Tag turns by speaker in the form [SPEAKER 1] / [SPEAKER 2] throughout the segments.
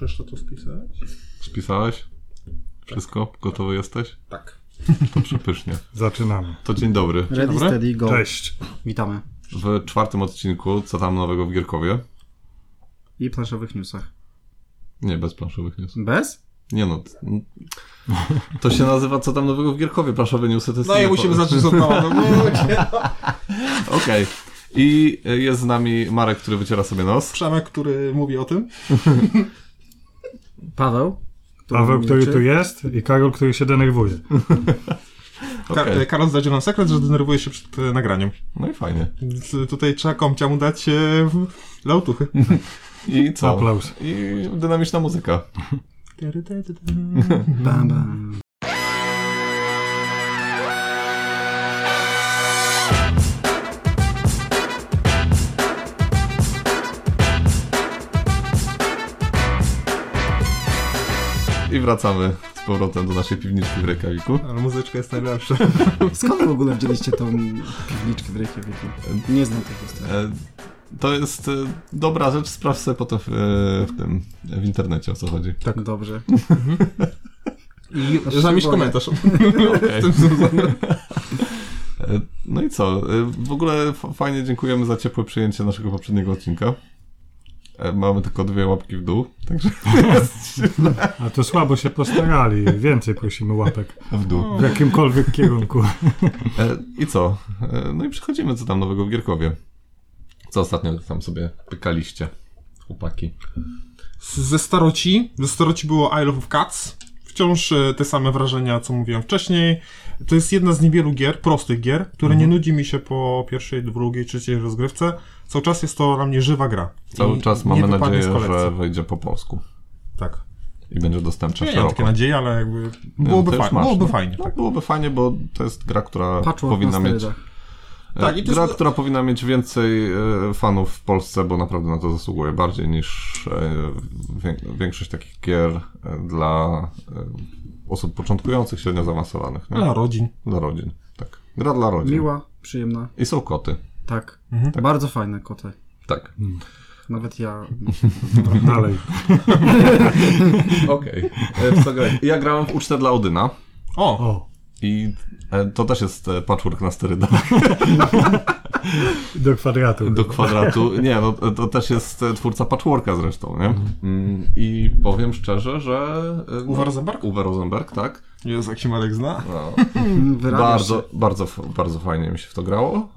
[SPEAKER 1] Muszę to spisać?
[SPEAKER 2] Spisałeś? Wszystko? Gotowy jesteś?
[SPEAKER 1] Tak.
[SPEAKER 2] To przypysznie.
[SPEAKER 3] Zaczynamy.
[SPEAKER 2] To dzień dobry. Dzień
[SPEAKER 4] Ready,
[SPEAKER 2] dobry.
[SPEAKER 4] steady, go.
[SPEAKER 3] Cześć.
[SPEAKER 4] Witamy.
[SPEAKER 2] W czwartym odcinku, co tam nowego w Gierkowie?
[SPEAKER 4] I planszowych newsach.
[SPEAKER 2] Nie, bez planszowych news.
[SPEAKER 4] Bez?
[SPEAKER 2] Nie no. t- n- To się nazywa co tam nowego w Gierkowie, planszowe newsy. To jest
[SPEAKER 1] No i
[SPEAKER 2] inny
[SPEAKER 1] musimy
[SPEAKER 2] po-
[SPEAKER 1] zacząć od nowa. No, ludzie.
[SPEAKER 2] Okej. I y, jest z nami Marek, który wyciera sobie nos.
[SPEAKER 1] Przemek, który mówi o tym.
[SPEAKER 4] Paweł? który
[SPEAKER 3] Paweł,
[SPEAKER 4] milczy.
[SPEAKER 3] który tu jest i Karol, który się denerwuje.
[SPEAKER 1] Ka-
[SPEAKER 2] Okej.
[SPEAKER 1] e, Karol zdradził nam sekret, że denerwuje się przed e, nagraniem.
[SPEAKER 2] No i fajnie.
[SPEAKER 1] Więc e, tutaj trzeba komcia mu dać e, w- lautuchy.
[SPEAKER 2] I
[SPEAKER 4] No.
[SPEAKER 2] co?
[SPEAKER 3] Aplauz.
[SPEAKER 2] I dynamiczna muzyka.
[SPEAKER 4] Bam, bam.
[SPEAKER 2] I wracamy z powrotem do naszej piwniczki w Reykjaviku.
[SPEAKER 1] Ale muzyczka jest najlepsza.
[SPEAKER 4] Skąd w ogóle wzięliście tą piwniczkę w Reykjaviku? Nie znam tej historii.
[SPEAKER 2] E, To jest e, dobra rzecz, sprawdź sobie potem w, e, w tym, w internecie o co chodzi.
[SPEAKER 4] Tak. Dobrze.
[SPEAKER 3] Mhm.
[SPEAKER 1] I
[SPEAKER 2] Znaczy,
[SPEAKER 4] Aż się
[SPEAKER 1] zamieć
[SPEAKER 4] boję.
[SPEAKER 1] komentarz.
[SPEAKER 2] Okej.
[SPEAKER 1] tym związane.
[SPEAKER 2] E, No i co? E, W ogóle f- fajnie dziękujemy za ciepłe przyjęcie naszego poprzedniego odcinka. E, Mamy tylko dwie łapki w dół, także jest źle.
[SPEAKER 3] A to słabo się postarali. Więcej prosimy łapek.
[SPEAKER 2] w dół.
[SPEAKER 3] W jakimkolwiek kierunku.
[SPEAKER 2] E, I co? E, No i przechodzimy co tam nowego w Gierkowie. Co ostatnio tam sobie pykaliście, chłopaki.
[SPEAKER 1] Z- Ze staroci, ze staroci było I Love of Cats. Wciąż e, te same wrażenia, co mówiłem wcześniej. To jest jedna z niewielu gier, prostych gier, które
[SPEAKER 2] Mhm.
[SPEAKER 1] nie nudzi mi się po pierwszej, drugiej, trzeciej rozgrywce. Cały czas jest to dla mnie żywa gra.
[SPEAKER 2] Cały
[SPEAKER 1] I
[SPEAKER 2] czas
[SPEAKER 1] nie
[SPEAKER 2] mamy
[SPEAKER 1] wypadnie
[SPEAKER 2] nadzieję,
[SPEAKER 1] z kolekcji.
[SPEAKER 2] że wejdzie po polsku
[SPEAKER 1] Tak.
[SPEAKER 2] i będzie dostępna
[SPEAKER 1] Ja nie mam
[SPEAKER 2] szeroko.
[SPEAKER 1] takie nadzieje, ale jakby byłoby,
[SPEAKER 2] to już
[SPEAKER 1] fa-
[SPEAKER 2] masz,
[SPEAKER 1] byłoby
[SPEAKER 2] no.
[SPEAKER 1] fajnie. tak.
[SPEAKER 2] No, byłoby fajnie, bo to jest gra, która
[SPEAKER 4] Patchwork
[SPEAKER 2] powinna
[SPEAKER 4] na
[SPEAKER 2] mieć.
[SPEAKER 4] sterydach.
[SPEAKER 1] Tak,
[SPEAKER 2] Tak,
[SPEAKER 1] i to
[SPEAKER 2] gra,
[SPEAKER 1] jest-
[SPEAKER 2] która powinna mieć więcej e, fanów w Polsce, bo naprawdę na to zasługuje bardziej niż e, wię- większość takich gier e, dla e, osób początkujących, średnio zaawansowanych. Nie?
[SPEAKER 1] Dla rodzin.
[SPEAKER 2] Dla rodzin. Tak. Gra dla rodzin.
[SPEAKER 4] Miła, przyjemna.
[SPEAKER 2] I są koty.
[SPEAKER 4] Tak.
[SPEAKER 1] Mhm.
[SPEAKER 4] Bardzo fajne koty.
[SPEAKER 2] Tak.
[SPEAKER 4] Nawet ja.
[SPEAKER 3] Dalej.
[SPEAKER 2] Okej. E, w co grałeś? Ja grałem w ucztę dla Odyna
[SPEAKER 1] O,
[SPEAKER 3] O.
[SPEAKER 2] i e, to też jest e, patchwork na sterydach.
[SPEAKER 3] Do kwadratu.
[SPEAKER 2] Do kwadratu. Nie, no to też jest e, twórca patchworka zresztą, nie? Mm, I powiem szczerze, że. e,
[SPEAKER 1] Uwe Rosenberg?
[SPEAKER 2] Uwe Rosenberg, tak.
[SPEAKER 1] jest jak się Marek zna.
[SPEAKER 2] No,
[SPEAKER 4] Wyrabiasz
[SPEAKER 2] bardzo,
[SPEAKER 4] się.
[SPEAKER 2] bardzo, f- bardzo fajnie mi się w to grało,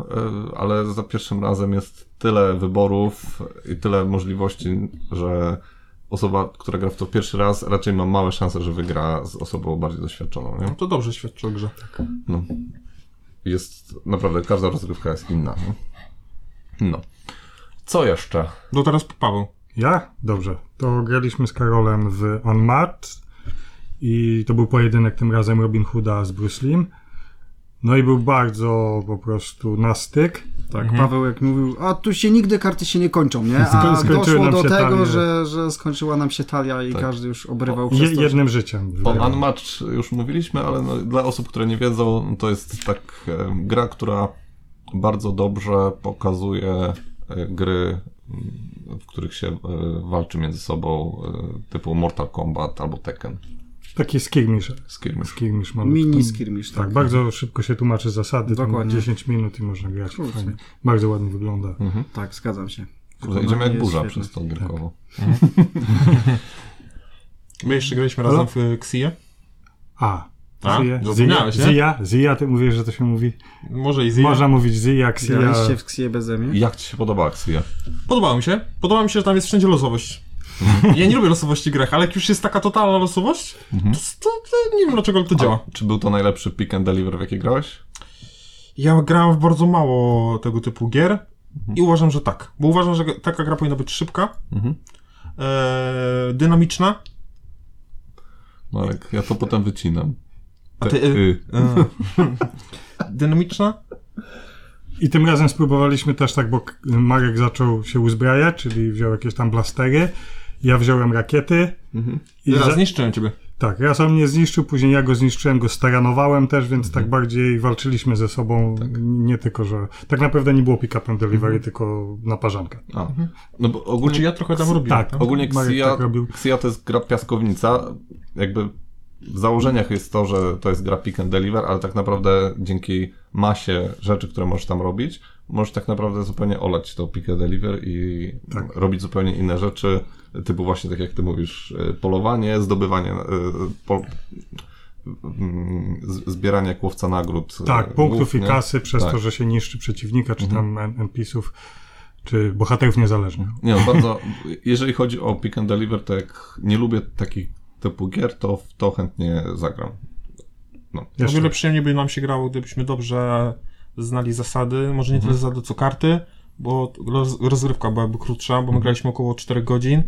[SPEAKER 2] e, ale za pierwszym razem jest tyle wyborów i tyle możliwości, że osoba, która gra w to pierwszy raz, raczej ma małe szanse, że wygra z osobą bardziej doświadczoną, nie?
[SPEAKER 1] No to dobrze świadczy o grze.
[SPEAKER 2] No. Jest naprawdę, każda rozgrywka jest inna. Nie? No. Co jeszcze?
[SPEAKER 1] No teraz Paweł.
[SPEAKER 3] Ja? Dobrze. To graliśmy z Karolem w On Mart i to był pojedynek tym razem Robin Hooda z Bruce Lim. No i był bardzo po prostu na styk. Mhm.
[SPEAKER 4] Tak, Paweł jak mówił, a tu się nigdy karty się nie kończą, nie? A
[SPEAKER 3] Skończyły
[SPEAKER 4] doszło
[SPEAKER 3] nam
[SPEAKER 4] do
[SPEAKER 3] się
[SPEAKER 4] tego,
[SPEAKER 3] talie. Tak.
[SPEAKER 4] że, że skończyła nam się talia i każdy już obrywał
[SPEAKER 3] Je,
[SPEAKER 4] przez to, że-
[SPEAKER 3] jednym życiem.
[SPEAKER 2] O Unmatch już mówiliśmy, ale no, dla osób, które nie wiedzą, no to jest tak e, gra, która bardzo dobrze pokazuje e, gry, m, w których się e, walczy między sobą, e, typu Mortal Kombat albo Tekken.
[SPEAKER 3] Taki skirmish.
[SPEAKER 2] Skirmish.
[SPEAKER 3] skirmish mamy.
[SPEAKER 4] Mini skirmish,
[SPEAKER 3] Tak,
[SPEAKER 4] tak.
[SPEAKER 3] bardzo szybko się tłumaczy zasady. Dokładnie.
[SPEAKER 4] Dokładnie.
[SPEAKER 3] 10 minut i można grać.
[SPEAKER 4] Kurczę.
[SPEAKER 3] Fajnie. Bardzo ładnie wygląda.
[SPEAKER 1] Mhm.
[SPEAKER 4] Tak, zgadzam się. no,
[SPEAKER 2] Kurde, idziemy jak
[SPEAKER 4] Jest
[SPEAKER 2] burza
[SPEAKER 4] świetne.
[SPEAKER 2] przez to gierkowo.
[SPEAKER 1] My jeszcze graliśmy razem w e, Xie.
[SPEAKER 3] A.
[SPEAKER 1] A?
[SPEAKER 3] Zia, Zia,
[SPEAKER 1] Zapomniałeś, nie?
[SPEAKER 3] Zia, Zia, ty mówisz, że to się mówi?
[SPEAKER 1] Może i Xie.
[SPEAKER 3] Można mówić Zia, Xia.
[SPEAKER 4] Graliście w Xie beze mnie?
[SPEAKER 2] Jak ci się podoba akcja?
[SPEAKER 1] Podobało mi się. Podoba mi się, że tam jest wszędzie losowość. Ja nie lubię losowości w grach, ale jak już jest taka totalna losowość, to, to, to nie wiem dlaczego to działa.
[SPEAKER 2] Czy był to najlepszy pick and deliver, w jaki grałeś?
[SPEAKER 1] Ja grałem w bardzo mało tego typu gier i uważam, że tak. Bo uważam, że taka gra powinna być szybka,
[SPEAKER 2] Mhm.
[SPEAKER 1] e, dynamiczna.
[SPEAKER 2] Marek, No, ja to potem wycinam.
[SPEAKER 1] A ty, e,
[SPEAKER 2] y.
[SPEAKER 1] e, dynamiczna,
[SPEAKER 3] I tym razem spróbowaliśmy też tak, bo K- Marek zaczął się uzbrajać, czyli wziął jakieś tam blastery. Ja wziąłem rakiety. I
[SPEAKER 1] Zaraz
[SPEAKER 3] za-
[SPEAKER 1] zniszczyłem ciebie.
[SPEAKER 3] Tak, raz on mnie zniszczył, później ja go zniszczyłem, go staranowałem też, więc
[SPEAKER 1] Mhm.
[SPEAKER 3] tak bardziej walczyliśmy ze sobą,
[SPEAKER 1] Tak.
[SPEAKER 3] n- nie tylko, że... Tak naprawdę nie było pick-upem delivery,
[SPEAKER 1] Mhm.
[SPEAKER 3] tylko naparzanka.
[SPEAKER 2] A. No bo ogólnie
[SPEAKER 1] Znaczy ja trochę tam robiłem.
[SPEAKER 3] tak.
[SPEAKER 1] no.
[SPEAKER 2] Ogólnie
[SPEAKER 3] Marek
[SPEAKER 2] Xia,
[SPEAKER 3] tak robił.
[SPEAKER 2] Xia to jest gra piaskownica. Jakby w założeniach jest to, że to jest gra pick and deliver, ale tak naprawdę dzięki masie rzeczy, które możesz tam robić, możesz tak naprawdę zupełnie olać to pick and deliver i
[SPEAKER 3] Tak.
[SPEAKER 2] robić zupełnie inne rzeczy, typu właśnie tak jak ty mówisz, y, polowanie, zdobywanie, y, po, mm, z- zbieranie kłowca nagród. y,
[SPEAKER 3] Tak, punktów
[SPEAKER 2] głównie.
[SPEAKER 3] i kasy przez
[SPEAKER 2] Tak. Mhm.
[SPEAKER 3] to, że się niszczy przeciwnika, czy tam N- NPC-ów, czy bohaterów niezależnych.
[SPEAKER 2] Nie, no, bardzo. Jeżeli chodzi o pick and deliver, to jak nie lubię takich typu gier, to w to chętnie zagram.
[SPEAKER 1] O
[SPEAKER 3] Jeszcze
[SPEAKER 1] wiele przyjemniej by nam się grało, gdybyśmy dobrze znali zasady. Może nie tyle
[SPEAKER 3] Mhm.
[SPEAKER 1] zasady, co karty, bo roz- rozgrywka byłaby krótsza, bo my
[SPEAKER 3] Mhm.
[SPEAKER 1] graliśmy około 4 godzin.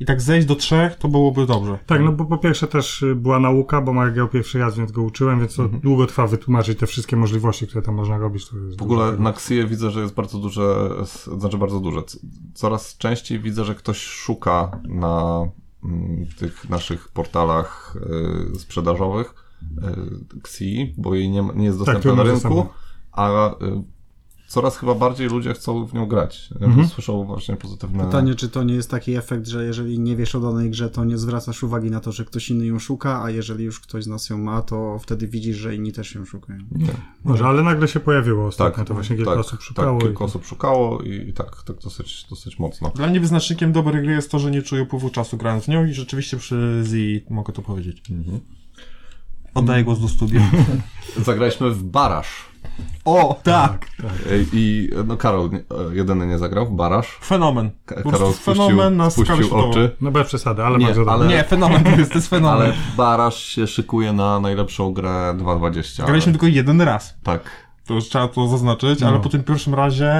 [SPEAKER 1] I tak zejść do 3 to byłoby dobrze.
[SPEAKER 3] Tak, no bo po pierwsze też y, była nauka, bo Marek grał pierwszy raz, więc go uczyłem, więc to
[SPEAKER 2] Mhm.
[SPEAKER 3] długo trwa wytłumaczyć te wszystkie możliwości, które tam można robić. To jest
[SPEAKER 2] W ogóle na Xie widzę, że jest bardzo duże, znaczy bardzo duże. c- Coraz częściej widzę, że ktoś szuka na mm, tych naszych portalach y, sprzedażowych y, Xi, bo jej nie, ma- nie jest dostępna
[SPEAKER 3] to
[SPEAKER 2] na
[SPEAKER 3] ona
[SPEAKER 2] rynku,
[SPEAKER 3] dostępna.
[SPEAKER 2] a y, coraz chyba bardziej ludzie chcą w nią grać. Ja Słyszą właśnie pozytywne...
[SPEAKER 4] Pytanie, czy to nie jest taki efekt, że jeżeli nie wiesz o danej grze, to nie zwracasz uwagi na to, że ktoś inny ją szuka, a jeżeli już ktoś z nas ją ma, to wtedy widzisz, że inni też ją szukają.
[SPEAKER 2] Nie.
[SPEAKER 3] Może, ale nagle się pojawiło ostatnio,
[SPEAKER 2] Tak,
[SPEAKER 3] to właśnie kilka osób szukało.
[SPEAKER 2] Tak,
[SPEAKER 3] i-
[SPEAKER 2] kilka osób szukało i, i tak, tak dosyć, dosyć mocno.
[SPEAKER 1] Dla mnie wyznacznikiem dobrej gry jest to, że nie czuję upływu czasu grając w nią i rzeczywiście przy Zi mogę to powiedzieć. Oddaję głos do studia.
[SPEAKER 2] Zagraliśmy w Barasz.
[SPEAKER 1] o, tak!
[SPEAKER 2] Ej, I no Karol nie, e, jedyny nie zagrał w Barasz.
[SPEAKER 1] Fenomen.
[SPEAKER 2] Ka-
[SPEAKER 1] Po prostu
[SPEAKER 2] Karol
[SPEAKER 1] fenomen na skalę
[SPEAKER 2] spuścił
[SPEAKER 1] światową.
[SPEAKER 2] oczy.
[SPEAKER 3] No bez przesady, ale
[SPEAKER 2] Nie,
[SPEAKER 3] bardzo dobrze.
[SPEAKER 2] ale-
[SPEAKER 1] Nie, fenomen to jest, to jest fenomen.
[SPEAKER 2] Ale Barasz się szykuje na najlepszą grę 2.20.
[SPEAKER 1] Graliśmy
[SPEAKER 2] ale-
[SPEAKER 1] tylko jeden raz.
[SPEAKER 2] Tak.
[SPEAKER 1] To już trzeba to zaznaczyć,
[SPEAKER 2] No.
[SPEAKER 1] ale po tym pierwszym razie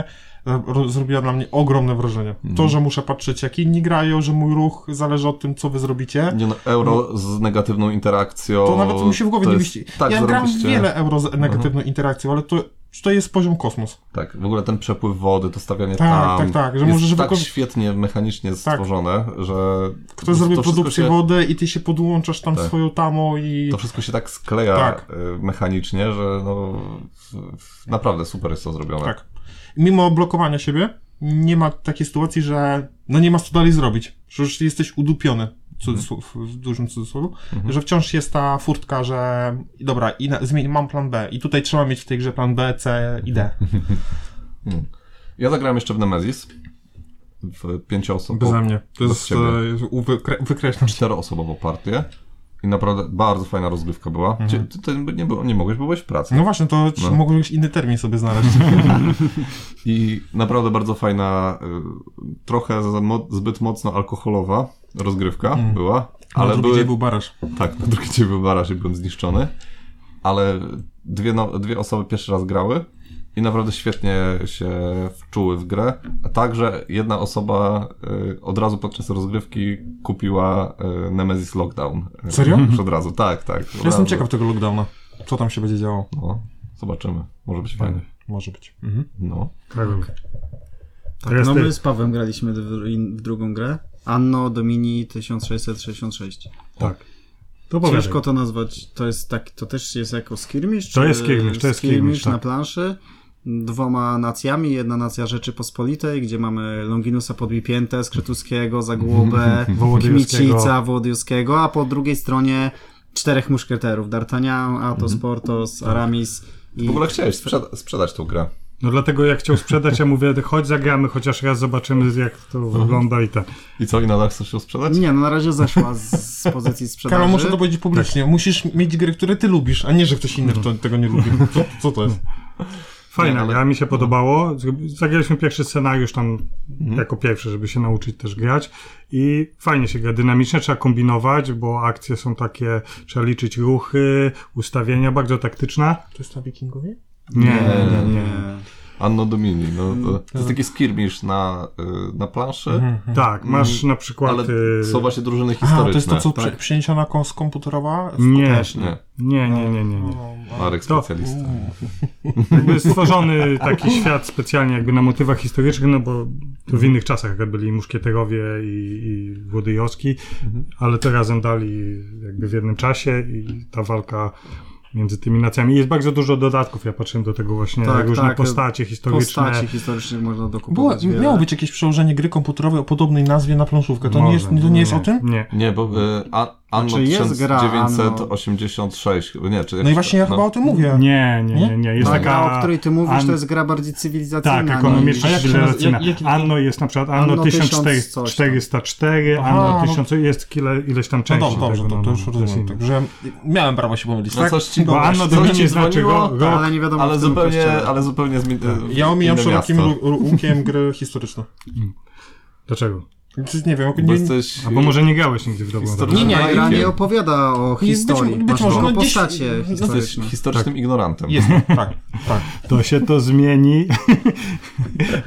[SPEAKER 1] e, ro- zrobiła na mnie ogromne wrażenie. To,
[SPEAKER 2] Mhm.
[SPEAKER 1] że muszę patrzeć jak inni grają, że mój ruch zależy od tym, co wy zrobicie.
[SPEAKER 2] Nie, no, euro z negatywną interakcją.
[SPEAKER 1] To nawet mi się w głowie
[SPEAKER 2] to
[SPEAKER 1] nie
[SPEAKER 2] jest-
[SPEAKER 1] mieści.
[SPEAKER 2] Tak,
[SPEAKER 1] ja gram
[SPEAKER 2] zarobiście-
[SPEAKER 1] wiele euro z
[SPEAKER 2] Mhm.
[SPEAKER 1] negatywną interakcją, ale to, to jest poziom kosmos.
[SPEAKER 2] Tak, w ogóle ten przepływ wody, to stawianie
[SPEAKER 1] Tak,
[SPEAKER 2] tam.
[SPEAKER 1] tak, tak, że
[SPEAKER 2] jest
[SPEAKER 1] możesz
[SPEAKER 2] tak
[SPEAKER 1] wyko-
[SPEAKER 2] świetnie mechanicznie stworzone, że... No to
[SPEAKER 1] Ktoś zrobi
[SPEAKER 2] wszystko
[SPEAKER 1] produkcję
[SPEAKER 2] się-
[SPEAKER 1] wody i ty się podłączasz tam
[SPEAKER 2] Tak.
[SPEAKER 1] swoją tamą i...
[SPEAKER 2] To wszystko się tak skleja
[SPEAKER 1] Tak.
[SPEAKER 2] y, mechanicznie, że no, w- w- naprawdę super jest to zrobione.
[SPEAKER 1] Tak. Mimo blokowania siebie, nie ma takiej sytuacji, że no nie ma co dalej zrobić. Że już jesteś udupiony, cudzysłów,
[SPEAKER 2] Mhm.
[SPEAKER 1] w dużym cudzysłowie, że wciąż jest ta furtka, że dobra, i na, zmień, mam plan B i tutaj trzeba mieć w tej grze plan B, C i D.
[SPEAKER 2] Mhm. Ja zagrałem jeszcze w Nemesis w pięcioosobowo.
[SPEAKER 1] Beze mnie. To
[SPEAKER 2] bez
[SPEAKER 1] jest
[SPEAKER 2] ciebie.
[SPEAKER 1] e, u- wykre, wykreślam.
[SPEAKER 2] czteroosobową partię. I naprawdę bardzo fajna rozgrywka była.
[SPEAKER 1] Mhm.
[SPEAKER 2] Cie- Ty, ty nie, było, nie mogłeś, bo byłeś w pracy.
[SPEAKER 1] No właśnie, to no. mogłeś inny termin sobie znaleźć.
[SPEAKER 2] I naprawdę bardzo fajna, y, trochę za mo- zbyt mocno alkoholowa rozgrywka
[SPEAKER 1] Mhm.
[SPEAKER 2] była.
[SPEAKER 1] Ale
[SPEAKER 2] Ale
[SPEAKER 1] drugi
[SPEAKER 2] były,
[SPEAKER 1] dzień był baraż.
[SPEAKER 2] Tak, na drugi dzień był baraż i byłem zniszczony. Ale dwie, no, dwie osoby pierwszy raz grały i naprawdę świetnie się wczuły w grę. A także jedna osoba y, od razu podczas rozgrywki kupiła y, Nemesis Lockdown. Y,
[SPEAKER 1] Serio?
[SPEAKER 2] Już od razu, tak, tak. od
[SPEAKER 1] Ja jestem
[SPEAKER 2] razu.
[SPEAKER 1] ciekaw tego lockdowna. Co tam się będzie działo?
[SPEAKER 2] No, zobaczymy. Może być fajnie.
[SPEAKER 1] Może być.
[SPEAKER 2] No.
[SPEAKER 3] Karol.
[SPEAKER 4] Tak,
[SPEAKER 3] Teraz
[SPEAKER 4] no
[SPEAKER 3] ty.
[SPEAKER 4] my z Pawem graliśmy w, in- w drugą grę. Anno Domini 1666.
[SPEAKER 3] Tak. To powiem.
[SPEAKER 4] Ciężko to nazwać, to jest tak, to też jest jako skirmish?
[SPEAKER 3] To
[SPEAKER 4] czy-
[SPEAKER 3] jest skirmish, to jest skirmish, tak.
[SPEAKER 4] na planszy dwoma nacjami, jedna nacja Rzeczypospolitej, gdzie mamy Longinusa Podbipięte, Skrytuskiego, Zagłobę,
[SPEAKER 3] Wołodyjowskiego.
[SPEAKER 4] Kmicica, Wołodyjowskiego, a po drugiej stronie czterech muszkieterów, D'Artagnan, Athos,
[SPEAKER 3] Mhm.
[SPEAKER 4] Portos, Aramis i...
[SPEAKER 2] W ogóle chciałeś sprzeda- sprzedać tą grę.
[SPEAKER 3] No dlatego jak chciał sprzedać, ja mówię, chodź zagramy, chociaż raz zobaczymy jak to
[SPEAKER 2] Mhm.
[SPEAKER 3] wygląda i tak.
[SPEAKER 2] I co, i nadal chcesz ją sprzedać?
[SPEAKER 4] Nie, no na razie zeszła z, z pozycji sprzedaży.
[SPEAKER 1] Karol, muszę to powiedzieć publicznie.
[SPEAKER 2] Tak.
[SPEAKER 1] Musisz mieć gry, które ty lubisz, a nie, że ktoś
[SPEAKER 2] Mhm.
[SPEAKER 1] inny w to, tego nie lubi. Co, co to jest?
[SPEAKER 3] Fajna
[SPEAKER 2] Nie, ale- no.
[SPEAKER 3] gra, mi się podobało. Zrobi- Zagraliśmy pierwszy scenariusz tam
[SPEAKER 2] Mhm.
[SPEAKER 3] jako pierwszy, żeby się nauczyć też grać. I fajnie się gra, dynamicznie trzeba kombinować, bo akcje są takie, trzeba liczyć ruchy, ustawienia, bardzo taktyczna.
[SPEAKER 1] To jest na wikingowie?
[SPEAKER 3] Nie,
[SPEAKER 4] Nie,
[SPEAKER 3] nie, nie.
[SPEAKER 4] nie.
[SPEAKER 2] Anno Domini. No, to, to
[SPEAKER 1] Mm.
[SPEAKER 2] jest taki skirmisz na, y, na planszy,
[SPEAKER 3] Tak, masz na przykład...
[SPEAKER 2] Mhm. ale
[SPEAKER 3] y,
[SPEAKER 2] słowa się drużyny
[SPEAKER 1] Aha,
[SPEAKER 2] historyczne.
[SPEAKER 1] Mhm. to jest to, co prze-
[SPEAKER 2] tak?
[SPEAKER 1] przeniesiona kons komputerowa?
[SPEAKER 3] Nie,
[SPEAKER 2] Nie,
[SPEAKER 3] nie, nie, nie, nie. nie.
[SPEAKER 2] Marek
[SPEAKER 3] To-
[SPEAKER 2] specjalista.
[SPEAKER 3] Jakby stworzony taki świat specjalnie jakby na motywach historycznych, no bo to w innych czasach jak byli muszkieterowie i, i włodyjowski,
[SPEAKER 4] Mhm.
[SPEAKER 3] ale to razem dali jakby w jednym czasie i ta walka między tymi nacjami. Jest bardzo dużo dodatków, ja patrzyłem do tego właśnie,
[SPEAKER 4] Tak,
[SPEAKER 3] różne
[SPEAKER 4] tak,
[SPEAKER 3] postacie historyczne.
[SPEAKER 4] Postaci historycznych można
[SPEAKER 1] Było,
[SPEAKER 4] dokupować wiele.
[SPEAKER 1] miało być jakieś przełożenie gry komputerowej o podobnej nazwie na planszówkę. To nie
[SPEAKER 3] Może,
[SPEAKER 1] jest, to nie jest o tym?
[SPEAKER 3] No, Nie.
[SPEAKER 2] Nie, bo y, a, Anno
[SPEAKER 4] Znaczy jest gra,
[SPEAKER 2] 1986. chyba, Nie, czy
[SPEAKER 1] No i
[SPEAKER 2] jakoś-
[SPEAKER 1] właśnie ja chyba o tym mówię. No
[SPEAKER 3] Nie, nie, nie,
[SPEAKER 1] Nie?
[SPEAKER 3] nie. Jest
[SPEAKER 4] Ta
[SPEAKER 3] taka...
[SPEAKER 4] gra, Tak. o której ty mówisz,
[SPEAKER 3] an-
[SPEAKER 4] to jest gra bardziej cywilizacyjna.
[SPEAKER 3] Tak,
[SPEAKER 1] A
[SPEAKER 3] ekonomiczna
[SPEAKER 1] no jak się nazywa-
[SPEAKER 3] cywilizacyjna.
[SPEAKER 1] jak- jaki-
[SPEAKER 3] Anno jest na przykład Anno,
[SPEAKER 4] Anno
[SPEAKER 3] 1404,
[SPEAKER 1] Aha,
[SPEAKER 3] Anno
[SPEAKER 1] no.
[SPEAKER 3] 1000, jest kile, ileś tam
[SPEAKER 1] No
[SPEAKER 3] części
[SPEAKER 1] dobrze, dobrze,
[SPEAKER 3] tego.
[SPEAKER 1] to,
[SPEAKER 3] no,
[SPEAKER 1] to
[SPEAKER 3] no,
[SPEAKER 1] już
[SPEAKER 3] jest
[SPEAKER 1] rozumiem. tak.
[SPEAKER 3] inne.
[SPEAKER 1] Także miałem prawo się pomylić,
[SPEAKER 2] No
[SPEAKER 1] tak?
[SPEAKER 2] coś ci,
[SPEAKER 3] Bo Anno
[SPEAKER 2] coś ci
[SPEAKER 3] Domini znaczy
[SPEAKER 2] dzwoniło,
[SPEAKER 3] go,
[SPEAKER 4] No,
[SPEAKER 3] rok,
[SPEAKER 4] ale nie wiadomo,
[SPEAKER 2] ale
[SPEAKER 4] w którym
[SPEAKER 2] zupełnie,
[SPEAKER 4] kościele.
[SPEAKER 2] ale zupełnie zmi-
[SPEAKER 1] Tak.
[SPEAKER 2] e,
[SPEAKER 1] Ja omijam
[SPEAKER 2] inne
[SPEAKER 1] szerokim
[SPEAKER 2] miasto.
[SPEAKER 1] ru- ru- łukiem gry historyczne.
[SPEAKER 3] Dlaczego?
[SPEAKER 1] Znaczy, Nie wiem,
[SPEAKER 2] Bo
[SPEAKER 1] nie,
[SPEAKER 2] jesteś...
[SPEAKER 3] Albo może nie grałeś nigdy w dobrą
[SPEAKER 2] Historyczny.
[SPEAKER 3] radę.
[SPEAKER 1] Nie, nie,
[SPEAKER 4] Ta gra
[SPEAKER 2] Historykiem.
[SPEAKER 4] nie opowiada o
[SPEAKER 1] być-
[SPEAKER 4] historii,
[SPEAKER 1] być
[SPEAKER 4] masz
[SPEAKER 1] może,
[SPEAKER 4] tylko
[SPEAKER 1] no, gdzieś-
[SPEAKER 4] postacie
[SPEAKER 1] no, to jest
[SPEAKER 2] jesteś
[SPEAKER 4] historyczne.
[SPEAKER 2] historycznym ignorantem.
[SPEAKER 1] jest, tak, tak.
[SPEAKER 3] To się to zmieni,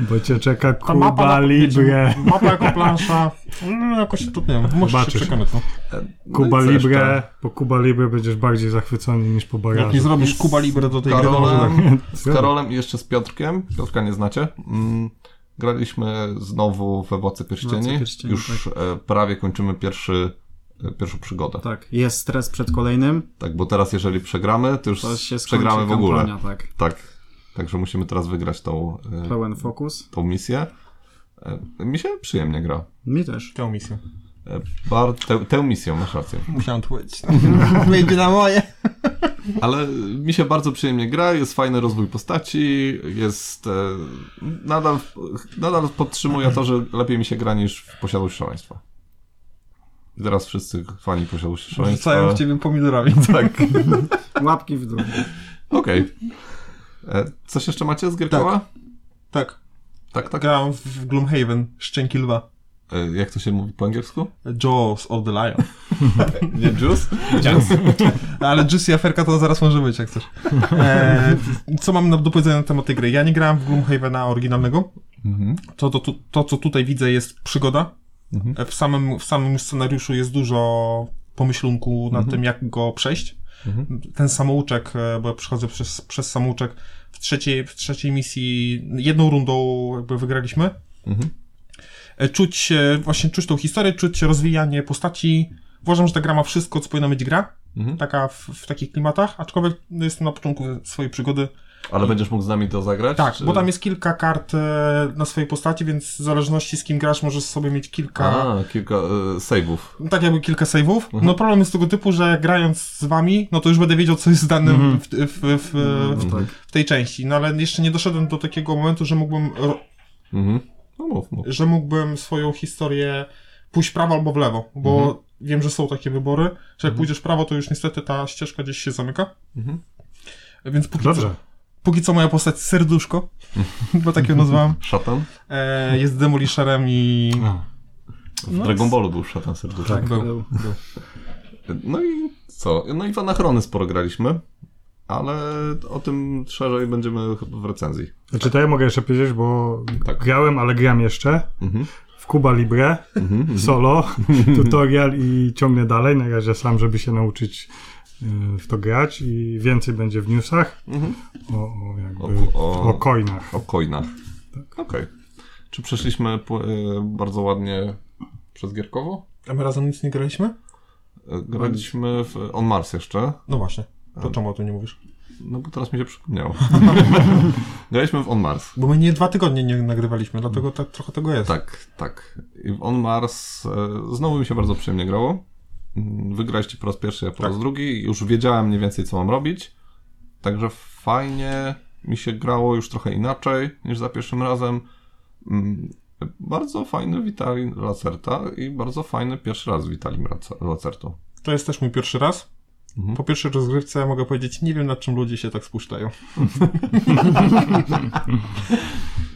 [SPEAKER 3] bo cię czeka
[SPEAKER 1] Ta mapa,
[SPEAKER 3] Kuba
[SPEAKER 1] na-
[SPEAKER 3] Libre.
[SPEAKER 1] wiecie, mapa jako plansza, no jakoś tu nie wiem, musisz się
[SPEAKER 3] Zobaczysz.
[SPEAKER 1] przekonać. No.
[SPEAKER 2] No
[SPEAKER 3] Kuba
[SPEAKER 2] i coś tam.
[SPEAKER 3] Libre, po Kuba Libre będziesz bardziej zachwycony niż po
[SPEAKER 1] Jak nie
[SPEAKER 3] barażu.
[SPEAKER 1] zrobisz Kuba Libre do tej gry, to może tak.
[SPEAKER 2] Karolem, z
[SPEAKER 3] Co?
[SPEAKER 2] Karolem i jeszcze z Piotrkiem. Piotrka nie znacie. Mm, Graliśmy znowu we Władce Pierścieni.
[SPEAKER 4] Władcy Pierścieni,
[SPEAKER 2] Już e, prawie kończymy pierwszy, e, pierwszą przygodę. Tak.
[SPEAKER 4] Tak, jest stres przed kolejnym,
[SPEAKER 2] bo teraz jeżeli przegramy, to już
[SPEAKER 4] to się skończy
[SPEAKER 2] przegramy w ogóle.
[SPEAKER 4] kampania, tak.
[SPEAKER 2] Tak. Także musimy teraz wygrać tą, e,
[SPEAKER 4] Pełen fokus.
[SPEAKER 2] tą misję. E, Mi się przyjemnie gra.
[SPEAKER 4] Mi też.
[SPEAKER 1] Tę misję.
[SPEAKER 2] E, Bar, tę, tę misją, masz rację.
[SPEAKER 1] Musiałem tu być. no. Wyjdzie na moje.
[SPEAKER 2] Ale mi się bardzo przyjemnie gra, jest fajny rozwój postaci, jest... E, nadal, nadal podtrzymuję to, że lepiej mi się gra niż w Posiadłość Szaleństwa. I teraz wszyscy fani Posiadłości Szaleństwa...
[SPEAKER 1] Rzucają w ciebie pomidorami.
[SPEAKER 2] Tak,
[SPEAKER 4] Łapki w dół.
[SPEAKER 2] okej. E, Coś jeszcze macie z Gierkowa?
[SPEAKER 1] Tak,
[SPEAKER 2] Tak, tak.
[SPEAKER 1] grałem w Gloomhaven, Szczęki Lwa.
[SPEAKER 2] E, jak to się mówi po angielsku?
[SPEAKER 1] Jaws of the Lion.
[SPEAKER 2] Nie Juice?
[SPEAKER 1] Ale Juicy Aferka to zaraz może być, jak chcesz. E, co mam na- do powiedzenia na temat tej gry? Ja nie grałem w Gloomhavena oryginalnego.
[SPEAKER 2] Mhm.
[SPEAKER 1] To, to, to, to co tutaj widzę, jest przygoda. E, W, samym, w samym scenariuszu jest dużo pomyślunku
[SPEAKER 2] Mhm.
[SPEAKER 1] nad tym, jak go przejść. Ten samouczek, e, bo ja przechodzę przez, przez samouczek, w trzeciej, w trzeciej misji jedną rundą jakby wygraliśmy.
[SPEAKER 2] Mhm.
[SPEAKER 1] E, Czuć e, właśnie czuć tą historię, czuć rozwijanie postaci. Uważam, że ta gra ma wszystko, co powinna mieć gra.
[SPEAKER 2] Mhm.
[SPEAKER 1] Taka w, w takich klimatach, aczkolwiek no, jestem na początku swojej przygody.
[SPEAKER 2] Ale będziesz mógł z nami to zagrać?
[SPEAKER 1] Tak,
[SPEAKER 2] czy-
[SPEAKER 1] bo tam jest kilka kart e, na swojej postaci, więc w zależności z kim grasz, możesz sobie mieć kilka.
[SPEAKER 2] A, Mhm. kilka e, saveów.
[SPEAKER 1] No, tak jakby kilka saveów. No problem jest tego typu, że grając z wami, no to już będę wiedział, co jest dane
[SPEAKER 2] Mhm.
[SPEAKER 1] w, w, w, w, w,
[SPEAKER 4] tak.
[SPEAKER 1] w tej części. No ale jeszcze nie doszedłem do takiego momentu, że mógłbym, ro-
[SPEAKER 2] Mhm. No mów, mów.
[SPEAKER 1] że mógłbym swoją historię pójść w prawo albo w lewo, bo
[SPEAKER 2] Mhm.
[SPEAKER 1] wiem, że są takie wybory, że jak pójdziesz w prawo, to już niestety ta ścieżka gdzieś się zamyka.
[SPEAKER 2] Mhm.
[SPEAKER 1] Więc póki,
[SPEAKER 3] Dobrze.
[SPEAKER 1] póki co moja postać serduszko, bo tak ją nazwałem,
[SPEAKER 2] Szatan?
[SPEAKER 1] e, jest demolisherem i...
[SPEAKER 2] W
[SPEAKER 1] No
[SPEAKER 2] Dragon Ballu był szatan serduszny.
[SPEAKER 4] Tak,
[SPEAKER 1] Był.
[SPEAKER 4] był.
[SPEAKER 1] Tak.
[SPEAKER 2] No i co? No i w Anachrony sporo graliśmy, ale o tym szerzej będziemy chyba w recenzji.
[SPEAKER 3] Znaczy to ja mogę jeszcze powiedzieć, bo
[SPEAKER 2] Tak.
[SPEAKER 3] grałem, ale gram jeszcze.
[SPEAKER 2] Mhm.
[SPEAKER 3] W Kuba Libre, solo, tutorial i ciągnę dalej. Na razie sam, żeby się nauczyć y, w to grać i więcej będzie w newsach
[SPEAKER 2] Mhm.
[SPEAKER 3] o, o, jakby,
[SPEAKER 1] Y,
[SPEAKER 2] O- o-
[SPEAKER 3] o, coinach.
[SPEAKER 2] O coinach.
[SPEAKER 1] Tak.
[SPEAKER 2] Okej. Czy przeszliśmy pł- e, bardzo ładnie przez Gierkowo?
[SPEAKER 1] A my razem nic nie graliśmy?
[SPEAKER 2] E, Graliśmy w On Mars jeszcze,
[SPEAKER 1] No właśnie. To czemu o tym nie mówisz?
[SPEAKER 2] no bo teraz mi się przypomniało. graliśmy w On Mars.
[SPEAKER 1] Bo my nie dwa tygodnie nie nagrywaliśmy, dlatego tak trochę tego jest.
[SPEAKER 2] Tak, tak. I w On Mars e, znowu mi się bardzo przyjemnie grało. Mm, Wygraliście po raz pierwszy, ja po raz drugi. Już wiedziałem mniej więcej, co mam robić. Także fajnie mi się grało już trochę inaczej niż za pierwszym razem. Mm, Bardzo fajny Witali Lacerta i bardzo fajny pierwszy raz Witalim Racer- Lacertą.
[SPEAKER 1] To jest też mój pierwszy raz.
[SPEAKER 2] Mhm.
[SPEAKER 1] Po pierwszej rozgrywce mogę powiedzieć, nie wiem nad czym ludzie się tak spuszczają.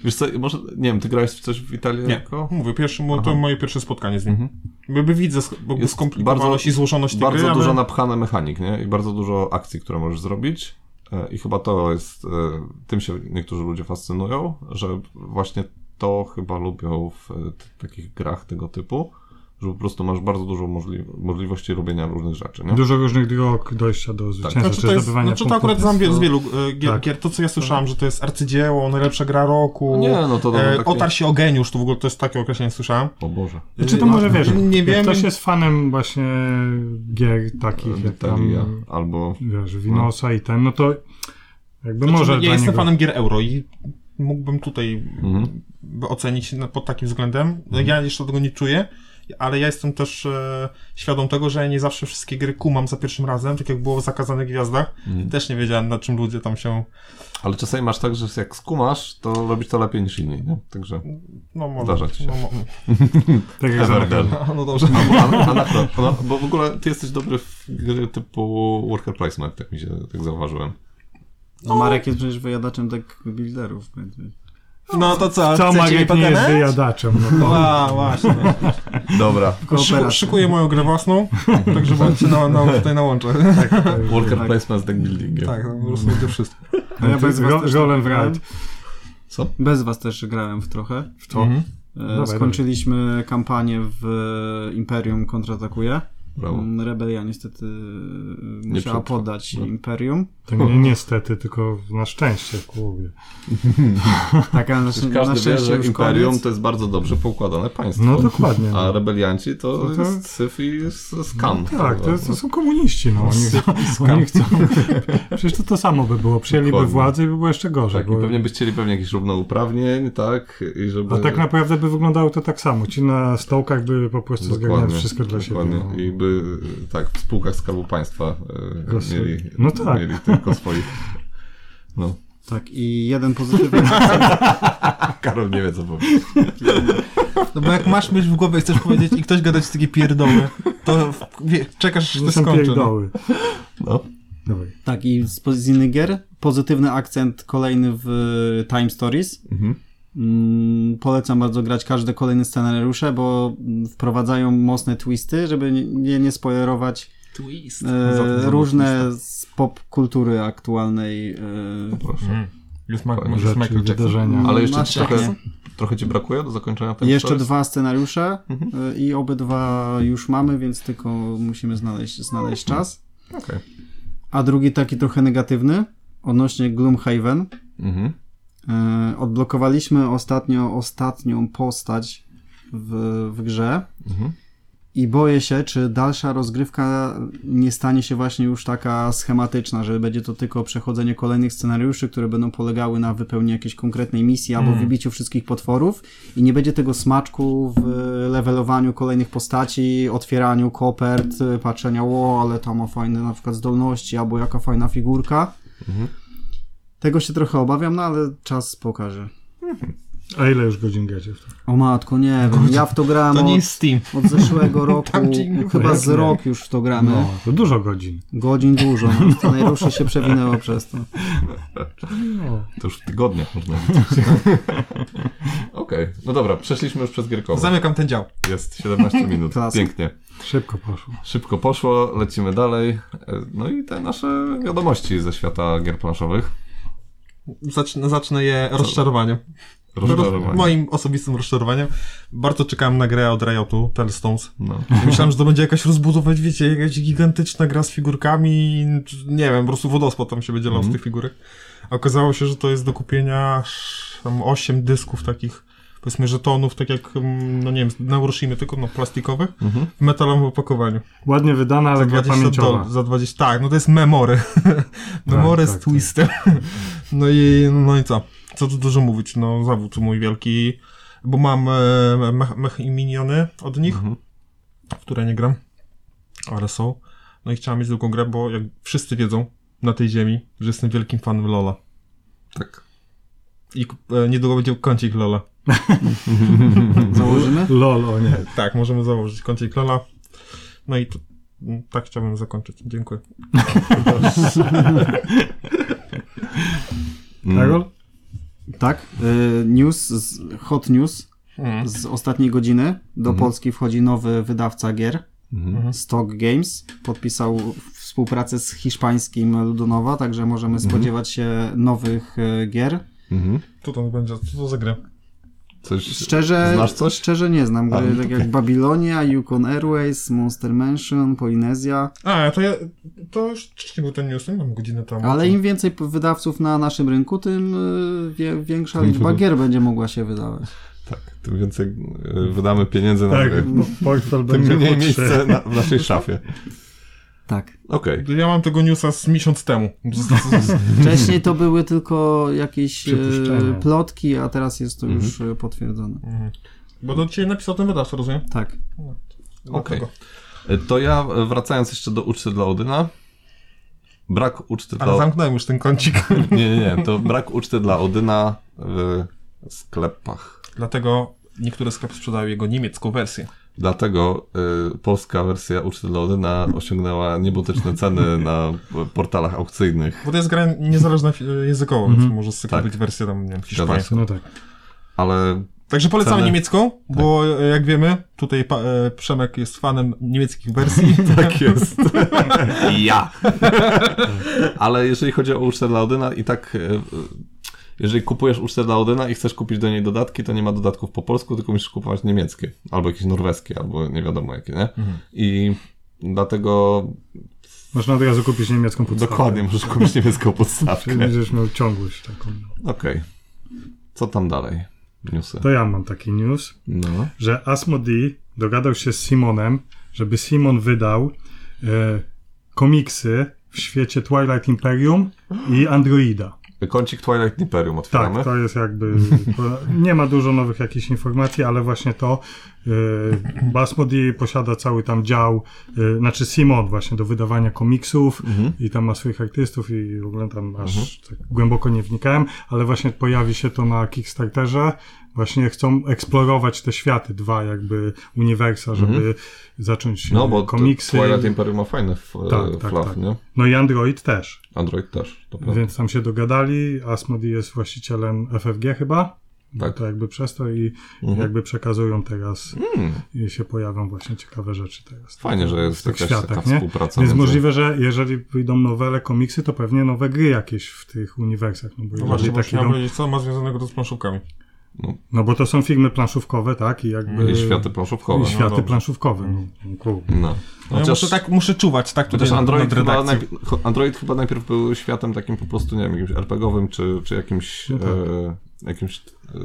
[SPEAKER 2] Wiesz co, może, nie wiem, ty grałeś w coś w Witalii?
[SPEAKER 1] Nie,
[SPEAKER 2] Jako?
[SPEAKER 1] mówię, pierwszy, mo- to moje pierwsze spotkanie z nim. Jakby widzę sk- jakby
[SPEAKER 2] Jest
[SPEAKER 1] skomplikowaność
[SPEAKER 2] bardzo-
[SPEAKER 1] i złożoność tej
[SPEAKER 2] Bardzo
[SPEAKER 1] gry,
[SPEAKER 2] dużo
[SPEAKER 1] ale...
[SPEAKER 2] napchany mechanik, nie? I bardzo dużo akcji, które możesz zrobić. E, I chyba to jest, e, tym się niektórzy ludzie fascynują, że właśnie to chyba lubią w e, t- takich grach tego typu, że po prostu masz bardzo dużo możli możliwości robienia różnych rzeczy, nie?
[SPEAKER 3] Dużo różnych dróg dojścia do zwycięstwa,
[SPEAKER 1] Znaczy,
[SPEAKER 3] czy
[SPEAKER 1] to, jest,
[SPEAKER 3] zdobywania
[SPEAKER 1] znaczy to
[SPEAKER 3] punktów
[SPEAKER 1] akurat
[SPEAKER 3] jest,
[SPEAKER 1] znam wie-
[SPEAKER 3] no,
[SPEAKER 1] z wielu e, gier,
[SPEAKER 3] tak.
[SPEAKER 1] gier. To, co ja słyszałem, że to jest arcydzieło, najlepsza gra roku.
[SPEAKER 2] Nie, no to
[SPEAKER 1] e,
[SPEAKER 2] tam takie...
[SPEAKER 1] Otarł się o geniusz, to w ogóle to jest takie określenie, słyszałem.
[SPEAKER 2] O Boże.
[SPEAKER 3] Znaczy to
[SPEAKER 1] E,
[SPEAKER 3] może wiesz,
[SPEAKER 1] Nie
[SPEAKER 3] jak
[SPEAKER 1] wiem.
[SPEAKER 3] ktoś jest fanem właśnie gier takich jak tam,
[SPEAKER 2] Yy, Italia, albo...
[SPEAKER 3] wiesz, Winosa i ten, no to jakby
[SPEAKER 1] Znaczy,
[SPEAKER 3] może
[SPEAKER 1] ja
[SPEAKER 3] dla
[SPEAKER 1] jestem
[SPEAKER 3] niego...
[SPEAKER 1] fanem gier euro i mógłbym tutaj
[SPEAKER 2] Mhm.
[SPEAKER 1] by ocenić na- pod takim względem. No, Ja jeszcze tego nie czuję, ale ja jestem też e, świadom tego, że ja nie zawsze wszystkie gry kumam za pierwszym razem, tak jak było w Zakazanych Gwiazdach. Też nie wiedziałem, na czym ludzie tam się...
[SPEAKER 2] Ale czasami masz tak, że jak skumasz, to robisz to lepiej niż inni, nie? Także...
[SPEAKER 1] No może...
[SPEAKER 2] Zdarza ci się.
[SPEAKER 1] No, mo-
[SPEAKER 3] Tak jak Zanagel.
[SPEAKER 1] no, no dobrze.
[SPEAKER 2] Ana- Anachron, ona, bo w ogóle ty jesteś dobry w gry typu worker placement, tak mi się tak zauważyłem.
[SPEAKER 4] No Marek jest przecież wyjadaczem deck builderów. więc-
[SPEAKER 1] No to co,
[SPEAKER 3] Co
[SPEAKER 1] chcecie mi
[SPEAKER 3] Marek nie jest
[SPEAKER 1] pogadać?
[SPEAKER 3] wyjadaczem? No to...
[SPEAKER 1] A, właśnie.
[SPEAKER 2] Dobra.
[SPEAKER 1] Szyku,
[SPEAKER 4] Kooperacja.
[SPEAKER 1] szykuję moją grę własną, także bądźcie na, na, tutaj na łącze.
[SPEAKER 3] tak, tak,
[SPEAKER 2] Worker
[SPEAKER 4] Tak.
[SPEAKER 2] placement z deck buildingiem.
[SPEAKER 1] Tak, no, po prostu będzie wszystko.
[SPEAKER 4] A No, ja
[SPEAKER 3] to
[SPEAKER 4] bez
[SPEAKER 3] jest
[SPEAKER 4] was
[SPEAKER 3] ro-
[SPEAKER 4] też
[SPEAKER 3] Roll
[SPEAKER 4] tak grałem.
[SPEAKER 3] and
[SPEAKER 2] Co? Mhm.
[SPEAKER 4] Bez was też grałem w trochę.
[SPEAKER 3] w to.
[SPEAKER 4] E,
[SPEAKER 3] Dawaj,
[SPEAKER 4] Skończyliśmy kampanię w e, Imperium kontratakuje.
[SPEAKER 2] Brawo.
[SPEAKER 4] Mm, Rebelia niestety musiała
[SPEAKER 2] przetrwa.
[SPEAKER 4] poddać
[SPEAKER 2] No.
[SPEAKER 4] Imperium.
[SPEAKER 3] To nie niestety, tylko na szczęście, kurde.
[SPEAKER 4] Tak, ale na, szczę- na
[SPEAKER 2] Każdy wie,
[SPEAKER 4] szczęście
[SPEAKER 2] że
[SPEAKER 4] już
[SPEAKER 2] Imperium
[SPEAKER 4] koniec.
[SPEAKER 2] to jest bardzo dobrze poukładane państwo.
[SPEAKER 3] No dokładnie.
[SPEAKER 2] A
[SPEAKER 3] No.
[SPEAKER 2] rebelianci to,
[SPEAKER 3] To- to-
[SPEAKER 2] jest syf i s- skam.
[SPEAKER 3] Tak, to, jest, to są komuniści, no. Oni,
[SPEAKER 2] skam.
[SPEAKER 3] oni chcą... Przecież to to samo by było. Przyjęliby
[SPEAKER 2] Dokładnie.
[SPEAKER 3] władzę i by było jeszcze gorzej.
[SPEAKER 2] Tak, i
[SPEAKER 3] bo...
[SPEAKER 2] pewnie by chcieli pewnie jakichś równouprawnień, tak? I żeby...
[SPEAKER 3] A tak naprawdę by wyglądało to tak samo. Ci na stołkach by po prostu zgarniali wszystko dla siebie.
[SPEAKER 2] dokładnie.
[SPEAKER 3] no.
[SPEAKER 2] I by tak w spółkach Skarbu Państwa e,
[SPEAKER 3] Rosy.
[SPEAKER 2] mieli,
[SPEAKER 3] No tak.
[SPEAKER 2] mieli tylko swoich. No,
[SPEAKER 4] Tak, i jeden pozytywny
[SPEAKER 2] Karol nie wie co powiedzieć.
[SPEAKER 1] No bo jak masz myśl w głowie i chcesz powiedzieć i ktoś gadać takie pierdoły, to w- wie, czekasz, aż
[SPEAKER 3] To
[SPEAKER 1] to
[SPEAKER 3] są
[SPEAKER 1] skończy. No.
[SPEAKER 3] pierdoły.
[SPEAKER 2] No.
[SPEAKER 3] Dawaj.
[SPEAKER 4] Tak, i z, z innych gier pozytywny akcent kolejny w y, Time Stories.
[SPEAKER 2] Mhm.
[SPEAKER 4] Mm, polecam bardzo grać każde kolejne scenariusze, bo mm, wprowadzają mocne twisty, żeby nie, nie, nie spoilerować
[SPEAKER 1] Twist.
[SPEAKER 4] e,
[SPEAKER 1] Za- za-
[SPEAKER 4] różne z pop kultury aktualnej. E,
[SPEAKER 2] Proszę.
[SPEAKER 1] Mm. Jest Ma-
[SPEAKER 2] Fajne
[SPEAKER 1] jest
[SPEAKER 3] rzeczy,
[SPEAKER 1] Michael Jackson.
[SPEAKER 3] wydarzenia.
[SPEAKER 2] Mhm. Ale jeszcze
[SPEAKER 4] Masz
[SPEAKER 2] ci trochę,
[SPEAKER 4] jakieś?
[SPEAKER 2] trochę ci brakuje do zakończenia tego
[SPEAKER 4] Jeszcze dwa scenariusze y, i obydwa już mamy, więc tylko musimy znaleźć, znaleźć czas.
[SPEAKER 2] Okej.
[SPEAKER 4] A drugi taki trochę negatywny odnośnie Gloomhaven.
[SPEAKER 2] Mhm.
[SPEAKER 4] E, Odblokowaliśmy ostatnio ostatnią postać w, w grze
[SPEAKER 2] Mhm.
[SPEAKER 4] i boję się, czy dalsza rozgrywka nie stanie się właśnie już taka schematyczna, że będzie to tylko przechodzenie kolejnych scenariuszy, które będą polegały na wypełnieniu jakiejś konkretnej misji
[SPEAKER 1] Mm.
[SPEAKER 4] albo wybiciu wszystkich potworów i nie będzie tego smaczku w levelowaniu kolejnych postaci, otwieraniu kopert, patrzenia, o, ale tam ma fajne na przykład zdolności albo jaka fajna figurka.
[SPEAKER 1] Mhm.
[SPEAKER 4] Tego się trochę obawiam, no ale czas pokaże.
[SPEAKER 3] A ile już godzin gracie w to?
[SPEAKER 4] O matko, nie wiem, ja w to gram
[SPEAKER 1] To nie
[SPEAKER 3] No,
[SPEAKER 4] od,
[SPEAKER 1] jest Steam.
[SPEAKER 4] od zeszłego roku,
[SPEAKER 1] Tam ci nie
[SPEAKER 4] chyba z
[SPEAKER 3] nie.
[SPEAKER 4] rok już w to gramy.
[SPEAKER 3] No, to dużo godzin.
[SPEAKER 4] Godzin dużo, no. najruszy się przewinęło przez to.
[SPEAKER 2] Mhm. To już w tygodniach można liczyć. Okej, no dobra, przeszliśmy już przez Gierkowo.
[SPEAKER 1] Zamykam ten dział.
[SPEAKER 2] Jest 17 minut,
[SPEAKER 4] Klasa.
[SPEAKER 2] pięknie.
[SPEAKER 3] Szybko poszło.
[SPEAKER 2] Szybko poszło, lecimy dalej. E, No i te nasze wiadomości ze świata gier planszowych.
[SPEAKER 1] Zacznę, zacznę je rozczarowaniem. No Roz-
[SPEAKER 2] Rozczarowanie.
[SPEAKER 1] Moim osobistym rozczarowaniem. Bardzo czekałem na grę od Riotu, Tellstones.
[SPEAKER 2] No.
[SPEAKER 1] Myślałem, że to będzie jakaś rozbudować, wiecie, jakaś gigantyczna gra z figurkami, czy- nie wiem, po prostu wodospad tam się będzie lał z tych figurek. A okazało się, że to jest do kupienia sz- tam 8 dysków takich, powiedzmy, żetonów, tak jak, mm, no nie wiem, na Uroshimy, tylko no, plastikowych, w metalowym opakowaniu.
[SPEAKER 3] Ładnie wydana, ale gra pamięciowa.
[SPEAKER 1] dol- za 20, tak, no to jest memory. memory
[SPEAKER 3] tak,
[SPEAKER 1] z
[SPEAKER 3] tak.
[SPEAKER 1] twistem. no i, no i co? Co tu dużo mówić, no zawód mój wielki, bo mam e, mech, mech i miniony od nich,
[SPEAKER 3] Mhm.
[SPEAKER 1] w które nie gram, ale są. No i chciałem mieć drugą grę, bo jak wszyscy wiedzą na tej ziemi, że jestem wielkim fanem Lola.
[SPEAKER 2] Tak.
[SPEAKER 1] I ku- e, niedługo będzie kącik Lola.
[SPEAKER 4] Założymy?
[SPEAKER 3] Lol, o nie.
[SPEAKER 1] Tak, możemy założyć kącik Lola. No i to, m, tak chciałbym zakończyć. Dziękuję.
[SPEAKER 2] Mm.
[SPEAKER 3] Karol?
[SPEAKER 4] Tak. y, News, z, hot news
[SPEAKER 1] Mm.
[SPEAKER 4] z ostatniej godziny.
[SPEAKER 2] Mhm.
[SPEAKER 4] Do Polski wchodzi nowy wydawca gier, Stock Games. Podpisał współpracę z hiszpańskim Ludonowa, także możemy spodziewać się nowych e, gier.
[SPEAKER 2] Mhm.
[SPEAKER 1] Co to będzie? Co to za gra?
[SPEAKER 2] Coś...
[SPEAKER 4] Szczerze,
[SPEAKER 2] Znasz coś?
[SPEAKER 4] szczerze nie znam gry,
[SPEAKER 2] A,
[SPEAKER 4] tak
[SPEAKER 2] okej.
[SPEAKER 4] jak Babilonia, Yukon Airways, Monster Mansion, Polinezja,
[SPEAKER 1] A, to ja, to już wcześniej był ten news, nie mam godzinę temu.
[SPEAKER 4] ale im więcej p- wydawców na naszym rynku, tym y, wie, większa
[SPEAKER 2] Tym
[SPEAKER 4] liczba
[SPEAKER 2] wyda-
[SPEAKER 4] gier będzie mogła się wydawać.
[SPEAKER 2] Tak, tym więcej e, wydamy pieniędzy na
[SPEAKER 3] Tak,
[SPEAKER 2] gry,
[SPEAKER 3] portfel
[SPEAKER 2] tym
[SPEAKER 3] będzie
[SPEAKER 2] mniej
[SPEAKER 3] chudszy.
[SPEAKER 2] miejsce na, w naszej szafie.
[SPEAKER 4] Tak.
[SPEAKER 2] Okej.
[SPEAKER 1] Ja mam tego newsa z miesiąc temu. Z- z- z-
[SPEAKER 4] Wcześniej to były tylko jakieś e,
[SPEAKER 3] Przypuszczenia.
[SPEAKER 4] plotki, a teraz jest to już
[SPEAKER 2] Mhm.
[SPEAKER 4] e, potwierdzone.
[SPEAKER 1] Bo to dzisiaj napisał ten wydawca, rozumiem?
[SPEAKER 4] Tak.
[SPEAKER 1] Dlatego.
[SPEAKER 2] E, To ja e, wracając jeszcze do uczty dla Odyna. Brak uczty dla
[SPEAKER 1] Ale zamknąłem już ten kącik.
[SPEAKER 2] Nie, nie, nie. To brak uczty dla Odyna w sklepach.
[SPEAKER 1] Dlatego niektóre sklepy sprzedają jego niemiecką wersję.
[SPEAKER 2] Dlatego y, polska wersja uczty dla Odyna osiągnęła niebotyczne ceny na p- portalach aukcyjnych.
[SPEAKER 1] Bo to jest gra niezależna fi- językowo, więc może z tego
[SPEAKER 2] Tak.
[SPEAKER 1] być wersja tam, nie wiem,
[SPEAKER 2] Zgadza
[SPEAKER 1] hiszpańska.
[SPEAKER 3] No tak.
[SPEAKER 2] Ale
[SPEAKER 1] Także polecamy
[SPEAKER 2] Ceny. Tak.
[SPEAKER 1] niemiecką, bo e, jak wiemy, tutaj pa, e, Przemek jest fanem niemieckich wersji.
[SPEAKER 2] tak jest. ja. Ale jeżeli chodzi o ucztę dla Odyna i tak... y, y, Jeżeli kupujesz ucztę dla Odyna i chcesz kupić do niej dodatki, to nie ma dodatków po polsku, tylko musisz kupować niemieckie, albo jakieś norweskie, albo nie wiadomo jakie, nie? I dlatego
[SPEAKER 3] Można od razu kupić niemiecką podstawę.
[SPEAKER 2] dokładnie tak. możesz kupić niemiecką podstawkę.
[SPEAKER 3] Czyli będziesz miał ciągłość taką.
[SPEAKER 2] Okej. Co tam dalej? Newsy.
[SPEAKER 3] To ja mam taki news.
[SPEAKER 2] No.
[SPEAKER 3] że Asmodee dogadał się z Simonem, żeby Simon wydał e, komiksy w świecie Twilight Imperium i Androida.
[SPEAKER 2] Kącik Twilight Imperium
[SPEAKER 3] Tak,
[SPEAKER 2] otwieramy.
[SPEAKER 3] to jest jakby. to- Nie ma dużo nowych jakichś informacji, ale właśnie to. E, bo Asmodee posiada cały tam dział, e, znaczy Simon, właśnie do wydawania komiksów
[SPEAKER 2] Mhm.
[SPEAKER 3] i tam ma swoich artystów i w ogóle tam aż tak głęboko nie wnikałem, ale właśnie pojawi się to na Kickstarterze. Właśnie chcą eksplorować te światy, dwa jakby uniwersa, żeby zacząć
[SPEAKER 2] Mhm. No bo
[SPEAKER 3] komiksy.
[SPEAKER 2] komiksy... Twilight Imperium ma fajny f-
[SPEAKER 3] Tak,
[SPEAKER 2] e,
[SPEAKER 3] tak,
[SPEAKER 2] fluff,
[SPEAKER 3] tak.
[SPEAKER 2] nie?
[SPEAKER 3] No i Android też.
[SPEAKER 2] Android też, to prawda.
[SPEAKER 3] Więc tam się dogadali. Asmodee jest właścicielem FFG chyba.
[SPEAKER 2] Tak. Mhm.
[SPEAKER 3] Tak. To jakby przez to i jakby przekazują teraz
[SPEAKER 2] Hmm.
[SPEAKER 3] i się pojawią właśnie ciekawe rzeczy teraz.
[SPEAKER 2] Fajnie, że jest
[SPEAKER 3] W tych
[SPEAKER 2] jakaś
[SPEAKER 3] światach,
[SPEAKER 2] taka
[SPEAKER 3] tak nie?
[SPEAKER 2] współpraca
[SPEAKER 3] Więc
[SPEAKER 2] między-
[SPEAKER 3] możliwe, że jeżeli wyjdą nowele komiksy, to pewnie nowe gry jakieś w tych uniwersach. No
[SPEAKER 1] No
[SPEAKER 3] bo,
[SPEAKER 1] właśnie,
[SPEAKER 3] jeżeli
[SPEAKER 1] bo
[SPEAKER 3] tak
[SPEAKER 1] chciałem
[SPEAKER 3] idą,
[SPEAKER 1] powiedzieć, co ma związanego to z planszówkami.
[SPEAKER 3] no bo to są firmy planszówkowe, tak? I jakby
[SPEAKER 2] I no światy planszówkowe.
[SPEAKER 3] i światy
[SPEAKER 1] dobrze.
[SPEAKER 3] planszówkowe. No,
[SPEAKER 2] No.
[SPEAKER 3] kurde.
[SPEAKER 1] No ja
[SPEAKER 2] Chociaż,
[SPEAKER 1] muszę tak, muszę czuwać, tak?
[SPEAKER 2] chociaż
[SPEAKER 1] nad-
[SPEAKER 2] Android,
[SPEAKER 1] nad
[SPEAKER 2] chyba
[SPEAKER 1] redakcją.
[SPEAKER 2] najpierw, cho- Android chyba najpierw był światem takim po prostu, nie wiem, jakimś RPGowym, czy, czy jakimś...
[SPEAKER 3] No tak.
[SPEAKER 2] e, jakimś e,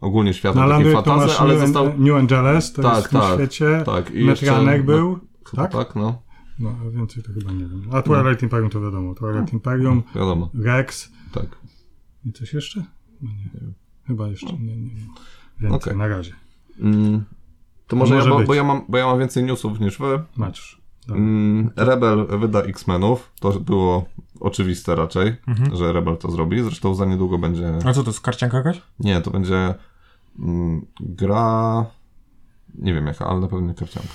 [SPEAKER 2] ogólnie światem
[SPEAKER 3] No, ale
[SPEAKER 2] takiej
[SPEAKER 3] Android to
[SPEAKER 2] fantazy,
[SPEAKER 3] masz
[SPEAKER 2] ale
[SPEAKER 3] New,
[SPEAKER 2] został...
[SPEAKER 3] New Angeles, to
[SPEAKER 2] Tak,
[SPEAKER 3] jest w tym
[SPEAKER 2] tak,
[SPEAKER 3] świecie.
[SPEAKER 2] tak. I
[SPEAKER 3] Metranek
[SPEAKER 2] jeszcze-
[SPEAKER 3] był.
[SPEAKER 2] Chyba
[SPEAKER 3] tak?
[SPEAKER 2] tak, no.
[SPEAKER 3] No, a więcej to chyba nie wiem. A Twilight Imperium to wiadomo.
[SPEAKER 2] No.
[SPEAKER 3] Twilight Imperium,
[SPEAKER 2] Wiadomo,
[SPEAKER 3] Rex
[SPEAKER 2] tak.
[SPEAKER 3] i coś jeszcze? No nie wiem. Chyba jeszcze nie, nie, nie. Więcej
[SPEAKER 2] Okej.
[SPEAKER 3] na razie.
[SPEAKER 2] Mm, to może,
[SPEAKER 3] Może
[SPEAKER 2] ja, bo,
[SPEAKER 3] być.
[SPEAKER 2] bo, ja mam, bo ja mam więcej newsów niż wy.
[SPEAKER 3] Maciusz. Dobra.
[SPEAKER 2] Mm, Rebel wyda X-Menów. To było oczywiste raczej,
[SPEAKER 1] Mhm.
[SPEAKER 2] że Rebel to zrobi. Zresztą za niedługo będzie.
[SPEAKER 1] A co to jest, karcianka jakaś?
[SPEAKER 2] Nie, to będzie mm, gra. Nie wiem jaka, ale na pewno nie karcianka.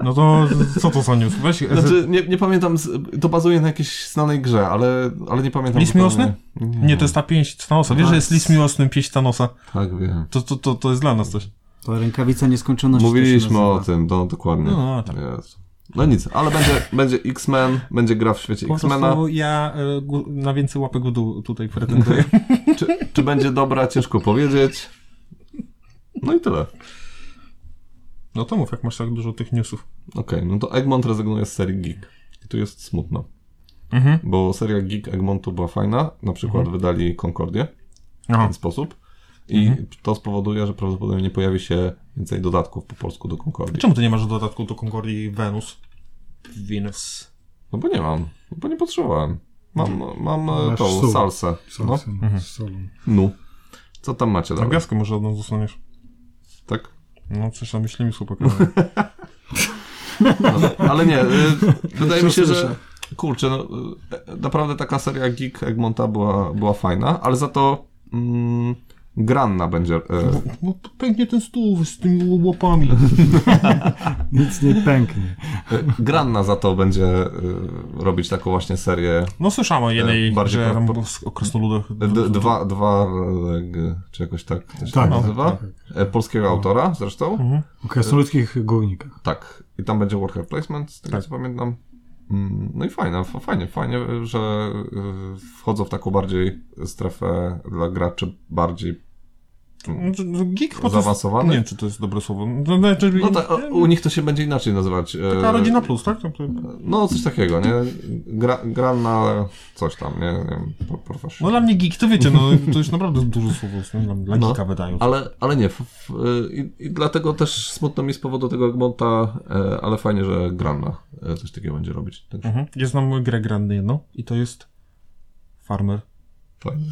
[SPEAKER 1] No to z- co to za news? Weź, z-
[SPEAKER 2] Znaczy, nie, nie pamiętam, z- to bazuje na jakiejś znanej grze, ale, ale nie pamiętam.
[SPEAKER 1] Lis
[SPEAKER 2] zupełnie.
[SPEAKER 1] miłosny? nie, to jest ta pięść Thanosa. Wiesz, że jest list miłosny, pięść Thanosa.
[SPEAKER 2] Tak, wiem.
[SPEAKER 1] To, to, to, to jest dla nas coś.
[SPEAKER 4] To rękawica nieskończoności. to się
[SPEAKER 2] Mówiliśmy
[SPEAKER 4] nazywa.
[SPEAKER 2] o tym, no dokładnie.
[SPEAKER 1] No, tak.
[SPEAKER 2] Jezu. no nic, ale będzie, będzie X-Men, będzie gra w świecie
[SPEAKER 1] Po
[SPEAKER 2] X-Mena.
[SPEAKER 1] prostu ja y, gó- na więcej łapek w dół tutaj pretenduję.
[SPEAKER 2] Czy, czy będzie dobra, ciężko powiedzieć. No i tyle.
[SPEAKER 1] No to mów, jak masz tak dużo tych newsów.
[SPEAKER 2] Okej, no to Egmont rezygnuje z serii Geek. I tu jest smutno.
[SPEAKER 1] Mhm.
[SPEAKER 2] Bo seria Geek Egmontu była fajna. Na przykład wydali Concordię w
[SPEAKER 1] Aha.
[SPEAKER 2] ten sposób. I to spowoduje, że prawdopodobnie nie pojawi się więcej dodatków po polsku do Concordii.
[SPEAKER 1] Czemu ty nie masz dodatku do Concordii Venus? Venus.
[SPEAKER 2] No bo nie mam. No Bo nie potrzebowałem. Mam, mam e,
[SPEAKER 3] Masz
[SPEAKER 2] tą
[SPEAKER 3] sól.
[SPEAKER 2] salsę.
[SPEAKER 3] Są,
[SPEAKER 2] No.
[SPEAKER 3] są, są.
[SPEAKER 2] no. Co tam macie
[SPEAKER 1] Na
[SPEAKER 2] dalej?
[SPEAKER 1] gwiazdkę może od nas dostaniesz.
[SPEAKER 2] Tak?
[SPEAKER 1] No przecież na myśli mi słupek.
[SPEAKER 2] No, ale nie, y, wydaje mi się,
[SPEAKER 4] słyszę.
[SPEAKER 2] że kurczę, no, y, naprawdę taka seria Geek Egmonta była, była fajna, ale za to mm, granna będzie. y,
[SPEAKER 1] No pęknie ten stół z tymi łopami.
[SPEAKER 3] Nic nie pęknie.
[SPEAKER 2] e, Granna za to będzie y, robić taką właśnie serię
[SPEAKER 1] No słyszałem o jednej,
[SPEAKER 2] E, bardziej E,
[SPEAKER 1] że
[SPEAKER 2] pro-
[SPEAKER 1] tam
[SPEAKER 2] pro-
[SPEAKER 1] było z- o krasnoludach.
[SPEAKER 2] D- dwa, dwa, e, g- czy jakoś tak to się
[SPEAKER 3] Tak,
[SPEAKER 2] nazywa?
[SPEAKER 3] tak,
[SPEAKER 2] E, Polskiego autora zresztą.
[SPEAKER 3] O krasnoludzkich górnikach.
[SPEAKER 2] Tak. I tam będzie worker placement, z tego
[SPEAKER 1] Tak.
[SPEAKER 2] co pamiętam. Mm, No i fajne, f- fajnie, fajnie, że y, wchodzą w taką bardziej strefę dla graczy bardziej...
[SPEAKER 1] No, Geek chyba to jest,
[SPEAKER 2] Zaawansowany?
[SPEAKER 1] Nie wiem, czy to jest dobre słowo. No, znaczy,
[SPEAKER 2] No tak, o- u nich to się będzie inaczej nazywać. e,
[SPEAKER 1] Taka rodzina plus, tak? To- to-
[SPEAKER 2] No coś takiego, nie? Gra, gra na coś tam, nie? nie wiem, pro-
[SPEAKER 1] No
[SPEAKER 2] professional.
[SPEAKER 1] dla mnie geek, to wiecie, no to jest naprawdę dużo słów no, dla, dla
[SPEAKER 2] No,
[SPEAKER 1] geeka wydają.
[SPEAKER 2] Ale, ale nie, f, f, i, i dlatego też smutno mi z powodu tego Egmonta, e, ale fajnie, że Granna e, coś takiego będzie robić. Też
[SPEAKER 1] Mhm. Ja znam grę grandy jedną i to jest Farmer.
[SPEAKER 2] Fajnie.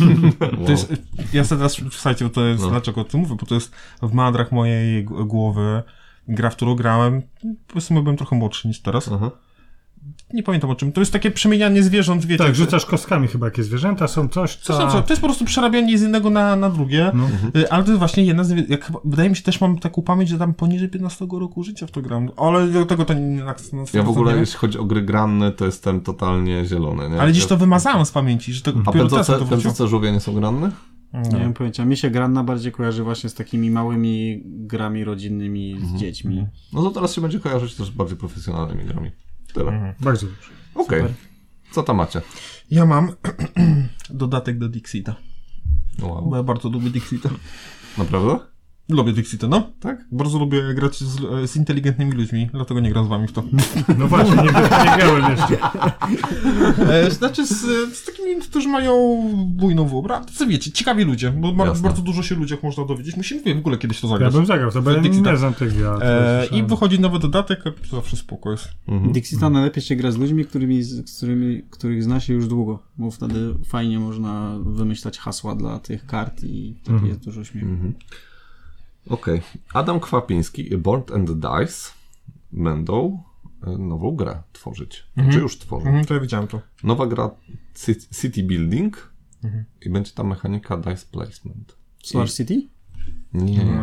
[SPEAKER 1] To jest, ja sobie teraz, słuchajcie, bo to jest,
[SPEAKER 2] No.
[SPEAKER 1] dlaczego o tym mówię, bo to jest w mandrach mojej g- głowy gra, w którą grałem, powiedzmy byłem trochę młodszy niż teraz,
[SPEAKER 2] Aha.
[SPEAKER 1] nie pamiętam o czym, to jest takie przemienianie zwierząt, wiecie.
[SPEAKER 3] Tak, rzucasz kostkami chyba, jakie zwierzęta są, coś,
[SPEAKER 2] Tak.
[SPEAKER 1] to, jest,
[SPEAKER 3] co...
[SPEAKER 1] to jest po prostu przerabianie z jednego na, na drugie,
[SPEAKER 3] No.
[SPEAKER 1] Y, ale to jest właśnie jedna z, jak, chyba- wydaje mi się, też mam taką pamięć, że tam poniżej 15 roku życia w to gram, ale do tego to nie... Na, na, na,
[SPEAKER 2] Ja w ogóle,
[SPEAKER 1] nie-
[SPEAKER 2] jeśli chodzi o gry granne, to jestem totalnie zielony, nie?
[SPEAKER 1] Ale dziś
[SPEAKER 2] Ja-
[SPEAKER 1] to wymazałem z pamięci, że to
[SPEAKER 2] A
[SPEAKER 1] dopiero teraz mi
[SPEAKER 2] pędzące,
[SPEAKER 1] to wróciło.
[SPEAKER 2] pędzące żółwie nie są granne?
[SPEAKER 4] Nie mam pojęcia. Mi się Granna bardziej kojarzy właśnie z takimi małymi grami rodzinnymi z dziećmi.
[SPEAKER 2] No to teraz się będzie kojarzyć też z bardziej profesjonalnymi grami. Tyle.
[SPEAKER 1] Mhm.
[SPEAKER 3] Bardzo dobrze.
[SPEAKER 2] Okej.
[SPEAKER 4] Super.
[SPEAKER 2] Co tam macie?
[SPEAKER 1] Ja mam dodatek do Dixita,
[SPEAKER 2] Wow.
[SPEAKER 1] bo ja bardzo lubię Dixita.
[SPEAKER 2] Naprawdę?
[SPEAKER 1] Lubię Dixita, no.
[SPEAKER 2] Tak?
[SPEAKER 1] Bardzo lubię grać z, z inteligentnymi ludźmi, dlatego nie gram z wami w to.
[SPEAKER 3] No właśnie, nie, nie grałem jeszcze.
[SPEAKER 1] E, znaczy z, z takimi, którzy mają bujną wyobraźnię. Co wiecie, ciekawi ludzie, bo ma,
[SPEAKER 2] Jasne.
[SPEAKER 1] bardzo dużo się ludziach można dowiedzieć. Musimy w ogóle kiedyś to
[SPEAKER 3] Ja
[SPEAKER 1] zagrać.
[SPEAKER 3] bym zagrał, to będę
[SPEAKER 1] Dixita.
[SPEAKER 3] nie znam tych gier.
[SPEAKER 1] E, I wychodzi nowy dodatek, zawsze spoko jest.
[SPEAKER 2] Mhm.
[SPEAKER 4] Dixita najlepiej się gra z ludźmi, którymi, z którymi, których zna się już długo, bo wtedy fajnie można wymyślać hasła dla tych kart i wtedy
[SPEAKER 2] Mhm.
[SPEAKER 4] jest dużo śmiechu.
[SPEAKER 2] Okej. Adam Kwapiński i Board and Dice będą e, nową grę tworzyć. Czy już tworzą.
[SPEAKER 1] Mhm, to ja widziałem to.
[SPEAKER 2] Nowa gra Ci- City Building
[SPEAKER 1] Mhm.
[SPEAKER 2] i będzie tam mechanika Dice Placement.
[SPEAKER 4] Solar City?
[SPEAKER 1] Mhm.
[SPEAKER 2] Nie.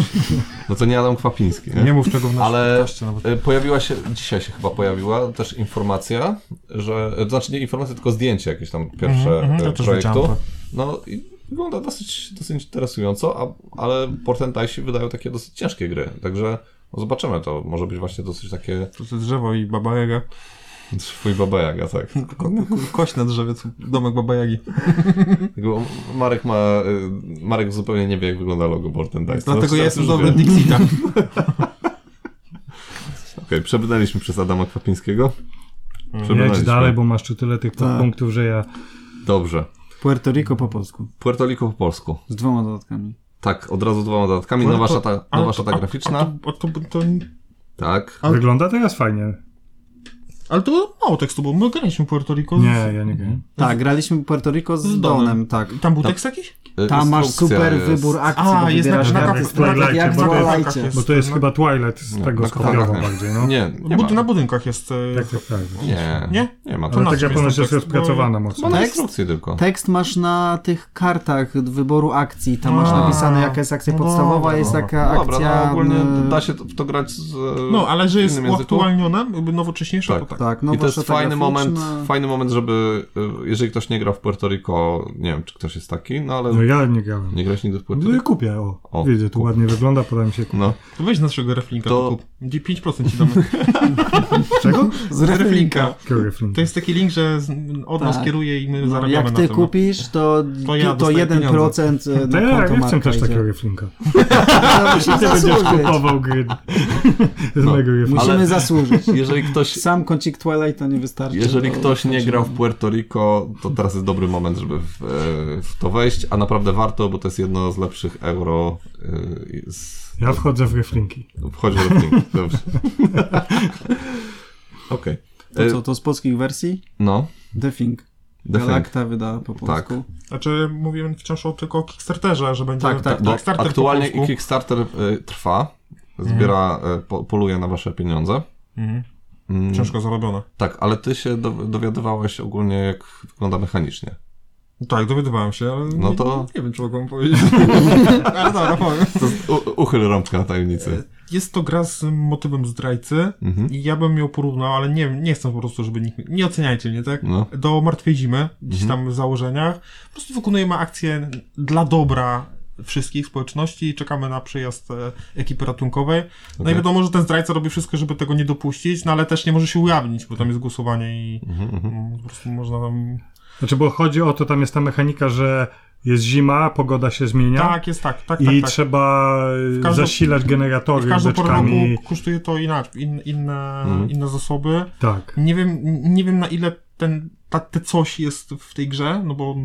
[SPEAKER 2] No to nie Adam Kwapiński, nie?
[SPEAKER 1] Nie mów tego w naszym
[SPEAKER 2] Ale
[SPEAKER 1] podcaście no nawet.
[SPEAKER 2] e, pojawiła się, dzisiaj się chyba pojawiła też informacja, że, e, to znaczy nie informacja, tylko zdjęcie jakieś tam pierwsze
[SPEAKER 1] mhm,
[SPEAKER 2] mm
[SPEAKER 1] ja też
[SPEAKER 2] projektu.
[SPEAKER 1] widziałem to.
[SPEAKER 2] No i wygląda dosyć, dosyć interesująco, a, ale Portentajsi wydają takie dosyć ciężkie gry, także no zobaczymy to, może być właśnie dosyć takie
[SPEAKER 1] To jest drzewo i Baba Jaga.
[SPEAKER 2] swój babajaga, tak.
[SPEAKER 1] Ko- Kość na drzewie, co- domek Baba Jagi.
[SPEAKER 2] Jakby Marek ma, y, Marek zupełnie nie wie jak wygląda logo Portentajs.
[SPEAKER 1] Dlatego ja jestem dobry
[SPEAKER 2] dobry.
[SPEAKER 1] w Dixita.
[SPEAKER 2] Okej, przebrnęliśmy przez Adama Kwapińskiego.
[SPEAKER 1] Mm,
[SPEAKER 3] Jedź
[SPEAKER 2] Przebrnęliśmy.
[SPEAKER 3] dalej, bo masz tu tyle tych
[SPEAKER 2] Tak.
[SPEAKER 3] punktów, że ja...
[SPEAKER 2] Dobrze.
[SPEAKER 4] Puerto Rico po polsku.
[SPEAKER 2] Puerto Rico po polsku.
[SPEAKER 4] Z dwoma dodatkami.
[SPEAKER 2] Tak, od razu dwoma dodatkami. Nowa szata,
[SPEAKER 1] Ale
[SPEAKER 2] nowa
[SPEAKER 1] to-
[SPEAKER 2] szata
[SPEAKER 1] a-
[SPEAKER 2] graficzna.
[SPEAKER 1] A to, a to, to,
[SPEAKER 2] Tak.
[SPEAKER 1] Ale-
[SPEAKER 3] Wygląda teraz fajnie.
[SPEAKER 1] ale to było mało tekstu, bo my graliśmy w Puerto Rico. z-
[SPEAKER 3] Nie, ja nie grałem.
[SPEAKER 4] Tak, graliśmy Puerto Rico z,
[SPEAKER 1] Z Donem.
[SPEAKER 4] Donem. tak.
[SPEAKER 1] Tam był tekst jakiś?
[SPEAKER 2] Y,
[SPEAKER 4] Tam masz
[SPEAKER 2] instrukcja
[SPEAKER 4] super
[SPEAKER 2] jest-
[SPEAKER 4] wybór akcji,
[SPEAKER 1] A,
[SPEAKER 4] bo
[SPEAKER 1] jest
[SPEAKER 4] wybierasz
[SPEAKER 1] na- na-
[SPEAKER 4] jak-
[SPEAKER 3] jak w Twilightie,
[SPEAKER 4] jak w
[SPEAKER 3] bo to jest-
[SPEAKER 4] Twilightie.
[SPEAKER 1] jest-
[SPEAKER 3] Bo to jest
[SPEAKER 1] No.
[SPEAKER 3] chyba Twilight z
[SPEAKER 2] Nie,
[SPEAKER 3] tego
[SPEAKER 2] tak,
[SPEAKER 3] skopiował
[SPEAKER 2] tak, tak.
[SPEAKER 3] bardziej, no.
[SPEAKER 2] Nie, nie
[SPEAKER 1] Bo
[SPEAKER 2] ma.
[SPEAKER 1] tu na budynkach jest. e,
[SPEAKER 3] Tak, tak, tak.
[SPEAKER 2] Nie,
[SPEAKER 1] Nie?
[SPEAKER 2] nie ma. To
[SPEAKER 3] Ale
[SPEAKER 2] na
[SPEAKER 3] tak jak
[SPEAKER 1] jest
[SPEAKER 3] ponoć jest
[SPEAKER 1] tekst,
[SPEAKER 3] rozpracowana
[SPEAKER 1] bo-
[SPEAKER 2] ma
[SPEAKER 3] mocno.
[SPEAKER 2] na
[SPEAKER 4] Tekst?
[SPEAKER 2] instrukcji tylko.
[SPEAKER 4] Tekst masz na tych kartach d- wyboru akcji. Tam masz
[SPEAKER 1] A,
[SPEAKER 4] napisane, jaka jest akcja
[SPEAKER 1] no
[SPEAKER 4] podstawowa,
[SPEAKER 1] dobra,
[SPEAKER 4] jest
[SPEAKER 1] dobra.
[SPEAKER 4] taka
[SPEAKER 2] No
[SPEAKER 4] akcja. mm,
[SPEAKER 2] Dobra, no ogólnie
[SPEAKER 4] m,
[SPEAKER 2] da się to- w to grać z e,
[SPEAKER 1] No, ale że jest
[SPEAKER 2] innym języku.
[SPEAKER 1] uaktualniona, jakby nowocześniejsza,
[SPEAKER 2] Tak.
[SPEAKER 1] to tak.
[SPEAKER 4] Tak, no
[SPEAKER 2] I to jest fajny moment,
[SPEAKER 4] Fa-
[SPEAKER 2] fajny moment, żeby, e, jeżeli ktoś nie gra w Puerto Rico, nie wiem, czy ktoś jest taki, no ale
[SPEAKER 3] No ja nie grałem.
[SPEAKER 2] nie grałeś nigdy w Puerto
[SPEAKER 3] No i
[SPEAKER 2] Rico.
[SPEAKER 3] kupię, o.
[SPEAKER 2] O,
[SPEAKER 3] Widzę, tu
[SPEAKER 2] kup.
[SPEAKER 3] ładnie wygląda, poda mi się kupić.
[SPEAKER 2] No,
[SPEAKER 1] To weź z naszego reflinka,
[SPEAKER 2] To-
[SPEAKER 1] to... kup. Gdzie 5% ci damy.
[SPEAKER 3] Czego?
[SPEAKER 4] z reflinka.
[SPEAKER 1] To jest taki link, że z, od nas
[SPEAKER 4] Tak.
[SPEAKER 1] kieruje i my
[SPEAKER 4] No,
[SPEAKER 1] zarabiamy
[SPEAKER 4] jak
[SPEAKER 1] na
[SPEAKER 4] ty
[SPEAKER 1] tym.
[SPEAKER 4] kupisz, to,
[SPEAKER 1] To
[SPEAKER 4] to,
[SPEAKER 1] ja
[SPEAKER 4] to
[SPEAKER 1] dostaję
[SPEAKER 4] 1% na
[SPEAKER 3] No ja,
[SPEAKER 4] konto
[SPEAKER 3] ja chcę
[SPEAKER 4] Marka
[SPEAKER 3] też
[SPEAKER 4] idzie. No,
[SPEAKER 3] takiego reflinka.
[SPEAKER 4] Ale musimy
[SPEAKER 3] Ty będziesz
[SPEAKER 4] zasłużyć.
[SPEAKER 3] kupował gry z
[SPEAKER 2] No,
[SPEAKER 3] mojego reflinka.
[SPEAKER 4] Musimy
[SPEAKER 2] Ale-
[SPEAKER 4] zasłużyć.
[SPEAKER 2] jeżeli ktoś,
[SPEAKER 4] Sam kącik Twilighta nie wystarczy.
[SPEAKER 2] jeżeli
[SPEAKER 1] No,
[SPEAKER 4] to-
[SPEAKER 2] ktoś
[SPEAKER 4] to
[SPEAKER 2] nie
[SPEAKER 4] się-
[SPEAKER 2] grał w Puerto Rico, to teraz jest dobry moment, żeby w, e, w to wejść, a naprawdę warto, bo to jest jedno z lepszych euro e, z no,
[SPEAKER 3] Ja wchodzę w reflinki.
[SPEAKER 2] Wchodzi w lotnik, dobrze. Okej.
[SPEAKER 4] To
[SPEAKER 2] E,
[SPEAKER 4] co, to z polskich wersji?
[SPEAKER 2] No,
[SPEAKER 4] The Thing.
[SPEAKER 2] The Thing. Tak.
[SPEAKER 4] Galacta wyda po polsku.
[SPEAKER 1] Znaczy, mówimy wciąż o, tylko o Kickstarterze, że będzie
[SPEAKER 4] Tak, tak,
[SPEAKER 2] Bo
[SPEAKER 1] Kickstarter po
[SPEAKER 2] aktualnie
[SPEAKER 1] polsku.
[SPEAKER 2] Kickstarter e, trwa, zbiera, e, po, poluje na wasze pieniądze.
[SPEAKER 1] Mhm.
[SPEAKER 2] Mm,
[SPEAKER 1] Ciężko zarobione.
[SPEAKER 2] tak, ale ty się do, dowiadywałeś ogólnie, jak wygląda mechanicznie.
[SPEAKER 1] Tak, dowiadywałem się, ale
[SPEAKER 2] No
[SPEAKER 1] nie,
[SPEAKER 2] to-
[SPEAKER 1] nie wiem, czy mogę wam powiedzieć. ale dobra, powiem.
[SPEAKER 2] To jest u, uchyl rąbka tajemnicy.
[SPEAKER 1] jest to gra z motywem zdrajcy
[SPEAKER 2] Mhm.
[SPEAKER 1] E, i ja bym ją porównał, ale nie, nie chcę po prostu, żeby nikt... Nie oceniajcie mnie, tak?
[SPEAKER 2] No.
[SPEAKER 1] Do Martwej Zimy, gdzieś tam w założeniach. Po prostu wykonujemy akcję dla dobra wszystkich społeczności i czekamy na przyjazd e, ekipy ratunkowej. No i
[SPEAKER 2] Okej.
[SPEAKER 1] wiadomo, że ten zdrajca robi wszystko, żeby tego nie dopuścić, no ale też nie może się ujawnić, bo tam jest głosowanie i
[SPEAKER 2] Mhm,
[SPEAKER 1] mm, po prostu można tam...
[SPEAKER 3] Znaczy, bo chodzi o to, tam jest ta mechanika, że jest zima, pogoda się zmienia
[SPEAKER 1] Tak, jest tak, tak,
[SPEAKER 3] i
[SPEAKER 1] tak, tak.
[SPEAKER 3] trzeba
[SPEAKER 1] W każdą-
[SPEAKER 3] zasilać
[SPEAKER 1] W
[SPEAKER 3] generatory
[SPEAKER 1] każdą porę
[SPEAKER 3] beczkami.
[SPEAKER 1] roku kosztuje to inaczej, in, inne, inne zasoby.
[SPEAKER 3] Tak.
[SPEAKER 1] Nie wiem, nie wiem na ile ten, ta, te coś jest w tej grze, no bo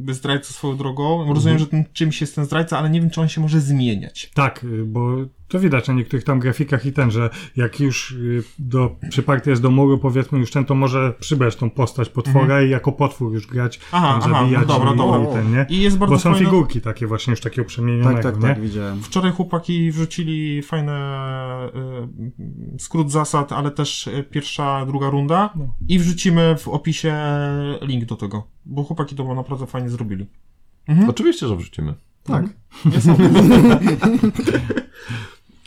[SPEAKER 1] by zdrajca swoją drogą. Rozumiem,
[SPEAKER 3] Mhm.
[SPEAKER 1] że ten czymś jest ten zdrajca, ale nie wiem, czy on się może zmieniać.
[SPEAKER 3] Tak, y, bo to widać na niektórych tam grafikach i ten, że jak już y, do, przyparty jest do muru, powiedzmy już ten, to może przybrać tą postać potwora i jako potwór już grać,
[SPEAKER 1] Mhm. Aha,
[SPEAKER 3] tam
[SPEAKER 1] aha,
[SPEAKER 3] zabijać
[SPEAKER 1] no dobra,
[SPEAKER 3] i,
[SPEAKER 1] dobra.
[SPEAKER 3] i ten, nie?
[SPEAKER 1] I jest bardzo
[SPEAKER 3] Bo są
[SPEAKER 1] fajne-
[SPEAKER 3] figurki takie właśnie już takiego przemienionego,
[SPEAKER 4] Tak, tak,
[SPEAKER 3] nie?
[SPEAKER 4] tak, widziałem.
[SPEAKER 1] Wczoraj chłopaki wrzucili fajne y, skrót zasad, ale też y, pierwsza, druga runda
[SPEAKER 3] No.
[SPEAKER 1] i wrzucimy w opisie link do tego, bo chłopaki to naprawdę fajnie zrobili. Hmm?
[SPEAKER 2] Oczywiście, że wrzucimy. Hmm?
[SPEAKER 4] Tak.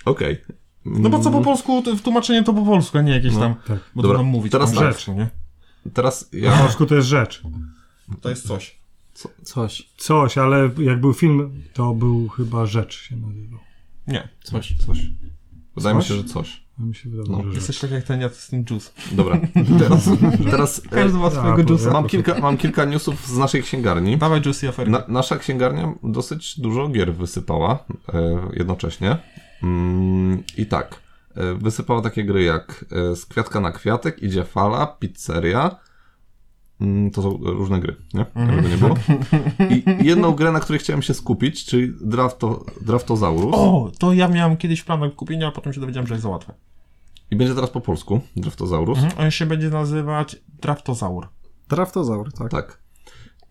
[SPEAKER 2] Okej.
[SPEAKER 1] No bo
[SPEAKER 3] Mhm.
[SPEAKER 1] co po polsku, to- w tłumaczenie to po polsku, a nie jakieś tam,
[SPEAKER 3] tak.
[SPEAKER 1] bo
[SPEAKER 2] No, Dobra,
[SPEAKER 1] to tam mówić
[SPEAKER 2] teraz
[SPEAKER 1] po
[SPEAKER 2] tak.
[SPEAKER 1] angielsku, nie?
[SPEAKER 2] Teraz
[SPEAKER 3] Po
[SPEAKER 2] ja...
[SPEAKER 3] polsku to jest rzecz.
[SPEAKER 1] To jest coś.
[SPEAKER 4] Coś.
[SPEAKER 3] Coś, ale jak był film, to był chyba rzecz się nazywał.
[SPEAKER 1] Nie.
[SPEAKER 2] Coś, coś. Wydaje mi się, że coś.
[SPEAKER 3] A Mi się
[SPEAKER 2] No,
[SPEAKER 3] wydawało, że rzecz.
[SPEAKER 1] Jesteś tak jak ten ja z tym juice.
[SPEAKER 2] Dobra. Teraz... teraz e,
[SPEAKER 1] Każdy ma swojego
[SPEAKER 3] powiem.
[SPEAKER 1] juice'a.
[SPEAKER 2] mam, kilka, mam kilka newsów z naszej księgarni.
[SPEAKER 1] Dawaj juicy aferkę.
[SPEAKER 2] Na, nasza księgarnia dosyć dużo gier wysypała e, jednocześnie. Mm, I tak, e, wysypała takie gry jak e, Z kwiatka na kwiatek, Idzie fala, Pizzeria. Mm, to są różne gry, nie? Żeby nie było. I jedną grę, na której chciałem się skupić, czyli Drafto, Draftozaurus.
[SPEAKER 1] O, to ja miałem kiedyś plan kupienia, a potem się dowiedziałem, że jest za łatwe.
[SPEAKER 2] I będzie teraz po polsku, Draftozaurus.
[SPEAKER 1] Mhm. On się będzie nazywać Draftozaur.
[SPEAKER 4] Draftozaur, tak.
[SPEAKER 2] Tak.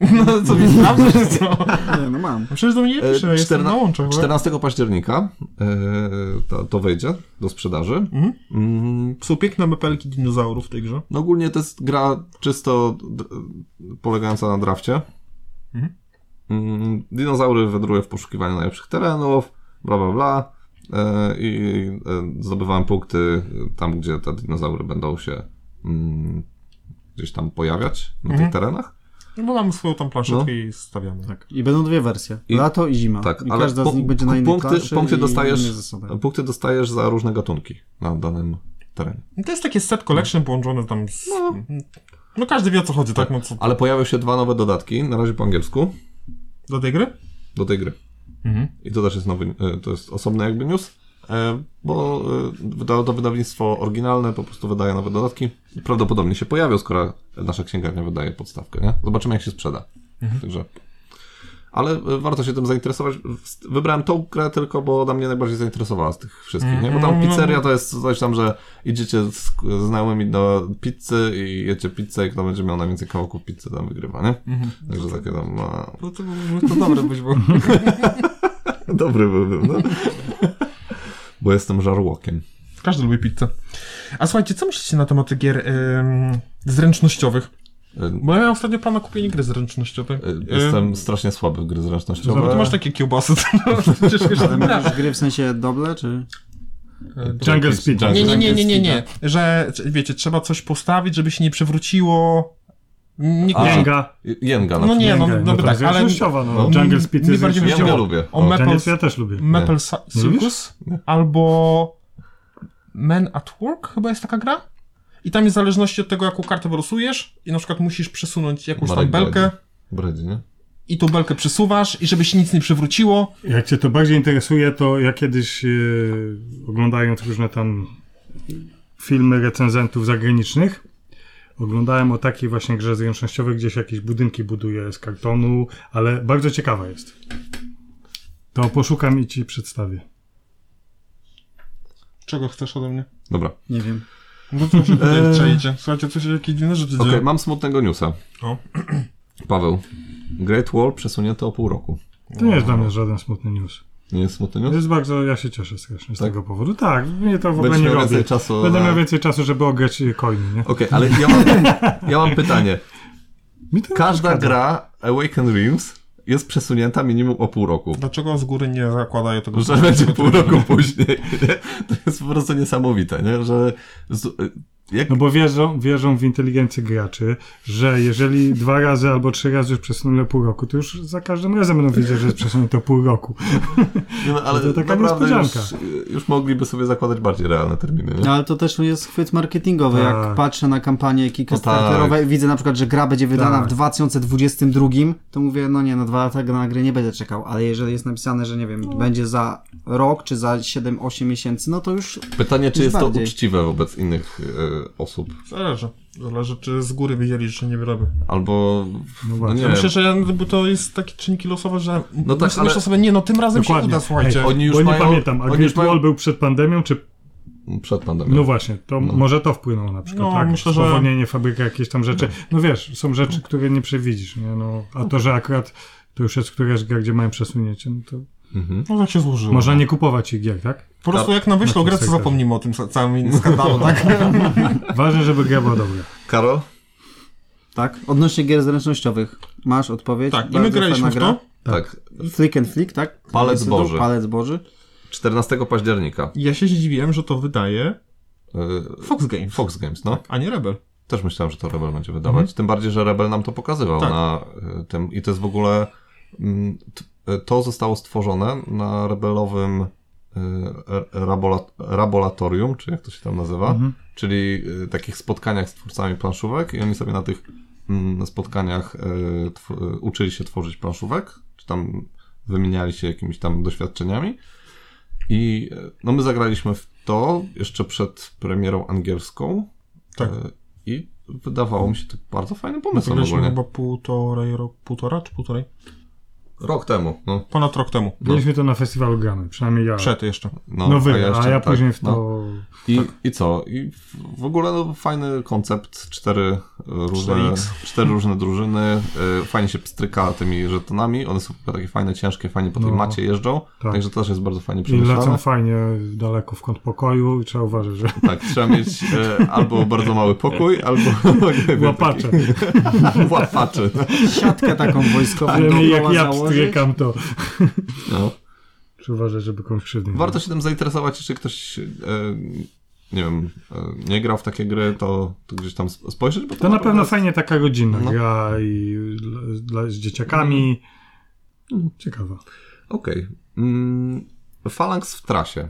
[SPEAKER 1] No co, więc sprawdzasz co?
[SPEAKER 4] Nie, no mam.
[SPEAKER 1] Przecież do mnie nie
[SPEAKER 2] E,
[SPEAKER 1] pisze, jestem na łączach. bo-
[SPEAKER 2] 14 października e, to, to wejdzie do sprzedaży. Mm,
[SPEAKER 1] Są piękne mepelki dinozaurów w tej grze.
[SPEAKER 2] No ogólnie to jest gra czysto d- polegająca na drafcie. Mm, Dinozaury wędrują w poszukiwaniu najlepszych terenów, bla bla bla. E, I e, zdobywałem punkty tam, gdzie te dinozaury będą się mm, gdzieś tam pojawiać na tych terenach.
[SPEAKER 1] No bo mamy swoją tam planszetkę i stawiamy. Tak.
[SPEAKER 4] I będą dwie wersje. Lato i zima.
[SPEAKER 2] Tak,
[SPEAKER 4] I
[SPEAKER 2] ale
[SPEAKER 4] każda
[SPEAKER 2] po-
[SPEAKER 4] z nich będzie na innej
[SPEAKER 2] punkty,
[SPEAKER 4] planszy
[SPEAKER 2] punkty,
[SPEAKER 4] i
[SPEAKER 2] dostajesz,
[SPEAKER 4] inne zasoby.
[SPEAKER 2] No, punkty dostajesz za różne gatunki na danym terenie.
[SPEAKER 1] To jest takie set collection połączone tam z... No, każdy wie o co chodzi, tak? No, co...
[SPEAKER 2] Ale pojawią się dwa nowe dodatki, na razie po angielsku,
[SPEAKER 1] Do tej gry?
[SPEAKER 2] do tej gry. I to też jest nowy, e, to jest osobny jakby news, e, bo e, wyda- to wydawnictwo oryginalne po prostu wydaje nowe dodatki. Prawdopodobnie się pojawią, skoro nasza księgarnia wydaje podstawkę, nie? Zobaczymy, jak się sprzeda. Także... Ale e, warto się tym zainteresować. W- Wybrałem tą grę tylko, bo ona mnie najbardziej zainteresowała z tych wszystkich, nie? Bo tam pizzeria to jest coś tam, że idziecie z z znajomymi do pizzy i jecie pizzę i kto będzie miał najwięcej kawałków pizzy, tam wygrywa, nie? Także takie tam... a,
[SPEAKER 1] No to, to dobre być, bo...
[SPEAKER 2] Dobry byłbym, no. Bo jestem żarłokiem.
[SPEAKER 1] Każdy lubi pizzę. A słuchajcie, co myślicie na temat gier em, zręcznościowych?
[SPEAKER 2] Ym,
[SPEAKER 1] Bo ja miałem ostatnio plan na kupienie gry zręcznościowej.
[SPEAKER 2] y,
[SPEAKER 1] Ym,
[SPEAKER 2] Jestem strasznie słaby w gry
[SPEAKER 1] No, bo
[SPEAKER 2] zręcznościowe.
[SPEAKER 1] ty masz takie kiełbasy, to no, ciężko się
[SPEAKER 4] Ale masz gry w sensie doble, czy...
[SPEAKER 3] Jungle Speed.
[SPEAKER 2] Jungle-
[SPEAKER 1] Nie, nie, nie, nie, nie, nie. Że, czy- wiecie, trzeba coś postawić, żeby się nie przewróciło. Nie,
[SPEAKER 2] A,
[SPEAKER 1] nie,
[SPEAKER 3] Jęga.
[SPEAKER 2] Y, Jenga na
[SPEAKER 1] no
[SPEAKER 2] przykład.
[SPEAKER 1] nie, no, no,
[SPEAKER 3] to
[SPEAKER 1] tak,
[SPEAKER 3] jest
[SPEAKER 1] ale...
[SPEAKER 3] zręcznościowa, no.
[SPEAKER 2] no.
[SPEAKER 3] Jungle Speed
[SPEAKER 1] Mi
[SPEAKER 3] jest
[SPEAKER 1] bardziej
[SPEAKER 2] Jenga
[SPEAKER 1] chodziło
[SPEAKER 2] lubię.
[SPEAKER 1] O
[SPEAKER 2] O, tak.
[SPEAKER 1] Maple,
[SPEAKER 3] Jungle ja też lubię.
[SPEAKER 1] Maple Sa-
[SPEAKER 2] No
[SPEAKER 3] Lubisz?
[SPEAKER 1] Circus albo Man at Work chyba jest taka gra. I tam jest w zależności od tego, jaką kartę wylosujesz i na przykład musisz przesunąć jakąś tam
[SPEAKER 2] Marek
[SPEAKER 1] belkę
[SPEAKER 2] Bredzi. Bredzi, nie?
[SPEAKER 1] i tą belkę przesuwasz i żeby się nic nie przewróciło.
[SPEAKER 3] Jak cię to bardziej interesuje, to ja kiedyś yy, oglądając różne tam filmy recenzentów zagranicznych, oglądałem o takiej właśnie grze zręcznościowej, gdzieś jakieś budynki buduje z kartonu, ale bardzo ciekawa jest. To poszukam i ci przedstawię.
[SPEAKER 1] Czego chcesz ode mnie?
[SPEAKER 2] Dobra.
[SPEAKER 4] Nie wiem.
[SPEAKER 1] No co się tutaj przejdzie? Słuchajcie, co się jakieś inne rzeczy dzieje.
[SPEAKER 2] Eee. Okej, mam smutnego newsa.
[SPEAKER 1] O.
[SPEAKER 2] Paweł. Great Wall przesunięto o pół roku.
[SPEAKER 3] To nie jest dla mnie żaden smutny news.
[SPEAKER 2] Nie jest smutny
[SPEAKER 3] To
[SPEAKER 2] news?
[SPEAKER 3] jest bardzo, ja się cieszę strasznie z
[SPEAKER 2] Tak?
[SPEAKER 3] tego powodu. Tak, mnie to w ogóle
[SPEAKER 2] Będziesz
[SPEAKER 3] nie
[SPEAKER 2] miał
[SPEAKER 3] robi.
[SPEAKER 2] więcej czasu tak.
[SPEAKER 3] Będę
[SPEAKER 2] na-
[SPEAKER 3] miał więcej czasu, żeby ograć y, coiny, nie?
[SPEAKER 2] Okej, ale ja mam, ja mam pytanie.
[SPEAKER 3] Mi to nie
[SPEAKER 2] Każda
[SPEAKER 3] przeszkadza.
[SPEAKER 2] gra Awaken Realms jest przesunięta minimum o pół roku.
[SPEAKER 1] Dlaczego z góry nie zakładają tego
[SPEAKER 2] Że będzie pół roku później. Nie? To jest po prostu niesamowite, nie? że z, jak
[SPEAKER 3] No bo wierzą, wierzą w inteligencję graczy, że jeżeli dwa razy albo trzy razy już przesunęli o pół roku, to już za każdym razem będą wiedzieć, że jest przesunięte o pół roku.
[SPEAKER 2] Nie no, ale
[SPEAKER 3] To taka
[SPEAKER 2] naprawdę już,
[SPEAKER 3] niespodzianka.
[SPEAKER 2] już mogliby sobie zakładać bardziej realne terminy. Nie?
[SPEAKER 4] No, Ale to też jest chwyt marketingowy. Jak
[SPEAKER 3] Tak.
[SPEAKER 4] patrzę na kampanię Kickstarterowe
[SPEAKER 2] No
[SPEAKER 4] i widzę na przykład, że gra będzie wydana
[SPEAKER 3] Tak.
[SPEAKER 4] w 2022, to mówię, no nie, no dwa lata na grę nie będę czekał, ale jeżeli jest napisane, że nie wiem,
[SPEAKER 2] No.
[SPEAKER 4] będzie za rok czy za 7-8 miesięcy, no to już
[SPEAKER 2] Pytanie, czy
[SPEAKER 4] Już
[SPEAKER 2] jest
[SPEAKER 4] bardziej.
[SPEAKER 2] to uczciwe wobec innych e, osób?
[SPEAKER 1] Zależy. Zależy, czy z góry wiedzieli, że nie wyrobię.
[SPEAKER 2] Albo.
[SPEAKER 3] No
[SPEAKER 2] No
[SPEAKER 3] właśnie.
[SPEAKER 2] nie,
[SPEAKER 1] Ja myślę, że bo to jest takie czynniki losowe, że no tak,
[SPEAKER 2] tak,
[SPEAKER 1] myślę,
[SPEAKER 2] ale-
[SPEAKER 1] myślę sobie, nie no, tym razem
[SPEAKER 3] Dokładnie.
[SPEAKER 1] się uda, słuchajcie.
[SPEAKER 3] Ej,
[SPEAKER 2] oni już
[SPEAKER 3] bo nie
[SPEAKER 2] mają-
[SPEAKER 3] pamiętam, a
[SPEAKER 2] oni
[SPEAKER 3] Great
[SPEAKER 2] już mają-
[SPEAKER 3] Wall był przed pandemią, czy...
[SPEAKER 2] przed pandemią.
[SPEAKER 3] No właśnie, to może to wpłynęło na przykład,
[SPEAKER 1] No,
[SPEAKER 3] tak?
[SPEAKER 1] myślę, że-
[SPEAKER 3] Spowolnienie fabryki, jakieś tam rzeczy. No wiesz, są rzeczy, które nie przewidzisz, nie? No, a to, że akurat to już jest któraś gra, gdzie mają przesunięcie, no to
[SPEAKER 1] No tak się złożyło.
[SPEAKER 3] można nie kupować ich gier, tak?
[SPEAKER 1] Po prostu jak nam wyślą grę, to
[SPEAKER 3] sektorze.
[SPEAKER 1] zapomnimy o tym sa- całym skandalu, tak?
[SPEAKER 3] Ważne, żeby gra była dobra.
[SPEAKER 2] Karol?
[SPEAKER 4] tak. Odnośnie gier zręcznościowych, masz odpowiedź?
[SPEAKER 1] tak, i
[SPEAKER 4] Bardzo
[SPEAKER 1] my
[SPEAKER 4] fajna
[SPEAKER 1] graliśmy w
[SPEAKER 4] gra.
[SPEAKER 1] to.
[SPEAKER 2] Tak.
[SPEAKER 4] Flick and Flick, tak?
[SPEAKER 2] Palec
[SPEAKER 4] Jest tytuł?
[SPEAKER 2] Boży.
[SPEAKER 4] Palec Boży.
[SPEAKER 2] 14 października.
[SPEAKER 1] Ja się zdziwiłem, że to wydaje
[SPEAKER 2] e,
[SPEAKER 1] Fox Games,
[SPEAKER 2] Fox Games, no.
[SPEAKER 1] a nie Rebel.
[SPEAKER 2] Też myślałem, że to Rebel będzie wydawać.
[SPEAKER 3] Mhm.
[SPEAKER 2] Tym bardziej, że Rebel nam to pokazywał
[SPEAKER 1] Tak.
[SPEAKER 2] na e, tym. I to jest w ogóle. mm, t- e, To zostało stworzone na rebelowym e, e, rabola, rabolatorium, czy jak to się tam nazywa,
[SPEAKER 3] Mhm.
[SPEAKER 2] czyli e, takich spotkaniach z twórcami planszówek i oni sobie na tych mm, spotkaniach e, tw- e, uczyli się tworzyć planszówek, czy tam wymieniali się jakimiś tam doświadczeniami. I e, no my zagraliśmy w to jeszcze przed premierą angielską.
[SPEAKER 1] Tak.
[SPEAKER 2] E, I wydawało mi się to bardzo
[SPEAKER 3] No
[SPEAKER 2] fajnym pomysłem
[SPEAKER 1] Zagraliśmy
[SPEAKER 2] ogólnie.
[SPEAKER 1] chyba półtorej rok, półtora czy półtorej?
[SPEAKER 2] Rok temu. No,
[SPEAKER 1] Ponad rok temu.
[SPEAKER 3] Mieliśmy to na festiwalu gramy, przynajmniej ja.
[SPEAKER 1] Przed jeszcze.
[SPEAKER 2] no,
[SPEAKER 3] No wy, a ja,
[SPEAKER 2] jeszcze- tak,
[SPEAKER 3] później w to...
[SPEAKER 2] no. I,
[SPEAKER 3] Tak.
[SPEAKER 2] I co? I w- w ogóle no, fajny koncept, cztery e, różne,
[SPEAKER 1] 4X.
[SPEAKER 2] cztery różne drużyny, e, fajnie się pstryka tymi żetonami, one są takie fajne, ciężkie, fajnie po tej
[SPEAKER 3] No.
[SPEAKER 2] macie jeżdżą,
[SPEAKER 3] Tak.
[SPEAKER 2] także to też jest bardzo fajnie
[SPEAKER 3] I lecą
[SPEAKER 2] przemyślane.
[SPEAKER 3] fajnie daleko w kąt pokoju i trzeba uważać, że
[SPEAKER 2] Tak, trzeba mieć e, albo bardzo mały pokój, albo nie wiem,
[SPEAKER 3] łapacze.
[SPEAKER 2] Taki, łapaczy.
[SPEAKER 4] Siatkę taką wojskową
[SPEAKER 3] Wiemy jak
[SPEAKER 4] dookoła
[SPEAKER 3] ja
[SPEAKER 4] założyć.
[SPEAKER 3] pstrykam to.
[SPEAKER 2] No.
[SPEAKER 3] Trzeba uważać, żeby komuś krzywdy nie
[SPEAKER 2] Warto się tym zainteresować, jeśli ktoś, e, nie wiem, e, nie grał w takie gry, to, to gdzieś tam sp- spojrzeć, bo
[SPEAKER 3] To na pewno
[SPEAKER 2] jest-
[SPEAKER 3] fajnie taka godzina
[SPEAKER 2] No.
[SPEAKER 3] gra i dla, dla, z dzieciakami. Mm, Ciekawa.
[SPEAKER 2] Okej. Mm, Falangs w trasie.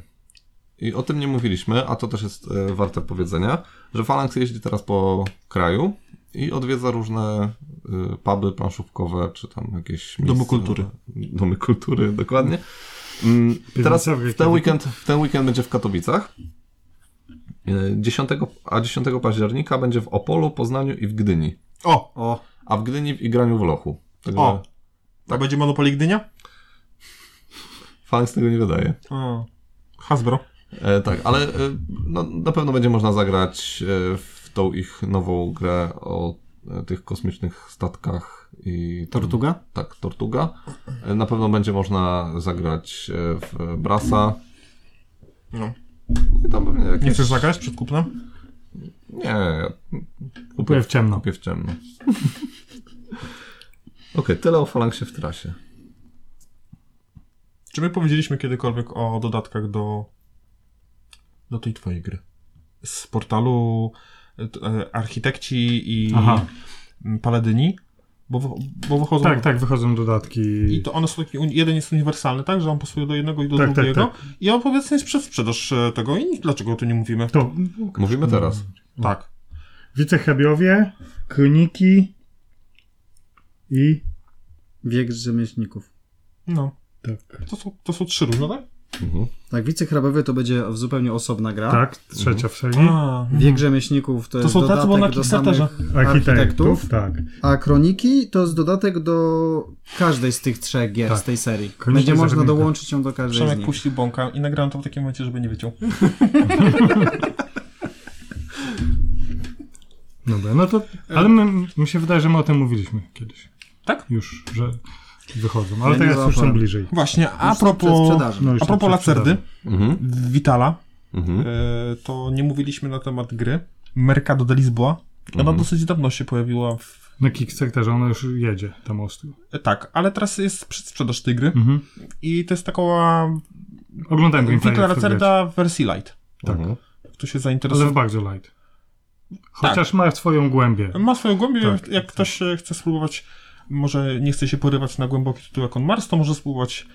[SPEAKER 2] I o tym nie mówiliśmy, a to też jest e, warte powiedzenia, że Falangs jeździ teraz po kraju i odwiedza różne y, puby planszówkowe, czy tam jakieś
[SPEAKER 1] Domy
[SPEAKER 2] miejsca-
[SPEAKER 1] kultury.
[SPEAKER 2] Domy kultury, dokładnie. Mm, teraz w ten,
[SPEAKER 3] Reykjaviku.
[SPEAKER 2] weekend, w ten weekend będzie w Katowicach, Y, 10, a 10 października będzie w Opolu, Poznaniu i w Gdyni.
[SPEAKER 1] O,
[SPEAKER 4] O,
[SPEAKER 2] A w Gdyni w Igraniu w Lochu. Także
[SPEAKER 1] O. a Tak będzie Monopoly Gdynia?
[SPEAKER 2] Falangs tego nie wydaje.
[SPEAKER 1] O. Hasbro.
[SPEAKER 2] E, tak, ale e, no, na pewno będzie można zagrać e, w tą ich nową grę o e, tych kosmicznych statkach i tam-
[SPEAKER 4] Tortuga?
[SPEAKER 2] Tak, Tortuga. E, na pewno będzie można zagrać e, w Brasa.
[SPEAKER 1] No.
[SPEAKER 2] I tam pewnie jakieś...
[SPEAKER 1] Nie chcesz zagrać przed kupnem?
[SPEAKER 2] Nie, ja
[SPEAKER 3] Kupuję w ciemno.
[SPEAKER 2] kupię w ciemno. Okej, tyle o Falangsie w trasie.
[SPEAKER 1] Czy my powiedzieliśmy kiedykolwiek o dodatkach do, do tej twojej gry? Z portalu e, t- e, Architekci i
[SPEAKER 3] Aha.
[SPEAKER 1] m, Paladyni? Bo, wy- bo wychodzą...
[SPEAKER 3] Tak, tak, wychodzą dodatki.
[SPEAKER 1] I to one są takie, uni- jeden jest uniwersalny, tak? Że on pasuje do jednego i do
[SPEAKER 3] Tak, tak,
[SPEAKER 1] drugiego. I on powiedzmy jest przedsprzedaż e, tego i nic- dlaczego o tym nie mówimy?
[SPEAKER 3] To
[SPEAKER 2] Mówimy teraz.
[SPEAKER 1] Tak.
[SPEAKER 3] wicechrabiowie, kroniki i...
[SPEAKER 4] wiek rzemieślników.
[SPEAKER 1] No.
[SPEAKER 3] Tak,
[SPEAKER 1] To są, to są trzy różne, tak?
[SPEAKER 2] Mhm.
[SPEAKER 4] Tak, wicehrabowie to będzie zupełnie osobna gra.
[SPEAKER 3] tak trzecia w serii.
[SPEAKER 1] A, no.
[SPEAKER 4] Wiek rzemieślników to,
[SPEAKER 1] To
[SPEAKER 4] jest
[SPEAKER 1] są tacy,
[SPEAKER 4] dodatek
[SPEAKER 1] bo na
[SPEAKER 4] do samych
[SPEAKER 1] Kickstarterze.
[SPEAKER 4] architektów,
[SPEAKER 3] Architektów, tak.
[SPEAKER 4] a Kroniki to jest dodatek do każdej z tych trzech gier
[SPEAKER 3] Tak.
[SPEAKER 4] z tej serii.
[SPEAKER 3] Kroniki
[SPEAKER 4] Będzie można
[SPEAKER 3] Zachodnika.
[SPEAKER 4] dołączyć ją do każdej z
[SPEAKER 1] Przemek
[SPEAKER 4] nich.
[SPEAKER 1] puścił bąka i nagrałem to w takim momencie, żeby nie wyciął.
[SPEAKER 3] Mhm. Dobra, no to... Ale my, mi się wydaje, że my o tym mówiliśmy kiedyś.
[SPEAKER 1] Tak?
[SPEAKER 3] Już, że wychodzą. Ale
[SPEAKER 4] Ja nie
[SPEAKER 3] teraz już są
[SPEAKER 4] załapałem.
[SPEAKER 3] bliżej.
[SPEAKER 1] Właśnie, a
[SPEAKER 4] Już
[SPEAKER 1] propos...
[SPEAKER 4] przed sprzedażą.
[SPEAKER 3] No już
[SPEAKER 1] A propos
[SPEAKER 3] przed sprzedażą.
[SPEAKER 1] Lacerdy,
[SPEAKER 2] Mhm.
[SPEAKER 1] Witala, e,
[SPEAKER 2] Mhm.
[SPEAKER 3] Mhm.
[SPEAKER 1] to nie mówiliśmy na temat gry Mercado de Lisboa. Ona dosyć dawno się pojawiła w
[SPEAKER 3] na Kickstarterze, ona już jedzie tam ostro.
[SPEAKER 1] Tak, ale teraz jest przedsprzedaż tej gry
[SPEAKER 3] Mhm.
[SPEAKER 1] i to jest taka mm,
[SPEAKER 3] Oglądałem gameplay.
[SPEAKER 1] Winkler Lacerda w wersji light.
[SPEAKER 3] Tak.
[SPEAKER 2] Mhm.
[SPEAKER 1] Kto się
[SPEAKER 3] Ale w
[SPEAKER 1] zainteresował.
[SPEAKER 3] bardzo light.
[SPEAKER 1] Tak.
[SPEAKER 3] Chociaż ma swoją głębię.
[SPEAKER 1] Ma swoją głębię,
[SPEAKER 3] Tak,
[SPEAKER 1] jak ktoś e, chce spróbować, może nie chce się porywać na głęboki tytuł jak on Mars, to może spróbować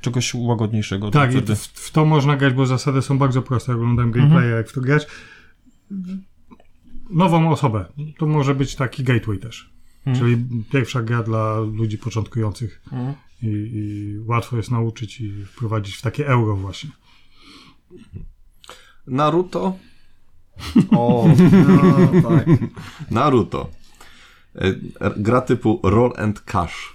[SPEAKER 1] czegoś łagodniejszego. od
[SPEAKER 3] Tak, i
[SPEAKER 1] Lacerdy. Mhm.
[SPEAKER 3] w, w to można grać, bo zasady są bardzo proste. Oglądałem gameplaya, jak w to grać. Nową osobę. To może być taki gateway też.
[SPEAKER 1] Mhm.
[SPEAKER 3] Czyli pierwsza gra dla ludzi początkujących.
[SPEAKER 1] Mhm.
[SPEAKER 3] I, I łatwo jest nauczyć i wprowadzić w takie euro właśnie.
[SPEAKER 2] Naruto. O,
[SPEAKER 4] No, tak.
[SPEAKER 2] Naruto. E, r- Gra typu Roll and Cash.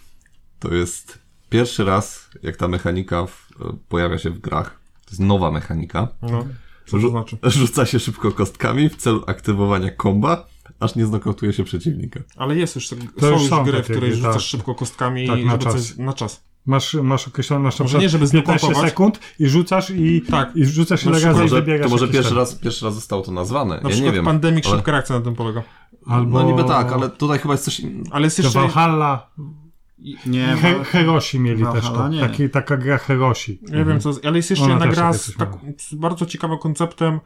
[SPEAKER 2] To jest pierwszy raz, jak ta mechanika w, e, pojawia się w grach. To jest nowa mechanika.
[SPEAKER 3] Tak.
[SPEAKER 1] No, co to
[SPEAKER 2] Rzu-
[SPEAKER 1] znaczy?
[SPEAKER 2] Rzuca się szybko kostkami w celu aktywowania komba, aż nie znokautuje się przeciwnika.
[SPEAKER 1] Ale jest już, tak-
[SPEAKER 3] To
[SPEAKER 1] są
[SPEAKER 3] już
[SPEAKER 1] już
[SPEAKER 3] są
[SPEAKER 1] gry, w
[SPEAKER 3] takie
[SPEAKER 1] której
[SPEAKER 3] gry,
[SPEAKER 1] rzucasz
[SPEAKER 3] tak.
[SPEAKER 1] szybko kostkami
[SPEAKER 3] Tak, na
[SPEAKER 1] żeby
[SPEAKER 3] czas.
[SPEAKER 1] Coś, na czas.
[SPEAKER 3] Masz, masz określone, masz na
[SPEAKER 1] Może nie, żeby
[SPEAKER 3] 15
[SPEAKER 1] zblokować.
[SPEAKER 3] sekund i rzucasz i,
[SPEAKER 1] Tak.
[SPEAKER 3] i rzucasz
[SPEAKER 1] Na
[SPEAKER 3] ile
[SPEAKER 1] przykład,
[SPEAKER 3] razy i
[SPEAKER 2] Może,
[SPEAKER 3] wybierasz
[SPEAKER 2] to może
[SPEAKER 3] jakiś
[SPEAKER 2] pierwszy
[SPEAKER 3] ten.
[SPEAKER 2] raz, pierwszy raz zostało to nazwane.
[SPEAKER 1] Na
[SPEAKER 2] ja nie
[SPEAKER 1] przykład
[SPEAKER 2] wiem.
[SPEAKER 1] Pandemic
[SPEAKER 2] ale-
[SPEAKER 1] szybka reakcja na tym polega.
[SPEAKER 3] Albo...
[SPEAKER 2] No niby tak, ale tutaj chyba jest coś innego.
[SPEAKER 1] Ale jest
[SPEAKER 3] To
[SPEAKER 1] jeszcze...
[SPEAKER 3] Valhalla,
[SPEAKER 4] Nie,
[SPEAKER 3] He- Herosi mieli
[SPEAKER 4] Valhalla
[SPEAKER 3] też to.
[SPEAKER 4] nie.
[SPEAKER 3] Taki, taka gra Herosi.
[SPEAKER 1] Nie wiem co, jest- ale jest jeszcze
[SPEAKER 3] Ona
[SPEAKER 1] jedna
[SPEAKER 3] też
[SPEAKER 1] gra
[SPEAKER 3] takie
[SPEAKER 1] z,
[SPEAKER 3] coś
[SPEAKER 1] tak, z bardzo ciekawym konceptem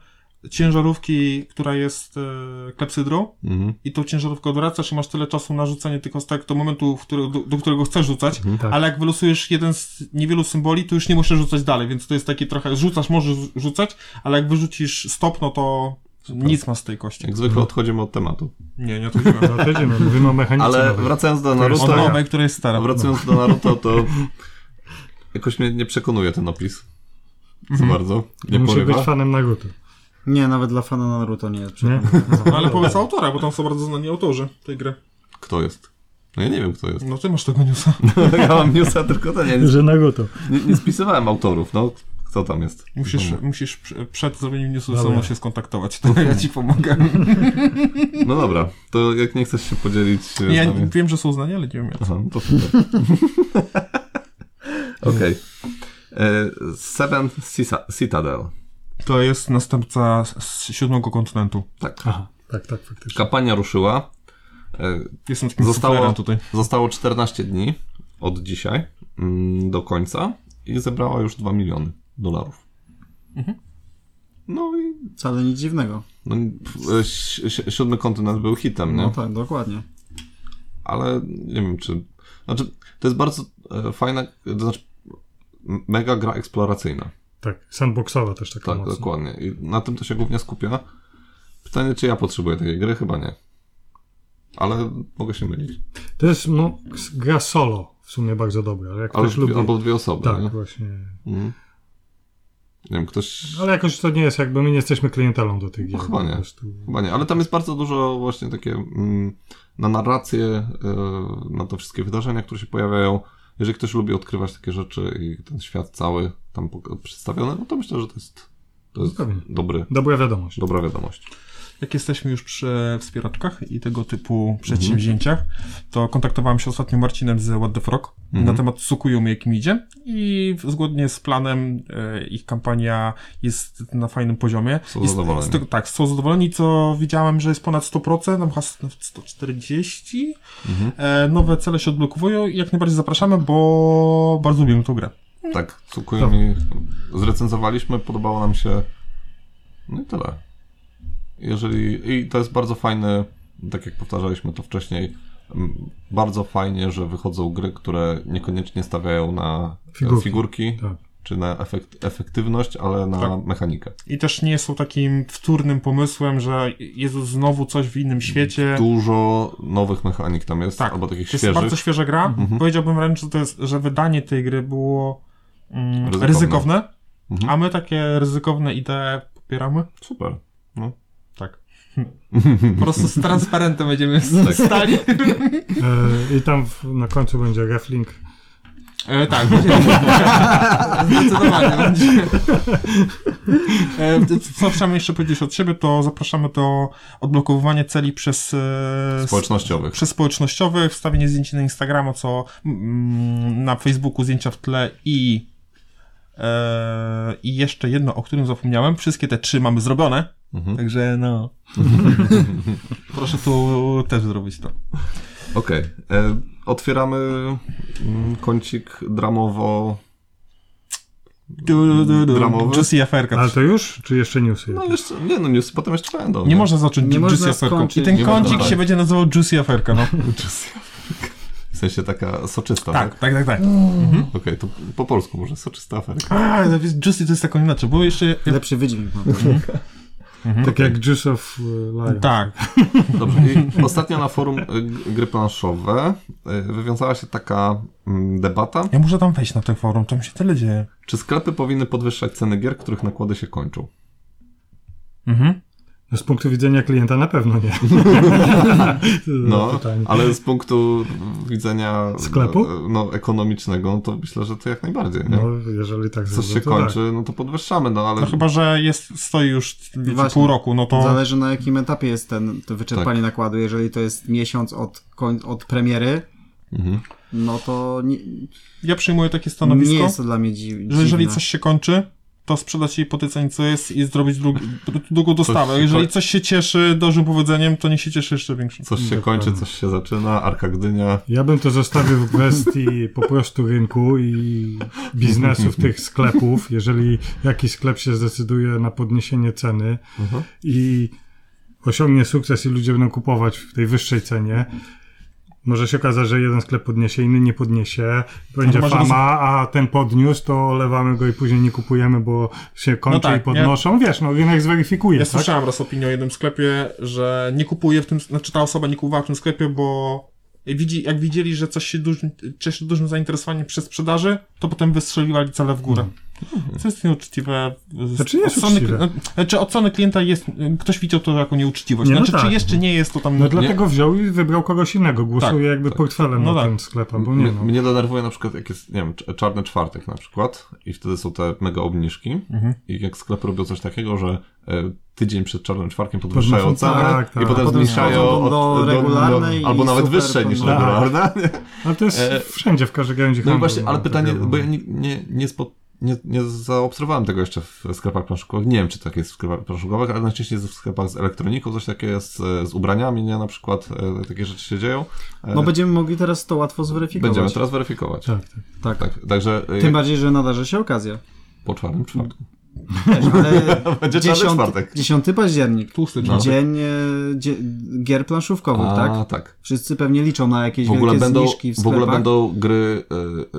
[SPEAKER 1] ciężarówki, która jest e, klepsydrą
[SPEAKER 2] Mhm.
[SPEAKER 1] i tą ciężarówkę odwracasz i masz tyle czasu na rzucanie tych kostek do momentu, w który, do, do którego chcesz rzucać,
[SPEAKER 3] tak.
[SPEAKER 1] ale jak wylosujesz jeden z niewielu symboli, to już nie musisz rzucać dalej, więc to jest takie trochę, rzucasz, możesz rzucać, ale jak wyrzucisz stop, no to nic masz z tej kości.
[SPEAKER 2] Jak zwykle odchodzimy od tematu.
[SPEAKER 1] Nie, nie odchodziłem.
[SPEAKER 3] No to jedziemy, mówimy o mechanice
[SPEAKER 2] Ale
[SPEAKER 3] nowej.
[SPEAKER 2] wracając do
[SPEAKER 3] jest
[SPEAKER 1] Od
[SPEAKER 2] Naruto,
[SPEAKER 3] ona-
[SPEAKER 1] nowej, która jest stara.
[SPEAKER 2] wracając do Naruto, to jakoś mnie nie przekonuje ten opis. Za bardzo. Nie
[SPEAKER 3] Musisz być
[SPEAKER 2] porywa.
[SPEAKER 3] fanem Naruto.
[SPEAKER 4] nie, nawet dla fana Naruto nie jest
[SPEAKER 3] Nie?
[SPEAKER 1] No, ale powiedz autora, bo tam są bardzo znani autorzy tej gry.
[SPEAKER 2] Kto jest? No ja nie wiem, kto jest.
[SPEAKER 1] No ty masz tego newsa.
[SPEAKER 2] ja mam newsa tylko ten. Ja nie,
[SPEAKER 3] Że Naruto.
[SPEAKER 2] nie, nie spisywałem autorów, no. Kto tam jest?
[SPEAKER 1] Musisz,
[SPEAKER 2] No,
[SPEAKER 1] musisz przy- przed zrobieniem newsu
[SPEAKER 3] Dobra.
[SPEAKER 1] ze mną się skontaktować, to ja ci pomogę.
[SPEAKER 2] no dobra, to jak nie chcesz się podzielić e, z
[SPEAKER 1] Ja
[SPEAKER 2] nami...
[SPEAKER 1] wiem, że są znani, ale nie wiem jak.
[SPEAKER 2] Aha, to super. Okej. E, Seventh Cisa- Citadel.
[SPEAKER 1] To jest następca z- z siódmego kontynentu.
[SPEAKER 2] Tak.
[SPEAKER 3] Aha, tak, tak, faktycznie.
[SPEAKER 2] Kampania ruszyła. E,
[SPEAKER 1] Jestem takim
[SPEAKER 2] Zostało-
[SPEAKER 1] Zostało... tutaj.
[SPEAKER 2] Zostało 14 dni od dzisiaj mm, do końca i zebrała już 2 miliony dolarów.
[SPEAKER 3] Mhm.
[SPEAKER 2] No i
[SPEAKER 4] Wcale nic dziwnego.
[SPEAKER 2] no, i, pff, e, si- si- siódmy kontynent był hitem, nie?
[SPEAKER 4] No tak, dokładnie.
[SPEAKER 2] Ale nie wiem, czy. Znaczy, to jest bardzo e, fajna, to znaczy m- mega gra eksploracyjna.
[SPEAKER 3] Tak, sandboxowa też taka
[SPEAKER 2] Tak,
[SPEAKER 3] mocno.
[SPEAKER 2] dokładnie. I na tym to się głównie skupia. Pytanie, czy ja potrzebuję takiej gry? Chyba nie. Ale mogę się mylić.
[SPEAKER 3] To jest no, gra solo w sumie bardzo dobra. Jak
[SPEAKER 2] Ale
[SPEAKER 3] ktoś lubi...
[SPEAKER 2] albo dwie osoby.
[SPEAKER 3] Tak,
[SPEAKER 2] Nie?
[SPEAKER 3] właśnie.
[SPEAKER 2] Mhm. nie wiem, ktoś.
[SPEAKER 3] Ale jakoś to nie jest jakby, my nie jesteśmy klientelą do tych gier.
[SPEAKER 2] No Chyba nie.
[SPEAKER 3] Po prostu.
[SPEAKER 2] Chyba nie, ale tam jest bardzo dużo właśnie takie mm, na narrację, y, na te wszystkie wydarzenia, które się pojawiają. Jeżeli ktoś lubi odkrywać takie rzeczy i ten świat cały tam pok- przedstawiony, no to myślę, że to jest, to jest
[SPEAKER 3] Pewnie.
[SPEAKER 2] dobry,
[SPEAKER 3] Dobra wiadomość.
[SPEAKER 2] dobra wiadomość.
[SPEAKER 1] Jak jesteśmy już przy wspieraczkach i tego typu przedsięwzięciach, to kontaktowałem się ostatnio Marcinem z What the Frog
[SPEAKER 2] Mhm.
[SPEAKER 1] na temat Sukuyomi, jakim idzie. I w- zgodnie z planem e, ich kampania jest na fajnym poziomie.
[SPEAKER 2] Są
[SPEAKER 1] I z-
[SPEAKER 2] zadowoleni.
[SPEAKER 1] Z tego, tak, są zadowoleni, co widziałem, że jest ponad 100%, tam chyba 140.
[SPEAKER 2] Mhm.
[SPEAKER 1] E, nowe cele się odblokowują i jak najbardziej zapraszamy, bo bardzo lubimy tą grę.
[SPEAKER 2] Tak, Tsukuyomi zrecenzowaliśmy, podobało nam się. No i tyle. Jeżeli, I to jest bardzo fajny, tak jak powtarzaliśmy to wcześniej, m, bardzo fajnie, że wychodzą gry, które niekoniecznie stawiają na e,
[SPEAKER 3] Figurki.
[SPEAKER 2] figurki
[SPEAKER 3] Tak.
[SPEAKER 2] czy na efekt, efektywność, ale na
[SPEAKER 1] Tak.
[SPEAKER 2] mechanikę.
[SPEAKER 1] I też nie są takim wtórnym pomysłem, że Jezu, znowu coś w innym
[SPEAKER 2] Mhm.
[SPEAKER 1] świecie.
[SPEAKER 2] Dużo nowych mechanik tam jest,
[SPEAKER 1] Tak,
[SPEAKER 2] albo takich
[SPEAKER 1] to jest
[SPEAKER 2] świeżych.
[SPEAKER 1] bardzo świeża gra. Powiedziałbym wręcz, że, to jest, że wydanie tej gry było mm,
[SPEAKER 2] Ryzykowne.
[SPEAKER 1] ryzykowne,
[SPEAKER 2] Mhm.
[SPEAKER 1] a my takie ryzykowne idee popieramy.
[SPEAKER 2] Super. No.
[SPEAKER 1] Tak. Po prostu z transparentem będziemy
[SPEAKER 2] Tak.
[SPEAKER 1] stali.
[SPEAKER 3] E, I tam w, na końcu będzie reflink.
[SPEAKER 1] E, tak, będzie. Zdecydowanie będzie. E, co chciałem jeszcze powiedzieć od siebie, to zapraszamy do odblokowywania celi przez e,
[SPEAKER 2] Społecznościowych.
[SPEAKER 1] przez społecznościowych, wstawienie zdjęć na Instagrama, co mm, na Facebooku zdjęcia w tle i e, i jeszcze jedno, o którym zapomniałem. Wszystkie te trzy mamy zrobione,
[SPEAKER 2] Mhm.
[SPEAKER 1] także no. Proszę tu też zrobić to.
[SPEAKER 2] Okej. e, Otwieramy mm, kącik dramowo.
[SPEAKER 1] Du, du, du,
[SPEAKER 2] Dramowy?
[SPEAKER 1] Just CFR-ka.
[SPEAKER 3] Ale to już? Czy jeszcze newsy?
[SPEAKER 2] No jeszcze, nie no, newsy potem jeszcze będą.
[SPEAKER 1] Nie można zacząć
[SPEAKER 4] Nie
[SPEAKER 1] ju-
[SPEAKER 4] można
[SPEAKER 1] Juicy Aferką. I
[SPEAKER 4] skończyć.
[SPEAKER 1] ten
[SPEAKER 2] Nie
[SPEAKER 1] kącik
[SPEAKER 2] można,
[SPEAKER 1] się
[SPEAKER 2] tak.
[SPEAKER 1] będzie nazywał Juicy Aferka, no.
[SPEAKER 2] W sensie taka soczysta, tak?
[SPEAKER 1] Tak, tak, tak, tak.
[SPEAKER 2] Okej, to po polsku może soczysta aferka.
[SPEAKER 1] A, to jest Juicy to jest taką inaczej, bo jeszcze...
[SPEAKER 4] Lepszy wydźwięk mam.
[SPEAKER 3] Tak jak Juice of Life.
[SPEAKER 1] Tak,
[SPEAKER 2] Dobrze, i ostatnio na forum y, g- gry planszowe y, wywiązała się taka mm, debata,
[SPEAKER 1] ja muszę tam wejść na te forum, tam się tyle dzieje.
[SPEAKER 2] czy sklepy powinny podwyższać ceny gier, których nakłady się kończą.
[SPEAKER 1] Mhm.
[SPEAKER 3] No, z punktu widzenia klienta na pewno nie.
[SPEAKER 2] No,
[SPEAKER 3] Pytanie.
[SPEAKER 2] ale z punktu widzenia
[SPEAKER 3] Sklepu?
[SPEAKER 2] e, No, ekonomicznego, no to myślę, że to jak najbardziej, nie?
[SPEAKER 3] No, jeżeli tak
[SPEAKER 2] Coś
[SPEAKER 3] zrobią,
[SPEAKER 2] się
[SPEAKER 3] to
[SPEAKER 2] kończy, no to podwyższamy, no ale...
[SPEAKER 1] No chyba, że jest, stoi już wiecie,
[SPEAKER 4] Właśnie.
[SPEAKER 1] pół roku, no to...
[SPEAKER 4] Zależy na jakim etapie jest ten, to wyczerpanie
[SPEAKER 2] Tak.
[SPEAKER 4] nakładu. Jeżeli to jest miesiąc od, koń, od premiery,
[SPEAKER 2] Mhm.
[SPEAKER 4] no to nie,
[SPEAKER 1] Ja przyjmuję takie stanowisko,
[SPEAKER 4] nie jest to dla mnie dzi- dziwne.
[SPEAKER 1] że jeżeli coś się kończy, to sprzedać jej po tej cenie, co jest i zrobić drugi, drugą dostawę.
[SPEAKER 2] się
[SPEAKER 1] Jeżeli
[SPEAKER 2] koń-
[SPEAKER 1] coś się cieszy dobrym powodzeniem, to nie się cieszy jeszcze większym.
[SPEAKER 2] Coś się
[SPEAKER 3] No, Dokładnie.
[SPEAKER 2] kończy, coś się zaczyna, Arka Gdynia.
[SPEAKER 3] Ja bym to zostawił w kwestii po prostu rynku i biznesów tych sklepów. Jeżeli jakiś sklep się zdecyduje na podniesienie ceny
[SPEAKER 1] Mhm.
[SPEAKER 3] i osiągnie sukces i ludzie będą kupować w tej wyższej cenie, może się okazać, że jeden sklep podniesie, inny nie podniesie, będzie
[SPEAKER 1] No może
[SPEAKER 3] fama, a ten podniósł, to olewamy go i później nie kupujemy, bo się kończy
[SPEAKER 1] tak,
[SPEAKER 3] i podnoszą. Wiesz, no rynek zweryfikuje,
[SPEAKER 1] Ja
[SPEAKER 3] tak?
[SPEAKER 1] słyszałem raz opinię o jednym sklepie, że nie kupuje w tym, znaczy ta osoba nie kupowała w tym sklepie, bo widzi, jak widzieli, że coś się dużym, cieszy dużym zainteresowaniem przy sprzedaży, to potem wystrzeliwali cele w górę. Co jest nieuczciwe? Z-
[SPEAKER 3] Mhm. Znaczy jest
[SPEAKER 1] od strony-
[SPEAKER 3] uczciwe.
[SPEAKER 1] no, Znaczy od strony klienta jest, ktoś widział to jako nieuczciwość.
[SPEAKER 3] Nie, no
[SPEAKER 1] Znaczy
[SPEAKER 3] tak.
[SPEAKER 1] czy jeszcze nie jest to tam...
[SPEAKER 3] No dlatego wziął i wybrał kogoś innego, głosuje jakby portfelem
[SPEAKER 1] No
[SPEAKER 3] na
[SPEAKER 1] tak.
[SPEAKER 3] ten sklep, albo nie
[SPEAKER 2] mnie,
[SPEAKER 3] no.
[SPEAKER 2] mnie denerwuje na przykład, jak jest, nie wiem, cz- czarny czwartek na przykład i wtedy są te mega obniżki
[SPEAKER 4] Mhm.
[SPEAKER 2] i jak sklepy robią coś takiego, że e, tydzień przed czarnym czwartkiem podwyższają
[SPEAKER 3] Podnoszą-
[SPEAKER 2] cenę
[SPEAKER 3] tak, tak.
[SPEAKER 2] i potem
[SPEAKER 4] Potem
[SPEAKER 2] zmniejszają
[SPEAKER 4] schodzą do regularnej i
[SPEAKER 2] albo nawet
[SPEAKER 4] super Tak.
[SPEAKER 2] wyższe niż
[SPEAKER 4] podnoszą.
[SPEAKER 2] regularne.
[SPEAKER 3] Ale to jest
[SPEAKER 2] E,
[SPEAKER 3] wszędzie, w każdej gałęzi
[SPEAKER 2] No i
[SPEAKER 3] handlu,
[SPEAKER 2] właśnie, ale
[SPEAKER 3] tak
[SPEAKER 2] pytanie,
[SPEAKER 3] wiadomo.
[SPEAKER 2] bo ja nie, nie, nie, spo, nie, nie zaobserwowałem tego jeszcze w sklepach planszukowych. Nie wiem, czy tak jest w sklepach planszukowych, ale najczęściej jest w sklepach z elektroniką, coś takie jest e, z ubraniami, nie? Na przykład e, takie rzeczy się dzieją. E,
[SPEAKER 4] No będziemy mogli teraz to łatwo zweryfikować.
[SPEAKER 2] Będziemy teraz weryfikować.
[SPEAKER 3] Tak, tak.
[SPEAKER 4] Tak.
[SPEAKER 2] Tak, także e,
[SPEAKER 4] Tym bardziej, że nadarzy się okazja.
[SPEAKER 2] po czwartym czwartku.
[SPEAKER 4] Też, ale
[SPEAKER 2] Będzie czarny
[SPEAKER 4] 10,
[SPEAKER 2] czwartek.
[SPEAKER 4] 10 październik,
[SPEAKER 1] Tłusty
[SPEAKER 2] No.
[SPEAKER 4] dzień e, dzie, gier planszówkowych,
[SPEAKER 2] A,
[SPEAKER 4] tak?
[SPEAKER 2] tak.
[SPEAKER 4] Wszyscy pewnie liczą na jakieś
[SPEAKER 2] W ogóle,
[SPEAKER 4] wielkie
[SPEAKER 2] będą,
[SPEAKER 4] zniżki w
[SPEAKER 2] w
[SPEAKER 4] sklepach.
[SPEAKER 2] ogóle będą gry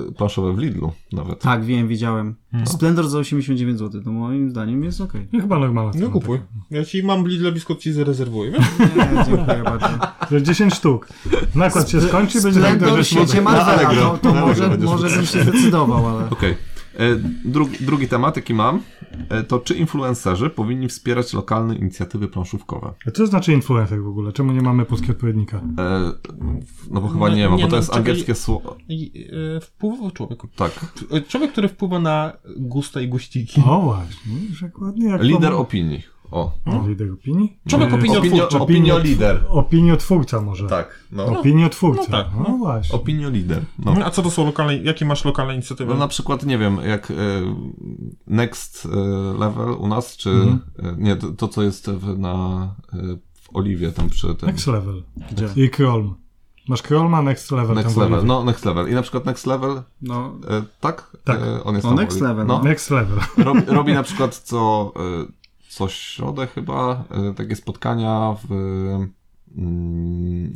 [SPEAKER 2] y, y, planszowe w Lidlu nawet.
[SPEAKER 4] Tak, wiem, widziałem.
[SPEAKER 2] No.
[SPEAKER 4] Splendor za 89 zł, to moim zdaniem jest okej.
[SPEAKER 3] Nie chyba normalna cena.
[SPEAKER 1] No kupuj. Ja ci mam Lidl blisko, ci zarezerwuję, wiesz?
[SPEAKER 4] Nie, dziękuję bardzo.
[SPEAKER 3] To jest 10 sztuk. Nakład się skończy, będzie
[SPEAKER 4] Splendor w świecie
[SPEAKER 2] Na
[SPEAKER 4] Marvela,
[SPEAKER 2] Allegro.
[SPEAKER 4] No, to, to
[SPEAKER 2] Na Allegro
[SPEAKER 4] może,
[SPEAKER 2] będziesz
[SPEAKER 4] może bym się zdecydował, ale...
[SPEAKER 2] Okej. E, Drugi, drugi temat, jaki mam, e, to czy influencerzy powinni wspierać lokalne inicjatywy planszówkowe?
[SPEAKER 3] A Co znaczy influencer w ogóle? Czemu nie mamy polskiego odpowiednika?
[SPEAKER 2] E, No bo chyba
[SPEAKER 1] No,
[SPEAKER 2] nie ma,
[SPEAKER 1] nie,
[SPEAKER 2] bo to
[SPEAKER 1] no,
[SPEAKER 2] jest
[SPEAKER 1] czekaj.
[SPEAKER 2] angielskie słowo.
[SPEAKER 1] I, e, wpływowy człowiek.
[SPEAKER 2] Tak.
[SPEAKER 1] E, Człowiek, który wpływa na gusta i guściki.
[SPEAKER 3] O właśnie, już ładnie jak
[SPEAKER 2] Lider
[SPEAKER 3] opinii.
[SPEAKER 2] opinii. O.
[SPEAKER 3] Lider opinii?
[SPEAKER 1] Człowiek
[SPEAKER 3] E,
[SPEAKER 1] opinio- Opiniotwórczy.
[SPEAKER 2] Opiniolider.
[SPEAKER 3] Opiniotwórca może.
[SPEAKER 2] Tak. No.
[SPEAKER 3] Opiniotwórca.
[SPEAKER 1] No tak,
[SPEAKER 3] No, właśnie.
[SPEAKER 2] Opiniolider. No.
[SPEAKER 1] A co to są lokalne, jakie masz lokalne inicjatywy?
[SPEAKER 2] No na przykład, nie wiem, jak e, Next e, Level u nas, czy
[SPEAKER 3] Mhm.
[SPEAKER 2] e, nie, to, to co jest w, na, e, w Oliwie tam przy tym.
[SPEAKER 3] Next level. I Krolm. Masz Krolma, Next level.
[SPEAKER 2] Tak. Next
[SPEAKER 3] tam w
[SPEAKER 2] Level,
[SPEAKER 3] Oliwie.
[SPEAKER 2] no Next Level. I na przykład Next Level,
[SPEAKER 4] No,
[SPEAKER 2] e, tak?
[SPEAKER 3] Tak.
[SPEAKER 2] E, on jest
[SPEAKER 4] No,
[SPEAKER 2] tam
[SPEAKER 4] Next
[SPEAKER 2] w Oli-
[SPEAKER 4] Level,
[SPEAKER 2] No,
[SPEAKER 3] Next level.
[SPEAKER 2] robi, robi na przykład co, e, co środę chyba e, takie spotkania w, mm,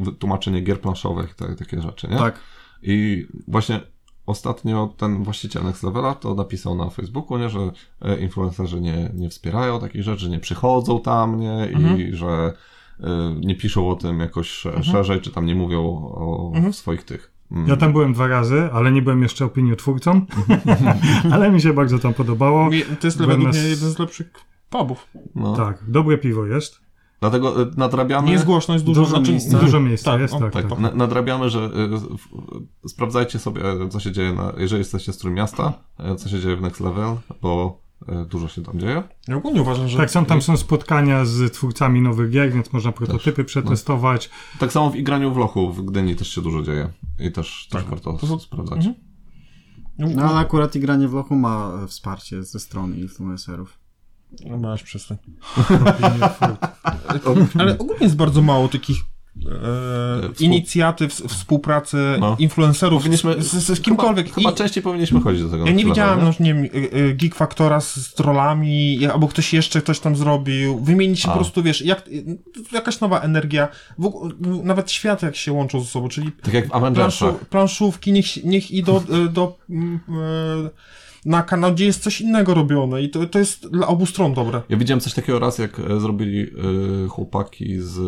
[SPEAKER 2] e, w tłumaczenie gier planszowych, te, takie rzeczy, nie?
[SPEAKER 4] tak.
[SPEAKER 2] I właśnie ostatnio ten właściciel Next Levela to napisał na Facebooku, nie, że e, influencerzy nie, nie wspierają takich rzeczy, że nie przychodzą tam, nie,
[SPEAKER 3] Mhm.
[SPEAKER 2] i że e, nie piszą o tym jakoś sze- szerzej, czy tam nie mówią o swoich tych. mm,
[SPEAKER 3] Mhm. Ja tam byłem dwa razy, ale nie byłem jeszcze opiniotwórcą. ale mi się bardzo tam podobało.
[SPEAKER 1] Mi- To jest
[SPEAKER 3] Byłem
[SPEAKER 1] według
[SPEAKER 3] na
[SPEAKER 1] mnie
[SPEAKER 3] s-
[SPEAKER 1] jeden z lepszych pubów.
[SPEAKER 2] no.
[SPEAKER 3] Tak, dobre piwo jest.
[SPEAKER 2] Dlatego e, nadrabiamy...
[SPEAKER 1] Nie jest głośno, jest dużo,
[SPEAKER 4] Dużo
[SPEAKER 1] znaczy,
[SPEAKER 4] miejsca.
[SPEAKER 3] Dużo miejsca
[SPEAKER 1] Tak,
[SPEAKER 3] jest,
[SPEAKER 1] o,
[SPEAKER 3] tak.
[SPEAKER 1] tak,
[SPEAKER 3] tak,
[SPEAKER 2] Tak, na- nadrabiamy, że y, w- w- sprawdzajcie sobie, y, co się dzieje, na, jeżeli jesteście z Trójmiasta, y, co się dzieje w Next Level, bo y, dużo się tam dzieje.
[SPEAKER 1] Ja ogólnie uważam, że...
[SPEAKER 3] Tak, są, tam są spotkania z twórcami nowych gier, więc można
[SPEAKER 2] No.
[SPEAKER 3] prototypy przetestować.
[SPEAKER 2] Tak samo w igraniu w Lochu w Gdyni też się dużo dzieje i też, też warto sprawdzać.
[SPEAKER 4] No ale akurat i granie w lochu ma e, wsparcie ze strony influencerów.
[SPEAKER 1] Mm. No masz przestań. Ale ogólnie jest bardzo mało takich e, e,
[SPEAKER 2] Współ-
[SPEAKER 1] inicjatyw, s- współpracy
[SPEAKER 2] No.
[SPEAKER 1] influencerów
[SPEAKER 2] Powinniśmy-
[SPEAKER 1] z, z, z kimkolwiek.
[SPEAKER 2] Chyba, chyba
[SPEAKER 1] I-
[SPEAKER 2] częściej powinniśmy chodzić do tego.
[SPEAKER 1] Ja nie
[SPEAKER 2] na
[SPEAKER 1] widziałem,
[SPEAKER 2] chwilę,
[SPEAKER 1] no, nie wiem, y, y, Geek Factora z, z trollami, y, albo ktoś jeszcze coś tam zrobił, wymienić się
[SPEAKER 2] A.
[SPEAKER 1] po prostu, wiesz, jak, y, jakaś nowa energia, w, ogó- w- nawet świat jak się łączą ze sobą, czyli
[SPEAKER 2] Tak jak w
[SPEAKER 1] planszu,
[SPEAKER 2] Avengersach.
[SPEAKER 1] planszówki, niech, niech idą y, do, mm, y, na kanał, gdzie jest coś innego robione i to, to jest dla obu stron dobre.
[SPEAKER 2] Ja widziałem coś takiego raz, jak e, zrobili e, chłopaki z...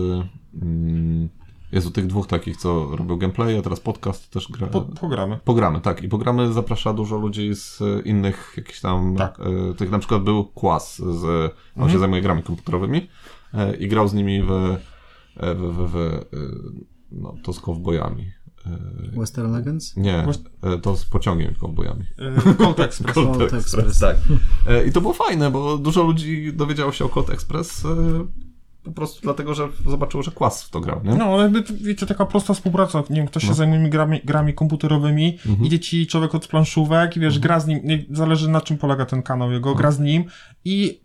[SPEAKER 2] Mm, Jezu, tych dwóch takich, co robią gameplay, a teraz podcast też gra.
[SPEAKER 1] Po, programy.
[SPEAKER 2] Pogramy, tak. I pogramy zaprasza dużo ludzi z e, innych jakichś tam.
[SPEAKER 1] Tak.
[SPEAKER 2] e, tych na przykład był Kłas, z, e, on
[SPEAKER 4] Mhm.
[SPEAKER 2] się zajmuje grami komputerowymi e, i grał z nimi w. e, w, w, w e, no, to z kowbojami. E,
[SPEAKER 4] Western Legends?
[SPEAKER 2] nie,
[SPEAKER 1] Właśnie-
[SPEAKER 2] e, to z pociągiem i kowbojami.
[SPEAKER 1] Y, Colt Express.
[SPEAKER 4] Colt Express.
[SPEAKER 2] tak. E, I to było fajne, bo dużo ludzi dowiedziało się o Colt Express e, po prostu dlatego, że zobaczyło, że Kłas w to grał, nie?
[SPEAKER 1] No, ale jakby, wiecie, taka prosta współpraca, nie wiem, ktoś
[SPEAKER 3] No.
[SPEAKER 1] się zajmuje grami, grami komputerowymi,
[SPEAKER 3] Mhm.
[SPEAKER 1] idzie ci człowiek od planszówek i wiesz, gra z nim, nie, zależy na czym polega ten kanał
[SPEAKER 3] Mhm.
[SPEAKER 1] jego, gra z nim i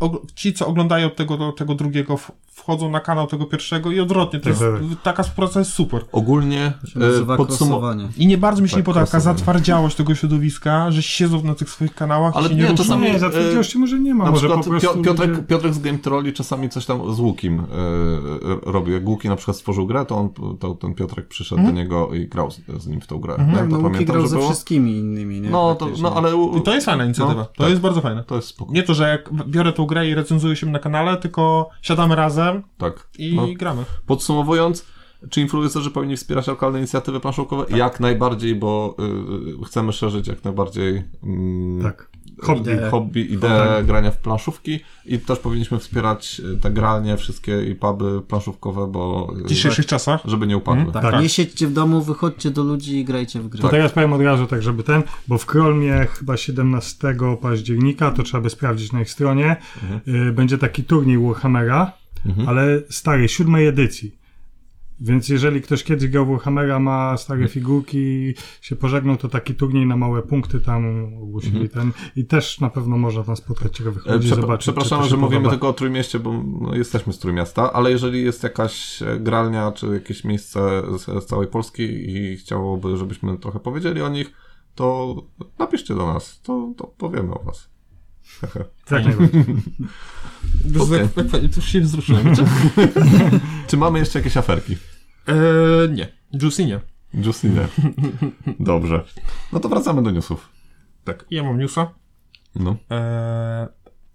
[SPEAKER 1] og- ci, co oglądają tego, do tego drugiego, w- wchodzą na kanał tego pierwszego i odwrotnie, to
[SPEAKER 3] Tak,
[SPEAKER 1] jest,
[SPEAKER 3] tak.
[SPEAKER 1] taka współpraca jest super.
[SPEAKER 2] Ogólnie
[SPEAKER 4] Się nazywa
[SPEAKER 2] e, podsumowanie.
[SPEAKER 4] crossowanie.
[SPEAKER 1] I nie bardzo mi się
[SPEAKER 2] Tak,
[SPEAKER 1] nie podoba taka
[SPEAKER 2] crossover.
[SPEAKER 1] zatwardziałość tego środowiska, że siedzą na tych swoich kanałach
[SPEAKER 2] Ale
[SPEAKER 1] i się
[SPEAKER 2] nie,
[SPEAKER 1] nie, ruszą.
[SPEAKER 2] czasami-
[SPEAKER 3] Nie, zatwierdzości może nie ma,
[SPEAKER 2] Na
[SPEAKER 3] może po
[SPEAKER 2] przykład
[SPEAKER 3] prostu...
[SPEAKER 2] Pio- Piotrek,
[SPEAKER 3] ludzie-
[SPEAKER 2] Piotrek z Game Trolli czasami coś tam z Łukim e, e, robił. Jak Łuki na przykład stworzył grę, to, on, to ten Piotrek przyszedł do niego i grał z, z nim w tą grę. Ja
[SPEAKER 4] Tak,
[SPEAKER 2] to
[SPEAKER 4] Mhm. no Łuki grał
[SPEAKER 2] pamiętam, że
[SPEAKER 4] ze
[SPEAKER 2] było.
[SPEAKER 4] wszystkimi innymi, nie? Tak,
[SPEAKER 2] No, to,
[SPEAKER 4] Praktycznie.
[SPEAKER 2] no ale u,
[SPEAKER 1] I to jest fajna inicjatywa,
[SPEAKER 2] No,
[SPEAKER 1] to
[SPEAKER 2] tak.
[SPEAKER 1] jest bardzo fajne.
[SPEAKER 2] to jest spoko.
[SPEAKER 1] Nie to, że jak biorę tą grę i recenzuję się na kanale, tylko siadamy razem
[SPEAKER 2] Tak.
[SPEAKER 1] i
[SPEAKER 2] No.
[SPEAKER 1] gramy.
[SPEAKER 2] Podsumowując, czy influencerzy powinni wspierać lokalne inicjatywy planszówkowe?
[SPEAKER 3] Tak.
[SPEAKER 2] Jak najbardziej, bo y, chcemy szerzyć jak najbardziej mm,
[SPEAKER 3] Tak.
[SPEAKER 2] hobby,
[SPEAKER 4] Ideę.
[SPEAKER 2] hobby ideę grania w planszówki i też powinniśmy wspierać y, te gralnie, wszystkie i puby planszówkowe, bo
[SPEAKER 1] W
[SPEAKER 2] y,
[SPEAKER 1] dzisiejszych czasach
[SPEAKER 2] żeby nie upadły.
[SPEAKER 4] Tak,
[SPEAKER 3] Tak.
[SPEAKER 4] nie siedźcie w domu, wychodźcie do ludzi i grajcie w gry.
[SPEAKER 3] To teraz powiem od razu, tak żeby ten, bo w Krolmie chyba 17 października, to trzeba by sprawdzić na ich stronie,
[SPEAKER 2] Mhm.
[SPEAKER 3] y, będzie taki turniej Warhammera, ale starej, siódmej edycji. Więc jeżeli ktoś kiedyś grał w Warhammera, ma
[SPEAKER 2] Mhm.
[SPEAKER 3] stare figurki i się pożegnał, to taki turniej na małe punkty tam ogłosili ten i też na pewno można tam spotkać ciekawych
[SPEAKER 2] Mhm. E,
[SPEAKER 3] ludzi,
[SPEAKER 2] przepra-
[SPEAKER 3] zobaczyć.
[SPEAKER 2] Przepraszam,
[SPEAKER 3] czy to
[SPEAKER 2] że
[SPEAKER 3] się
[SPEAKER 2] mówimy
[SPEAKER 3] podoba.
[SPEAKER 2] tylko o Trójmieście, bo no, jesteśmy z Trójmiasta, ale jeżeli jest jakaś e, gralnia czy jakieś miejsce z, z całej Polski i chciałoby, żebyśmy trochę powiedzieli o nich, to napiszcie do nas, to, to powiemy o was.
[SPEAKER 3] Tak, najbardziej.
[SPEAKER 2] Okej.
[SPEAKER 1] Jak, jak, jak, się wzruszyłem.
[SPEAKER 2] Czy mamy jeszcze jakieś aferki?
[SPEAKER 1] Eee, nie. Juicy nie.
[SPEAKER 2] Justy nie. Dobrze. No to wracamy do newsów.
[SPEAKER 1] Tak. Ja mam newsa.
[SPEAKER 2] No.
[SPEAKER 1] Eee,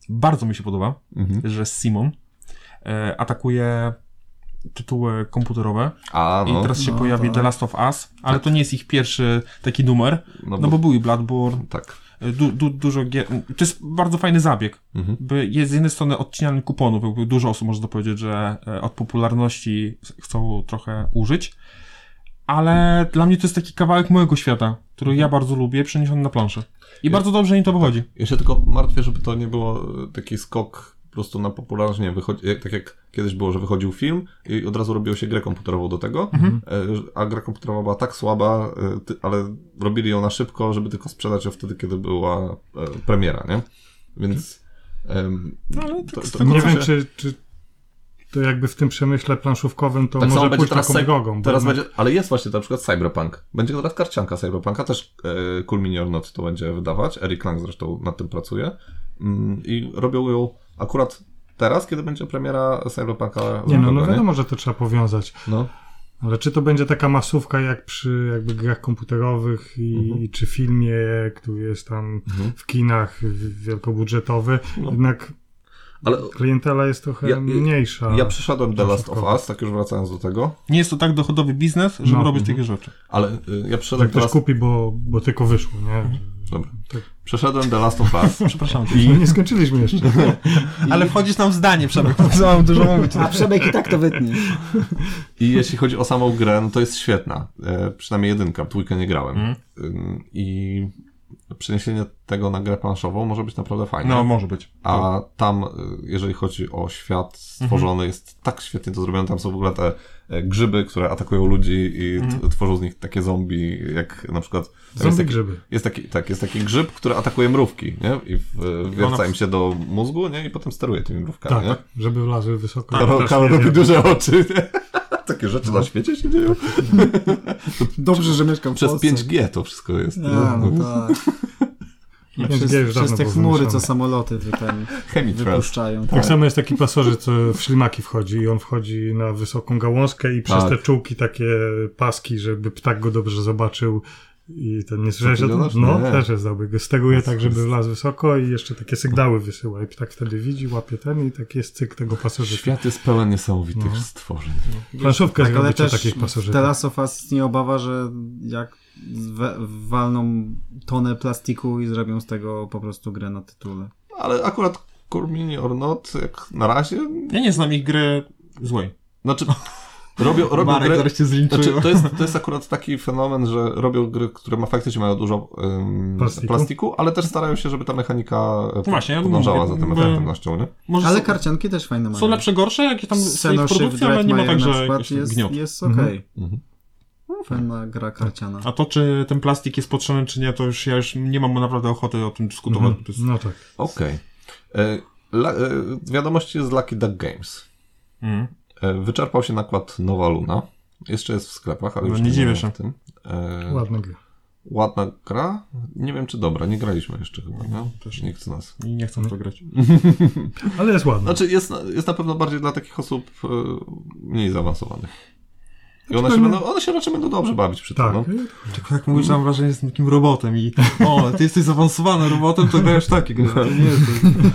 [SPEAKER 1] bardzo mi się podoba,
[SPEAKER 2] Mhm.
[SPEAKER 1] że Simon eee, atakuje tytuły komputerowe
[SPEAKER 2] A, no.
[SPEAKER 1] i teraz się
[SPEAKER 4] No,
[SPEAKER 1] pojawi
[SPEAKER 4] tak.
[SPEAKER 1] The Last of Us, ale
[SPEAKER 2] Tak.
[SPEAKER 1] to nie jest ich pierwszy taki numer,
[SPEAKER 2] no,
[SPEAKER 1] no bo był i Bloodborne,
[SPEAKER 2] Tak.
[SPEAKER 1] e, du, du, dużo gier, to jest bardzo fajny zabieg,
[SPEAKER 2] Mhm.
[SPEAKER 1] by jest z jednej strony odcinanie kuponów, jakby dużo osób można powiedzieć, że e, od popularności chcą trochę użyć, ale dla mnie to jest taki kawałek mojego świata, który ja bardzo lubię, przeniesiony na planszę. I bardzo dobrze im to wychodzi.
[SPEAKER 2] Ja się tylko martwię, żeby to nie było e, taki skok po prostu na popularność, nie wiem, wychodzi, jak, tak jak kiedyś było, że wychodził film i od razu robiło się grę komputerową do tego, e, że- a gra komputerowa była tak słaba, e, ty, ale robili ją na szybko, żeby tylko sprzedać ją wtedy, kiedy była e, premiera, nie? Więc... em,
[SPEAKER 1] No, ale tak z tego
[SPEAKER 3] Nie
[SPEAKER 2] co
[SPEAKER 3] wiem,
[SPEAKER 2] się-
[SPEAKER 3] czy, czy to jakby w tym przemyśle planszówkowym to
[SPEAKER 2] Tak samo
[SPEAKER 3] może
[SPEAKER 2] będzie
[SPEAKER 3] pójść
[SPEAKER 2] teraz,
[SPEAKER 3] taką
[SPEAKER 2] cy-
[SPEAKER 3] drogą. bo no-
[SPEAKER 2] teraz
[SPEAKER 3] jednak-
[SPEAKER 2] będzie, ale jest właśnie na przykład Cyberpunk. Będzie teraz karcianka Cyberpunka, też e, Cool Mini or Not to będzie wydawać. Eric Lang zresztą nad tym pracuje. Mm, I robią ją akurat teraz, kiedy będzie premiera Cyberpunka.
[SPEAKER 3] Nie, no,
[SPEAKER 2] złotego,
[SPEAKER 3] no
[SPEAKER 2] nie?
[SPEAKER 3] wiadomo, że to trzeba powiązać.
[SPEAKER 2] No.
[SPEAKER 3] Ale czy to będzie taka masówka jak przy jakby grach komputerowych i,
[SPEAKER 2] Mhm.
[SPEAKER 3] i czy filmie, który jest tam w kinach y, wielkobudżetowy, jednak
[SPEAKER 2] No. Ale
[SPEAKER 3] klientela jest trochę
[SPEAKER 2] Ja- ja-
[SPEAKER 3] mniejsza.
[SPEAKER 2] ja przeszedłem The Last of
[SPEAKER 3] szybko.
[SPEAKER 2] Us, tak już wracając do tego,
[SPEAKER 1] Nie jest to tak dochodowy biznes, żeby
[SPEAKER 3] No.
[SPEAKER 1] robić takie rzeczy.
[SPEAKER 2] ale y, ja przeszedłem
[SPEAKER 3] jak
[SPEAKER 2] The
[SPEAKER 3] Tak ktoś
[SPEAKER 2] Last...
[SPEAKER 3] kupi, bo, bo tylko wyszło, nie?
[SPEAKER 2] Dobra.
[SPEAKER 3] Tak.
[SPEAKER 2] Przeszedłem The Last of Us.
[SPEAKER 1] Przepraszam. cię.
[SPEAKER 3] No nie skończyliśmy jeszcze.
[SPEAKER 1] Ale wchodzisz nam w zdanie, Przemek, co mam dużo mówić.
[SPEAKER 4] A Przemek i tak to wytnie.
[SPEAKER 2] I jeśli chodzi o samą grę, no to jest świetna. E, przynajmniej jedynka, w dwójkę nie grałem. Ym, I przeniesienie tego na grę planszową może być naprawdę fajne.
[SPEAKER 1] No, może być.
[SPEAKER 2] A tam, y, jeżeli chodzi o świat stworzony,
[SPEAKER 3] Mhm.
[SPEAKER 2] jest tak świetnie to zrobione. Tam są w ogóle te e, grzyby, które atakują ludzi i t-
[SPEAKER 3] Mhm.
[SPEAKER 2] tworzą z nich takie zombie, jak na przykład... tam
[SPEAKER 3] Zombie
[SPEAKER 2] jest taki,
[SPEAKER 3] grzyby.
[SPEAKER 2] Jest taki, tak, jest taki grzyb, który atakuje mrówki, nie? I w- e, wwierca im się do mózgu, nie? I potem steruje tymi mrówkami, nie?
[SPEAKER 3] Tak, żeby wlazły wysoko.
[SPEAKER 2] Karol,
[SPEAKER 3] Też
[SPEAKER 2] Karol
[SPEAKER 3] nie
[SPEAKER 2] robi
[SPEAKER 3] wiem.
[SPEAKER 2] duże oczy, nie? Takie rzeczy na świecie się dzieją.
[SPEAKER 4] Dobrze, że mieszkam w
[SPEAKER 2] Przez
[SPEAKER 4] Polsce.
[SPEAKER 2] 5G to wszystko jest.
[SPEAKER 4] A, no tak.
[SPEAKER 3] Więc
[SPEAKER 4] Przez,
[SPEAKER 3] gdzie już
[SPEAKER 4] przez
[SPEAKER 3] dawno
[SPEAKER 4] te
[SPEAKER 3] było
[SPEAKER 4] chmury, co
[SPEAKER 3] wymyślone.
[SPEAKER 4] samoloty wy- ten,
[SPEAKER 2] Chemitrails.
[SPEAKER 4] wypuszczają.
[SPEAKER 3] Tak samo jest taki pasożyt, co w ślimaki wchodzi i on wchodzi na wysoką gałązkę i przez
[SPEAKER 2] Tak.
[SPEAKER 3] te czułki takie paski, żeby ptak go dobrze zobaczył i ten nie słyszałeś o
[SPEAKER 2] Powiadasz?
[SPEAKER 3] tym? No,
[SPEAKER 2] Nie.
[SPEAKER 3] też jest dobry. Go steruje tak, żeby
[SPEAKER 2] jest-
[SPEAKER 3] wlazł wysoko i jeszcze takie sygnały wysyła i ptak wtedy widzi, łapie ten i tak jest cykl tego pasożyta.
[SPEAKER 2] Świat jest pełen niesamowitych
[SPEAKER 3] No.
[SPEAKER 2] stworzeń.
[SPEAKER 3] Planszówkę
[SPEAKER 4] Tak, ale
[SPEAKER 3] zrobicie
[SPEAKER 4] też
[SPEAKER 3] takich pasożytów.
[SPEAKER 4] w The Last of Us istnieje obawa, że jak we, walną tonę plastiku i zrobią z tego po prostu grę na tytule.
[SPEAKER 2] Ale akurat Kurmini or not, jak na razie,
[SPEAKER 1] Ja nie znam ich gry złej.
[SPEAKER 2] znaczy robią, robią
[SPEAKER 1] Marek
[SPEAKER 2] grę...
[SPEAKER 1] zaraz cię zlinczył.
[SPEAKER 2] Znaczy, to, jest, to jest akurat taki fenomen, że robią gry, które ma, faktycznie mają dużo ym,
[SPEAKER 3] Plastiku.
[SPEAKER 2] plastiku. ale też starają się, żeby ta mechanika e,
[SPEAKER 1] Właśnie, ja
[SPEAKER 2] podążała
[SPEAKER 1] mówię,
[SPEAKER 2] za tym
[SPEAKER 1] bo-
[SPEAKER 2] efektywnością, nie?
[SPEAKER 1] Może
[SPEAKER 4] Ale
[SPEAKER 1] są,
[SPEAKER 4] karcianki też fajne mają.
[SPEAKER 1] są lepsze, gorsze, jakie tam swoich
[SPEAKER 4] Senoshift,
[SPEAKER 1] produkcji, ale nie ma
[SPEAKER 4] Dreadmire
[SPEAKER 1] tak,
[SPEAKER 4] na
[SPEAKER 1] że
[SPEAKER 4] przykład
[SPEAKER 1] jakieś
[SPEAKER 4] jest,
[SPEAKER 1] gniot.
[SPEAKER 4] jest okej.
[SPEAKER 2] Mhm.
[SPEAKER 4] Fajna gra karciana.
[SPEAKER 1] A to, czy ten plastik jest potrzebny, czy nie, to już ja już nie mam naprawdę ochoty o tym dyskutować.
[SPEAKER 3] Mhm.
[SPEAKER 1] To jest...
[SPEAKER 3] No tak.
[SPEAKER 2] Okej. E, la- e, Wiadomości z Lucky Duck Games.
[SPEAKER 1] mm.
[SPEAKER 2] E, Wyczerpał się nakład Nowa Luna. Jeszcze jest w sklepach, ale
[SPEAKER 1] No,
[SPEAKER 2] już
[SPEAKER 1] nie dziwię
[SPEAKER 2] ma
[SPEAKER 1] się.
[SPEAKER 2] w tym. E,
[SPEAKER 3] Ładna gra.
[SPEAKER 2] Ładna gra. Nie wiem, czy dobra. Nie graliśmy jeszcze chyba, nie?
[SPEAKER 1] Też
[SPEAKER 2] Też
[SPEAKER 1] nie.
[SPEAKER 2] nie chce nas.
[SPEAKER 1] I nie chcę w to grać.
[SPEAKER 3] Ale jest ładna.
[SPEAKER 2] Znaczy, jest, na- jest na pewno bardziej dla takich osób e, mniej zaawansowanych. I one
[SPEAKER 3] Tylko
[SPEAKER 2] się,
[SPEAKER 3] nie-
[SPEAKER 2] będą, one się raczej będą dobrze bawić przy tym.
[SPEAKER 3] tak.
[SPEAKER 2] No.
[SPEAKER 1] Tylko jak mówisz, mam wrażenie, że jestem takim robotem i o, ty jesteś zaawansowany robotem, to grajesz takie gry. To nie jest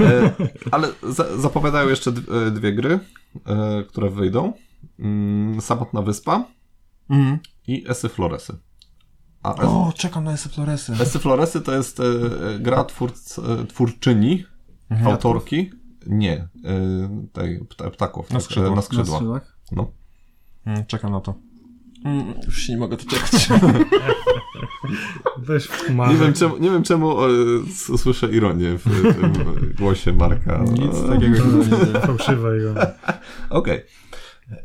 [SPEAKER 2] E, ale za, zapowiadają jeszcze d- e, dwie gry, e, które wyjdą. Mm, Samotna Wyspa
[SPEAKER 1] mm.
[SPEAKER 2] i Esy Floresy. A es,
[SPEAKER 1] O, czekam na Eseploresy.
[SPEAKER 2] Esy Floresy to jest e, e, gra twórc, e, twórczyni, autorki. Nie, e, tej, pta, ptaków.
[SPEAKER 1] Na
[SPEAKER 2] tak, e,
[SPEAKER 1] skrzydłach.
[SPEAKER 2] Na
[SPEAKER 4] Na
[SPEAKER 2] skrzydła.
[SPEAKER 1] Tak,
[SPEAKER 4] skrzydłach.
[SPEAKER 2] No.
[SPEAKER 1] Mm, czekam na to. Mm, już się nie mogę doczekać.
[SPEAKER 3] Weź w chmarę.
[SPEAKER 2] Nie, wiem, czemu, nie wiem czemu e, s- słyszę ironię w, tym głosie Marka. E,
[SPEAKER 1] Nic takiego się nie dzieje.
[SPEAKER 3] Fałszywa i ona.
[SPEAKER 2] Okej.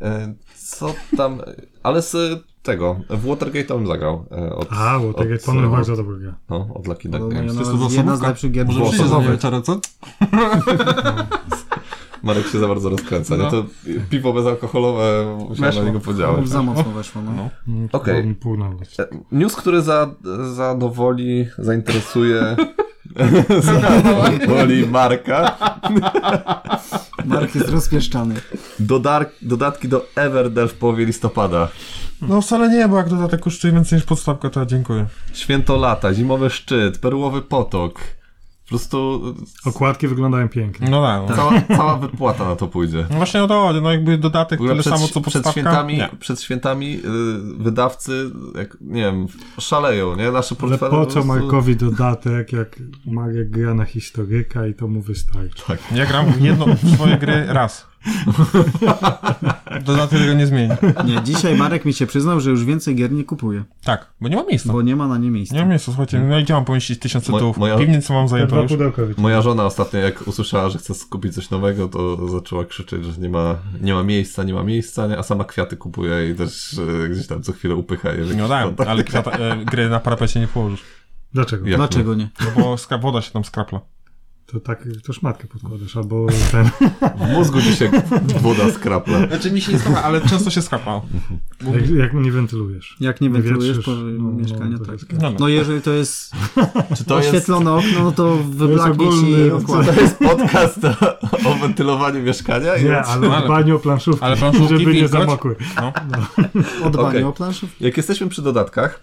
[SPEAKER 2] E, Co tam. Ale z tego. W Watergate on zagrał. e, Od,
[SPEAKER 3] A, bo tak
[SPEAKER 2] od-
[SPEAKER 3] jak pan bardzo dobra gra.
[SPEAKER 2] No, od Lucky Duck
[SPEAKER 4] Podobno
[SPEAKER 2] Games.
[SPEAKER 1] tak. jest
[SPEAKER 4] Jedna, jedna z
[SPEAKER 1] osobówka?
[SPEAKER 4] lepszych gier
[SPEAKER 1] Może przyjdzie za mnie
[SPEAKER 4] dwuosobowych.
[SPEAKER 1] wieczorem, co? Mm.
[SPEAKER 2] Marek się za bardzo rozkręca.
[SPEAKER 1] No.
[SPEAKER 2] Nie? To piwo bezalkoholowe musiał
[SPEAKER 1] Weszło.
[SPEAKER 2] na niego podziałać.
[SPEAKER 4] Za mocno weszło, no.
[SPEAKER 1] No.
[SPEAKER 2] Okej.
[SPEAKER 3] Bo mi płynął.
[SPEAKER 2] E, News, który za, zadowoli, zainteresuje. zadowoli Marka.
[SPEAKER 4] Mark jest rozpieszczany.
[SPEAKER 2] Dodar, dodatki do Everdell w połowie listopada.
[SPEAKER 1] no wcale nie, bo jak dodatek kosztuje więcej niż podstawka, to ja dziękuję.
[SPEAKER 2] Święto lata, zimowy szczyt, perłowy potok. Po prostu
[SPEAKER 3] Okładki wyglądają pięknie.
[SPEAKER 1] No tak. No.
[SPEAKER 2] cała, cała wypłata na to pójdzie.
[SPEAKER 1] No Właśnie o to chodzi, no jakby dodatek
[SPEAKER 2] W ogóle
[SPEAKER 1] tyle
[SPEAKER 2] przed,
[SPEAKER 1] samo co
[SPEAKER 2] przed
[SPEAKER 1] podstawka.
[SPEAKER 2] świętami,
[SPEAKER 1] Nie.
[SPEAKER 2] przed świętami y, wydawcy, jak, nie wiem, szaleją, nie? Nasze
[SPEAKER 3] Ale
[SPEAKER 2] portfele.
[SPEAKER 3] po
[SPEAKER 2] po
[SPEAKER 3] co
[SPEAKER 2] prostu-
[SPEAKER 3] Markowi dodatek, jak Marek gra na historyka i to mu wystarczy?
[SPEAKER 1] Ja gram w jedną w swoje gry raz. Dodatek tego nie zmieni.
[SPEAKER 4] Nie, dzisiaj Marek mi się przyznał, że już więcej gier nie kupuje,
[SPEAKER 1] Tak, bo nie ma miejsca.
[SPEAKER 4] bo nie ma na nie miejsca.
[SPEAKER 1] Nie ma miejsca, słuchajcie, no i działam pomieścić tysiąc
[SPEAKER 2] Mo-
[SPEAKER 1] tytułów.
[SPEAKER 2] moja-
[SPEAKER 1] Piwnicę mam
[SPEAKER 3] Te
[SPEAKER 1] zajętą
[SPEAKER 3] dwa
[SPEAKER 1] już.
[SPEAKER 3] pudełka wiecie.
[SPEAKER 2] Moja żona ostatnio, jak usłyszała, że chce skupić coś nowego, to zaczęła krzyczeć, że nie ma, nie ma miejsca, nie ma miejsca, nie? a sama kwiaty kupuje i też y, gdzieś tam co chwilę upycha je. w
[SPEAKER 1] No
[SPEAKER 2] jakiś
[SPEAKER 1] tak,
[SPEAKER 2] kontakt.
[SPEAKER 1] ale kwiata, e, gry na parapecie nie położysz,
[SPEAKER 3] Dlaczego?
[SPEAKER 2] Jak
[SPEAKER 4] Dlaczego nie?
[SPEAKER 1] no bo skra- woda się tam skrapla.
[SPEAKER 3] To tak, to szmatkę podkładasz, albo ten...
[SPEAKER 2] W mózgu ci się woda skrapla.
[SPEAKER 1] Znaczy mi się nie skrapla, ale często się skrapla.
[SPEAKER 3] Jak, jak nie wentylujesz.
[SPEAKER 4] Jak nie
[SPEAKER 3] wietrzysz,
[SPEAKER 4] wentylujesz po
[SPEAKER 3] no,
[SPEAKER 4] mieszkaniu,
[SPEAKER 3] to
[SPEAKER 4] tak.
[SPEAKER 3] jest-
[SPEAKER 1] No, no.
[SPEAKER 4] No jeżeli to jest
[SPEAKER 2] Czy to jest,
[SPEAKER 4] oświetlone okno, no to wyblaknie ci
[SPEAKER 3] ogólny-
[SPEAKER 4] okładka.
[SPEAKER 2] to jest podcast o, o wentylowaniu mieszkania? I
[SPEAKER 3] Nie, ale
[SPEAKER 1] Ale-
[SPEAKER 3] w baniu o planszówki,
[SPEAKER 1] ale planszówki
[SPEAKER 3] żeby nie
[SPEAKER 1] wilgoć?
[SPEAKER 3] zamokły.
[SPEAKER 1] no.
[SPEAKER 4] Odbanie
[SPEAKER 2] Okej.
[SPEAKER 4] o planszów.
[SPEAKER 2] Jak jesteśmy przy dodatkach,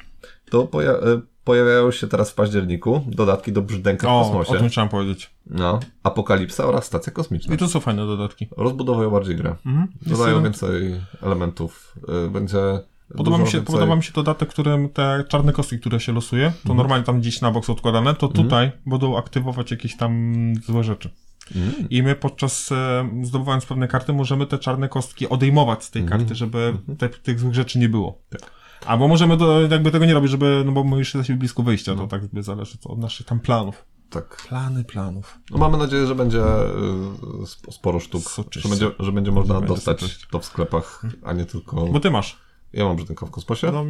[SPEAKER 2] to poja- e, pojawiają się teraz w październiku dodatki do Brzdęka w
[SPEAKER 1] O, o tym
[SPEAKER 2] kosmosie.
[SPEAKER 1] chciałem powiedzieć.
[SPEAKER 2] No, Apokalipsa oraz Stacja Kosmiczna.
[SPEAKER 1] I to są fajne dodatki.
[SPEAKER 2] Rozbudowują bardziej grę.
[SPEAKER 1] Mhm.
[SPEAKER 2] Dodają więcej elementów. e, Będzie
[SPEAKER 1] Podoba mi,
[SPEAKER 2] dużo
[SPEAKER 1] się,
[SPEAKER 2] więcej- Mhm.
[SPEAKER 1] podoba mi się dodatek, którym te czarne kostki, które się losuje, to normalnie tam gdzieś na boks odkładane, to tutaj będą aktywować jakieś tam złe rzeczy.
[SPEAKER 2] Mm.
[SPEAKER 1] I my podczas e, zdobywając pewne karty, możemy te czarne kostki odejmować z tej
[SPEAKER 2] Mhm. Tak.
[SPEAKER 1] karty, żeby te, tych złych rzeczy nie było. Albo możemy do, jakby tego nie robić, żeby, no bo my już jesteśmy blisko wyjścia,
[SPEAKER 2] No.
[SPEAKER 1] to tak jakby zależy to od naszych tam planów.
[SPEAKER 2] Tak.
[SPEAKER 1] Plany planów.
[SPEAKER 2] No, mamy nadzieję, że będzie e, sp- sporo sztuk.
[SPEAKER 1] Soczyście.
[SPEAKER 2] Że będzie, że będzie można
[SPEAKER 1] Będzie
[SPEAKER 2] dostać
[SPEAKER 1] soczyście.
[SPEAKER 2] to w sklepach, a nie tylko.
[SPEAKER 1] Bo ty masz.
[SPEAKER 2] Ja mam brzydynka w kosmosie.
[SPEAKER 1] No,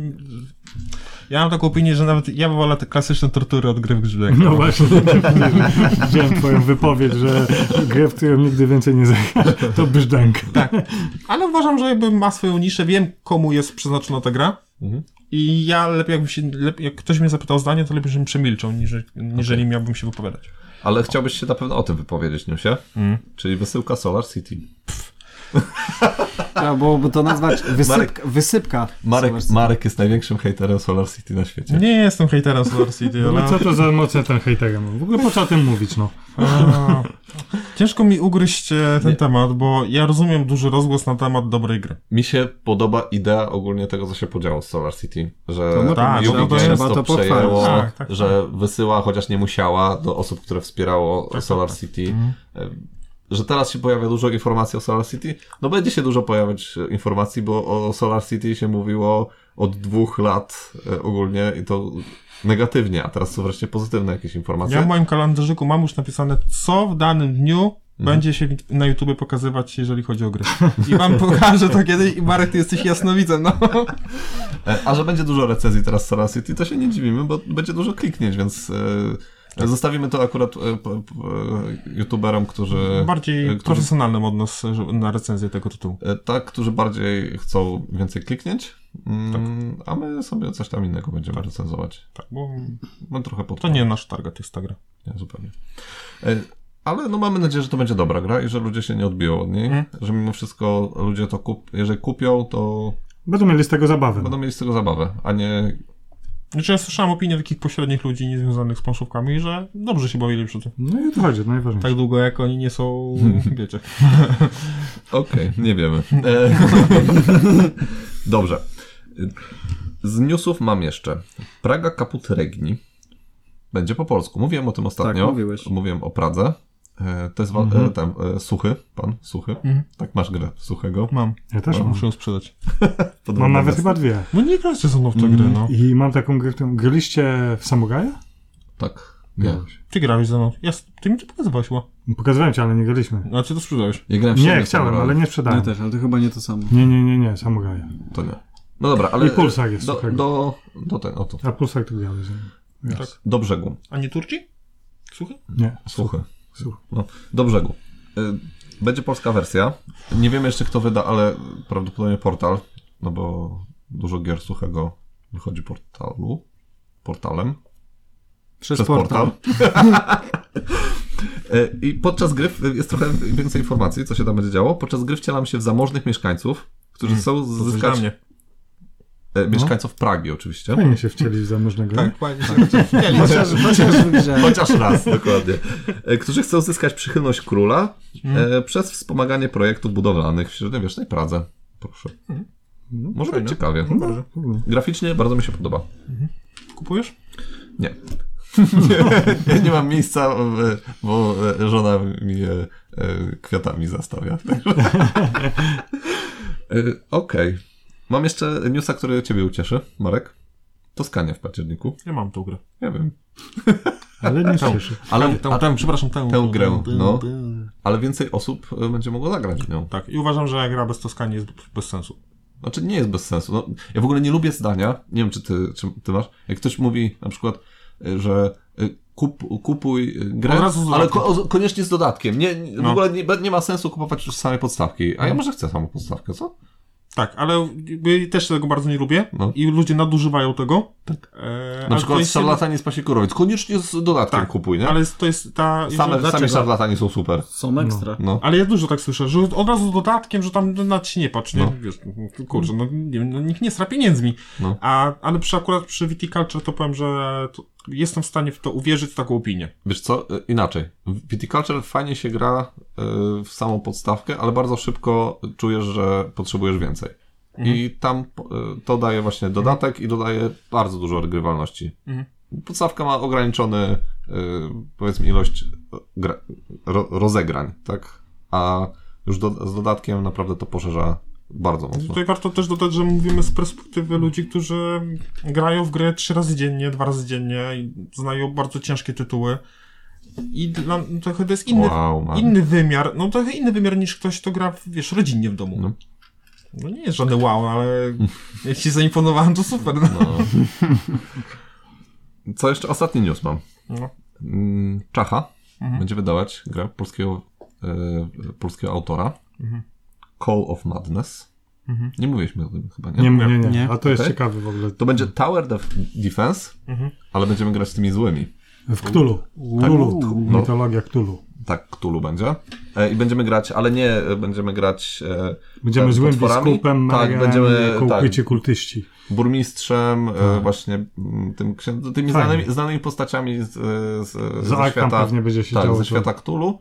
[SPEAKER 1] ja mam taką opinię, że nawet ja bym wolał te klasyczne tortury od gry w grzyblek.
[SPEAKER 3] No właśnie, widziałem twoją wypowiedź, że grę, w którą nigdy więcej nie zagrasz, to brzdęk.
[SPEAKER 1] Ale uważam, że jakby ma swoją niszę, wiem komu jest przeznaczona ta gra.
[SPEAKER 2] Mhm.
[SPEAKER 1] I ja lepiej, jakbym się, lepiej, jak ktoś mnie zapytał o zdanie, to lepiej, żebym przemilczał, niż, niżeli miałbym się wypowiadać.
[SPEAKER 2] Ale chciałbyś się na pewno o tym wypowiedzieć, nie się? Czyli wysyłka Solar City.
[SPEAKER 4] Trzeba byłoby to nazwać
[SPEAKER 2] Marek-
[SPEAKER 4] wysypka. wysypka
[SPEAKER 2] Marek,
[SPEAKER 4] Solar City.
[SPEAKER 2] Marek jest największym hejterem Solar City na świecie.
[SPEAKER 1] Nie jestem hejterem Solar City, ale...
[SPEAKER 3] No co to za mocne ten hejterem? W ogóle po co o tym mówić, no?
[SPEAKER 1] A, Ciężko mi ugryźć e, ten temat, bo ja rozumiem duży rozgłos na temat dobrej gry.
[SPEAKER 2] Mi się podoba idea ogólnie tego, co się podziało z Solar City, że
[SPEAKER 4] To no
[SPEAKER 1] tak,
[SPEAKER 2] Ubi
[SPEAKER 1] trzeba to-
[SPEAKER 2] często
[SPEAKER 4] trzeba to pochwalić.
[SPEAKER 2] przejęło,
[SPEAKER 1] Tak, tak, tak.
[SPEAKER 2] że wysyła, chociaż nie musiała, do osób, które wspierało
[SPEAKER 1] tak,
[SPEAKER 2] Solar City. Że teraz się pojawia dużo informacji o Solar City. No będzie się dużo pojawiać e, informacji, bo o Solar City się mówiło od dwóch lat e, ogólnie i to negatywnie, a teraz są wreszcie pozytywne jakieś informacje.
[SPEAKER 1] Ja w moim kalendarzyku mam już napisane, co w danym dniu będzie się w- na YouTubie pokazywać, jeżeli chodzi o gry. I wam pokażę to kiedyś i Marek, ty jesteś jasnowidzem, no.
[SPEAKER 2] E, A że będzie dużo recenzji teraz Solar City, to się nie dziwimy, bo będzie dużo kliknięć, więc
[SPEAKER 1] Tak.
[SPEAKER 2] e, zostawimy to akurat e, p- p- e, youtuberom, którzy...
[SPEAKER 1] Bardziej
[SPEAKER 2] e, którzy,
[SPEAKER 1] profesjonalnym od nas e, że- na recenzję tego tytułu.
[SPEAKER 2] e, tak, którzy bardziej chcą więcej kliknięć, mm, a my sobie coś tam innego będziemy recenzować.
[SPEAKER 1] Tak, bo
[SPEAKER 2] No trochę pod...
[SPEAKER 1] to nie nasz target jest ta gra.
[SPEAKER 2] Nie, zupełnie. E, Ale no mamy nadzieję, że to będzie dobra gra i że ludzie się nie odbiją od niej,
[SPEAKER 1] Mhm.
[SPEAKER 2] że mimo wszystko ludzie to kup... jeżeli kupią, to
[SPEAKER 3] Będą mieli z tego zabawę. no.
[SPEAKER 2] będą mieli z tego zabawę, a nie...
[SPEAKER 1] Znaczy ja słyszałem opinie takich pośrednich ludzi niezwiązanych z planszówkami, że dobrze się bawili przy tym.
[SPEAKER 3] No i o to chodzi, to najważniejsze.
[SPEAKER 1] Tak długo jak oni nie są, wiecie.
[SPEAKER 2] Okej, nie wiemy. E, Dobrze. Z newsów mam jeszcze. Praga Kaput Regni będzie po polsku. Mówiłem o tym ostatnio.
[SPEAKER 4] mówiłeś.
[SPEAKER 2] Mówiłem o Pradze. E, To jest wa-
[SPEAKER 3] Mhm.
[SPEAKER 2] e, tam, e, suchy, pan, suchy. Tak, masz grę suchego.
[SPEAKER 1] Mam.
[SPEAKER 3] Ja też mam.
[SPEAKER 1] Muszę ją sprzedać.
[SPEAKER 3] Mam
[SPEAKER 2] Podobno
[SPEAKER 3] nawet
[SPEAKER 2] jest.
[SPEAKER 3] chyba dwie.
[SPEAKER 1] No nie gracie ze mną w tę
[SPEAKER 2] Mm.
[SPEAKER 1] grę, no.
[SPEAKER 3] I mam taką grę, którą... Gryliście w Samuraja?
[SPEAKER 2] Tak, ja.
[SPEAKER 1] Ty grałeś ze mną. Ja, s- ty mi to pokazywałeś chyba.
[SPEAKER 3] Pokazywałem ci, ale nie graliśmy.
[SPEAKER 1] Znaczy to sprzedałeś.
[SPEAKER 2] ja grałem w
[SPEAKER 3] Nie,
[SPEAKER 2] siebie
[SPEAKER 3] chciałem,
[SPEAKER 2] Samuraja.
[SPEAKER 3] ale nie sprzedałem.
[SPEAKER 4] Ja też, ale to chyba nie to samo.
[SPEAKER 3] Nie, nie, nie, nie, Samuraja.
[SPEAKER 2] To nie. No dobra, ale...
[SPEAKER 3] I Pulsar jest
[SPEAKER 2] do,
[SPEAKER 3] suchego.
[SPEAKER 2] do, do ten, oto.
[SPEAKER 3] A Pulsar to grałeś. nie? Raz.
[SPEAKER 1] Tak.
[SPEAKER 2] Do brzegu.
[SPEAKER 1] A nie Turci? Słuchaj?
[SPEAKER 3] Nie.
[SPEAKER 2] Suchy.
[SPEAKER 3] Suchy.
[SPEAKER 2] No, do brzegu. Y, Będzie polska wersja. Nie wiemy jeszcze kto wyda, ale prawdopodobnie portal, no bo dużo gier suchego wychodzi portalu. Portalem.
[SPEAKER 4] Przez,
[SPEAKER 2] Przez portal.
[SPEAKER 4] portal.
[SPEAKER 2] Y, I podczas gry w- jest trochę więcej informacji, co się tam będzie działo. Podczas gry wcielam się w zamożnych mieszkańców, którzy chcą
[SPEAKER 1] Mm, Coś dla
[SPEAKER 2] zyskać
[SPEAKER 1] mnie. No.
[SPEAKER 2] y, mieszkańców Pragi oczywiście.
[SPEAKER 3] Fajnie się wcielić w zamożnego.
[SPEAKER 2] Tak.
[SPEAKER 3] nie?
[SPEAKER 1] fajnie.
[SPEAKER 4] Chociaż, chociaż w grze.
[SPEAKER 2] Chociaż raz, dokładnie. E, Którzy chcą zyskać przychylność króla e, przez wspomaganie projektów budowlanych w średniowiecznej Pradze. Proszę. Może być ciekawie.
[SPEAKER 3] Dobrze.
[SPEAKER 2] Mhm. Graficznie bardzo mi się podoba.
[SPEAKER 1] Kupujesz?
[SPEAKER 2] Nie. ja nie mam miejsca, e, bo e, żona mi e, e, kwiatami zastawia. tak? Także- E, Okej. Mam jeszcze newsa, który ciebie ucieszy, Marek. Toskania w październiku.
[SPEAKER 1] Ja mam tą grę.
[SPEAKER 2] Nie wiem.
[SPEAKER 3] Ale nie cieszy.
[SPEAKER 2] Ale,
[SPEAKER 1] Tę,
[SPEAKER 2] a,
[SPEAKER 1] tę, przepraszam, tę,
[SPEAKER 2] tę grę, no. ale więcej osób e, będzie mogło zagrać w nią.
[SPEAKER 1] Tak, i uważam, że gra bez Toskanii jest b- bez sensu.
[SPEAKER 2] Znaczy nie jest bez sensu. No, ja w ogóle nie lubię zdania, nie wiem czy ty, czy ty masz, jak ktoś mówi na przykład, y, że y, kup, kupuj y, grę,
[SPEAKER 1] Od razu z
[SPEAKER 2] ale
[SPEAKER 1] dodatkiem.
[SPEAKER 2] ko- o- koniecznie z dodatkiem. Nie, nie- w
[SPEAKER 1] No.
[SPEAKER 2] ogóle nie, be- nie ma sensu kupować już samej podstawki. A ja może chcę samą podstawkę, co?
[SPEAKER 1] Tak, ale jakby też tego bardzo nie lubię
[SPEAKER 2] No.
[SPEAKER 1] i ludzie nadużywają tego. Tak.
[SPEAKER 2] Na przykład szarlatanie z pasikurowiec. Koniecznie z dodatkiem
[SPEAKER 1] Tak,
[SPEAKER 2] kupuj, nie?
[SPEAKER 1] Ale jest, to jest ta...
[SPEAKER 2] Same, same
[SPEAKER 1] Dlaczego?
[SPEAKER 2] szarlatani są super.
[SPEAKER 4] Są ekstra.
[SPEAKER 2] No.
[SPEAKER 1] Ale ja dużo tak słyszę, że od razu z dodatkiem, że tam na ci nie patrz, nie?
[SPEAKER 2] No.
[SPEAKER 1] Wiesz, kurczę, no, nie, wiem, no nikt nie sra pieniędzmi.
[SPEAKER 2] No.
[SPEAKER 1] A, ale przy akurat przy Viticulture to powiem, że to, jestem w stanie w to uwierzyć, w taką opinię.
[SPEAKER 2] Wiesz co, y, inaczej. W Viticulture fajnie się gra y, w samą podstawkę, ale bardzo szybko czujesz, że potrzebujesz więcej.
[SPEAKER 1] Mhm.
[SPEAKER 2] I tam y, to daje właśnie dodatek i dodaje bardzo dużo odgrywalności.
[SPEAKER 1] Mhm.
[SPEAKER 2] Podstawka ma ograniczony, y, powiedzmy, ilość e, gra, ro, rozegrań, tak? A już do, z dodatkiem naprawdę to poszerza bardzo mocno.
[SPEAKER 1] Tutaj warto też dodać, że mówimy z perspektywy ludzi, którzy grają w grę trzy razy dziennie, dwa razy dziennie, i znają bardzo ciężkie tytuły. I dla, to chyba jest inny,
[SPEAKER 2] Wow, man.
[SPEAKER 1] inny wymiar, no trochę inny wymiar niż ktoś, kto gra, w, wiesz, rodzinnie w domu.
[SPEAKER 2] No.
[SPEAKER 1] No nie jest żadne wow, ale jak ci zaimponowałem, to super. No.
[SPEAKER 2] No. Co jeszcze? Ostatni news mam.
[SPEAKER 1] No.
[SPEAKER 2] Mm, Czacha
[SPEAKER 3] Mhm.
[SPEAKER 2] będzie wydawać grę polskiego, e, polskiego autora.
[SPEAKER 3] Mhm.
[SPEAKER 2] Call of Madness. Nie mówiliśmy o tym chyba, nie?
[SPEAKER 3] Nie, nie, nie,
[SPEAKER 4] Nie.
[SPEAKER 3] A to jest
[SPEAKER 2] Okej.
[SPEAKER 3] ciekawe w ogóle.
[SPEAKER 2] To będzie Tower Def- Defense,
[SPEAKER 3] Mhm.
[SPEAKER 2] ale będziemy grać z tymi złymi.
[SPEAKER 3] W Cthulhu. Cthulhu.
[SPEAKER 2] No.
[SPEAKER 3] Mitologia Cthulhu.
[SPEAKER 2] Tak, Cthulhu będzie. E, I będziemy grać, ale nie e, będziemy grać e,
[SPEAKER 3] Będziemy
[SPEAKER 2] tak,
[SPEAKER 3] złym
[SPEAKER 2] potworami.
[SPEAKER 3] biskupem,
[SPEAKER 2] tak, będziemy tak,
[SPEAKER 3] kołkwici kultyści.
[SPEAKER 2] burmistrzem, e, właśnie m, tym, księ- tymi
[SPEAKER 3] Tak. Fajnie.
[SPEAKER 2] znanymi, znanymi postaciami z, e, z,
[SPEAKER 3] Z
[SPEAKER 2] ze
[SPEAKER 3] Arkham
[SPEAKER 2] świata,
[SPEAKER 3] pewnie będzie się
[SPEAKER 2] tak,
[SPEAKER 3] działo.
[SPEAKER 2] ze świata Cthulhu.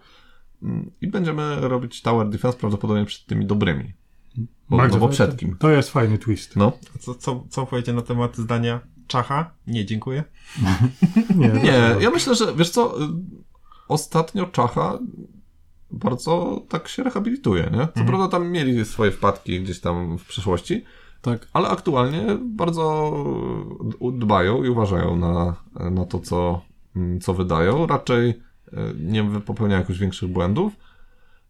[SPEAKER 2] Mm, I będziemy robić Tower Defense prawdopodobnie przed tymi dobrymi. Bo, no,
[SPEAKER 3] Bardzo
[SPEAKER 2] bo
[SPEAKER 3] fajnie.
[SPEAKER 2] przed kim?
[SPEAKER 3] To jest fajny twist.
[SPEAKER 2] No.
[SPEAKER 1] Co, co, co powiecie na temat zdania Czacha? Nie, dziękuję.
[SPEAKER 3] Nie,
[SPEAKER 2] Nie, ja myślę, że wiesz co, y, ostatnio Czacha bardzo tak się rehabilituje, nie? Co
[SPEAKER 3] Mhm.
[SPEAKER 2] prawda tam mieli swoje wpadki gdzieś tam w przeszłości,
[SPEAKER 4] Tak.
[SPEAKER 2] ale aktualnie bardzo y, dbają i uważają na, na to, co, mm, co wydają. Raczej y, nie wy- popełniają jakichś większych błędów.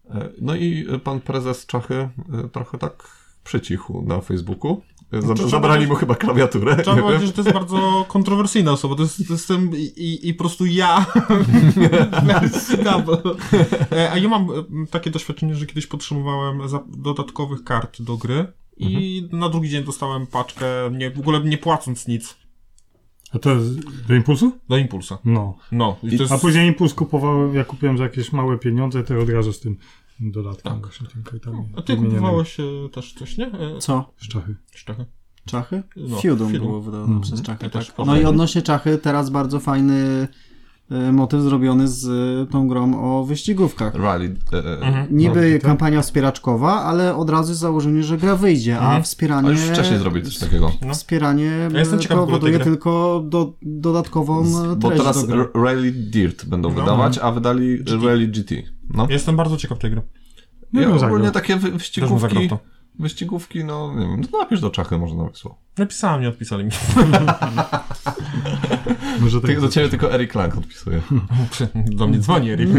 [SPEAKER 2] Y, No i y, pan prezes Czachy y, trochę tak przycichł na Facebooku. Y,
[SPEAKER 1] Czy
[SPEAKER 2] Zab-
[SPEAKER 1] Znaczy, trzeba
[SPEAKER 2] zabrali
[SPEAKER 1] też-
[SPEAKER 2] mu chyba klawiaturę.
[SPEAKER 1] Trzeba
[SPEAKER 2] nie wiem.
[SPEAKER 1] powiedzieć, że to jest bardzo kontrowersyjna osoba. To jest, to jestem i, i, i po prostu ja. Double. E, A ja mam e, takie doświadczenie, że kiedyś potrzebowałem za- dodatkowych kart do gry i na drugi dzień dostałem paczkę, nie, w ogóle nie płacąc nic,
[SPEAKER 3] A to jest do impulsu?
[SPEAKER 1] do impulsa.
[SPEAKER 3] No.
[SPEAKER 1] No, i to jest...
[SPEAKER 3] A później impuls kupowałem, ja kupiłem za jakieś małe pieniądze, to od razu z tym dodatkiem właśnie tym kartami.
[SPEAKER 1] Tak. No, A ty
[SPEAKER 3] wymienionym.
[SPEAKER 1] kupowałeś e, też coś, nie? E,
[SPEAKER 4] Co?
[SPEAKER 3] Z Czachy.
[SPEAKER 1] Szczechy.
[SPEAKER 4] Czachy?
[SPEAKER 1] No,
[SPEAKER 4] Feudum
[SPEAKER 1] Feudum.
[SPEAKER 4] było wydane przez Czachy.
[SPEAKER 1] Ja
[SPEAKER 4] Tak.
[SPEAKER 1] też
[SPEAKER 4] No i
[SPEAKER 1] pamiętam.
[SPEAKER 4] odnośnie Czachy, teraz bardzo fajny e, motyw zrobiony z e, tą grą o wyścigówkach.
[SPEAKER 2] Rally. e, e,
[SPEAKER 1] Mhm.
[SPEAKER 3] Mhm.
[SPEAKER 4] Niby kampania wspieraczkowa, ale od razu założenie, że gra wyjdzie,
[SPEAKER 1] Mhm.
[SPEAKER 4] a wspieranie...
[SPEAKER 2] A już wcześniej zrobić coś takiego.
[SPEAKER 4] Wspieranie
[SPEAKER 1] No. Ja jestem ciekaw w ogóle tej
[SPEAKER 4] powoduje
[SPEAKER 1] gry.
[SPEAKER 4] tylko do, dodatkową e,
[SPEAKER 2] Bo
[SPEAKER 4] treść
[SPEAKER 2] teraz
[SPEAKER 4] do gry.
[SPEAKER 2] R- Rally Dirt będą
[SPEAKER 1] No.
[SPEAKER 2] wydawać, a wydali Rally GT. No.
[SPEAKER 1] Ja Jestem bardzo ciekaw tej gry.
[SPEAKER 3] Nie
[SPEAKER 2] Ja
[SPEAKER 3] bym
[SPEAKER 2] ogólnie
[SPEAKER 3] zagrał.
[SPEAKER 2] takie
[SPEAKER 1] Też
[SPEAKER 2] wy-
[SPEAKER 1] bym zagrał
[SPEAKER 2] wyścigówki,
[SPEAKER 1] w to.
[SPEAKER 2] wyścigówki, no nie wiem, no napisz do czachy może nawet słowo.
[SPEAKER 1] Napisałem, nie odpisali mi.
[SPEAKER 3] Może tak.
[SPEAKER 2] Ty, do ciebie tylko Eric Lang odpisuje.
[SPEAKER 1] Do mnie dzwoni Erik.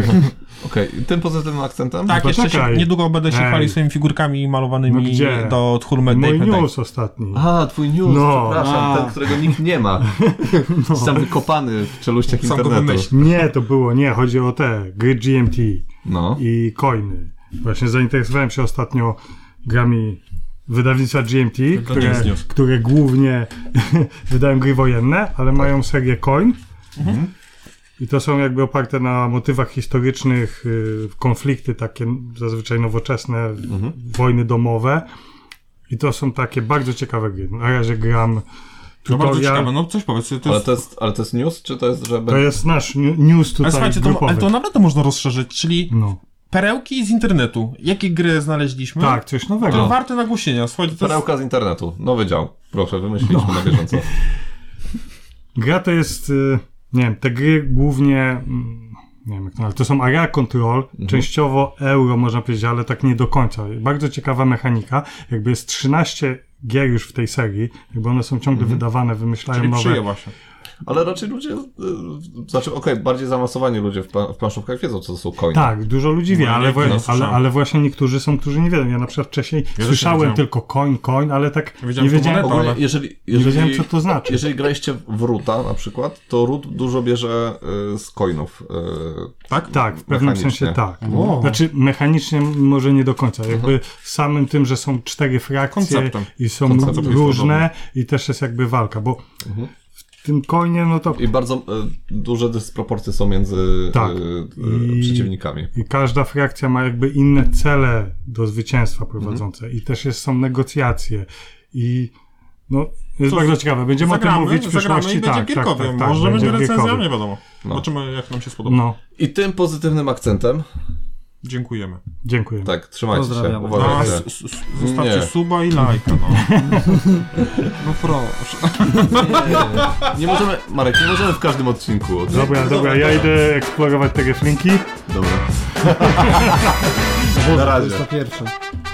[SPEAKER 2] Okej, tym pozytywnym akcentem?
[SPEAKER 1] Tak, jeszcze się,
[SPEAKER 3] Poczekaj.
[SPEAKER 1] niedługo będę się
[SPEAKER 3] Ej.
[SPEAKER 1] chwalił swoimi figurkami malowanymi
[SPEAKER 3] No gdzie? No
[SPEAKER 1] do Tchurme
[SPEAKER 3] Mój
[SPEAKER 1] Day Day.
[SPEAKER 3] news ostatni.
[SPEAKER 2] A, twój news,
[SPEAKER 3] No.
[SPEAKER 2] przepraszam,
[SPEAKER 4] A.
[SPEAKER 2] ten, którego nikt nie ma. No. Jest Sam wykopany w czeluściach
[SPEAKER 1] Sam go
[SPEAKER 2] internetu.
[SPEAKER 1] wymyślił.
[SPEAKER 3] Nie, to było, nie, chodzi o te gry GMT.
[SPEAKER 2] No,
[SPEAKER 3] i coiny. Właśnie zainteresowałem się ostatnio grami wydawnictwa GMT, które,
[SPEAKER 1] jest news.
[SPEAKER 3] które głównie wydają gry wojenne, ale mają serię coin. I to są jakby oparte na motywach historycznych, y, konflikty takie zazwyczaj nowoczesne, wojny domowe. I to są takie bardzo ciekawe gry. Na razie gram
[SPEAKER 1] No bardzo
[SPEAKER 3] tutorial.
[SPEAKER 1] ciekawe, no coś powiedz. To jest...
[SPEAKER 2] ale to, jest, ale to jest news, czy to jest, że
[SPEAKER 3] to
[SPEAKER 2] będzie...
[SPEAKER 3] jest nasz ni- news
[SPEAKER 1] ale
[SPEAKER 3] tutaj
[SPEAKER 1] słuchajcie, to,
[SPEAKER 3] grupowy.
[SPEAKER 1] ale to naprawdę można rozszerzyć, czyli
[SPEAKER 3] No.
[SPEAKER 1] perełki z internetu. Jakie gry znaleźliśmy?
[SPEAKER 3] Tak, coś nowego.
[SPEAKER 1] No. To warte nagłośnienia. Słuchajcie, to jest...
[SPEAKER 2] Perełka z internetu, nowy dział. Proszę, wymyśliliśmy na bieżąco.
[SPEAKER 3] Gra to jest, y, nie wiem, te gry głównie, mm, nie wiem jak to nazwać, to są area control,
[SPEAKER 1] Mhm.
[SPEAKER 3] częściowo euro można powiedzieć, ale tak nie do końca. Bardzo ciekawa mechanika, jakby jest 13 gier już w tej serii, jakby one są ciągle
[SPEAKER 1] Mhm.
[SPEAKER 3] wydawane, wymyślają
[SPEAKER 1] Czyli
[SPEAKER 3] nowe.
[SPEAKER 1] przyjęła się.
[SPEAKER 2] Ale raczej ludzie, y, znaczy okej, bardziej zaawansowani ludzie w, pla- w planszówkach wiedzą, co to są coiny.
[SPEAKER 3] Tak, dużo ludzi wie,
[SPEAKER 1] No,
[SPEAKER 3] ale,
[SPEAKER 1] nie,
[SPEAKER 3] wła-
[SPEAKER 1] no,
[SPEAKER 3] ale,
[SPEAKER 1] słyszałem.
[SPEAKER 3] ale właśnie niektórzy są, którzy nie wiedzą. Ja na przykład wcześniej słyszałem
[SPEAKER 1] wiedziałem.
[SPEAKER 3] tylko coin, coin, ale tak
[SPEAKER 1] wiedziałem,
[SPEAKER 3] nie
[SPEAKER 1] co
[SPEAKER 3] wiedziałem,
[SPEAKER 1] moneta.
[SPEAKER 2] Ogólnie,
[SPEAKER 1] Ale-
[SPEAKER 2] jeżeli,
[SPEAKER 3] nie
[SPEAKER 2] jeżeli,
[SPEAKER 3] wiedziałem co to znaczy.
[SPEAKER 2] Jeżeli graliście w Ruta na przykład, to Rut dużo bierze y, z coinów. y,
[SPEAKER 1] Tak?
[SPEAKER 3] Tak, w pewnym
[SPEAKER 2] Mechanicznie.
[SPEAKER 3] sensie tak.
[SPEAKER 1] Wow.
[SPEAKER 3] Znaczy mechanicznie może nie do końca. Jakby samym tym, że są cztery frakcje
[SPEAKER 1] Mhm. Konceptem. Mhm.
[SPEAKER 3] i są
[SPEAKER 2] Koncept jest
[SPEAKER 3] różne i też jest jakby walka, bo w tym koinie no to
[SPEAKER 2] I bardzo y, duże dysproporcje są między
[SPEAKER 3] Tak.
[SPEAKER 2] y, y,
[SPEAKER 3] I-
[SPEAKER 2] przeciwnikami.
[SPEAKER 3] i każda frakcja ma jakby inne cele do zwycięstwa prowadzące
[SPEAKER 1] Mhm.
[SPEAKER 3] i też jest, są negocjacje i no jest
[SPEAKER 1] To
[SPEAKER 3] bardzo ciekawe. Będziemy o tym mówić w
[SPEAKER 1] zagramy
[SPEAKER 3] przyszłości.
[SPEAKER 1] i będzie
[SPEAKER 3] tak, tak,
[SPEAKER 1] gierkowy.
[SPEAKER 3] tak, tak,
[SPEAKER 1] Może będzie recenzja,
[SPEAKER 3] gierkowy.
[SPEAKER 1] nie wiadomo.
[SPEAKER 2] No.
[SPEAKER 1] Zobaczymy, jak nam się spodoba.
[SPEAKER 3] No,
[SPEAKER 2] I tym pozytywnym akcentem,
[SPEAKER 1] Dziękujemy.
[SPEAKER 3] dziękuję.
[SPEAKER 2] tak, trzymajcie się,
[SPEAKER 4] Pozdrawiamy.
[SPEAKER 1] A,
[SPEAKER 2] uważajcie.
[SPEAKER 1] s- No, s- zostawcie
[SPEAKER 2] Nie.
[SPEAKER 1] suba i lajka, no. no proszę.
[SPEAKER 3] Tak.
[SPEAKER 2] Nie możemy, Marek, nie możemy w każdym odcinku. od-
[SPEAKER 3] Dobra, dobra, ja idę eksplorować te flinki.
[SPEAKER 2] Dobra. Na razie.
[SPEAKER 4] To jest ta pierwsza.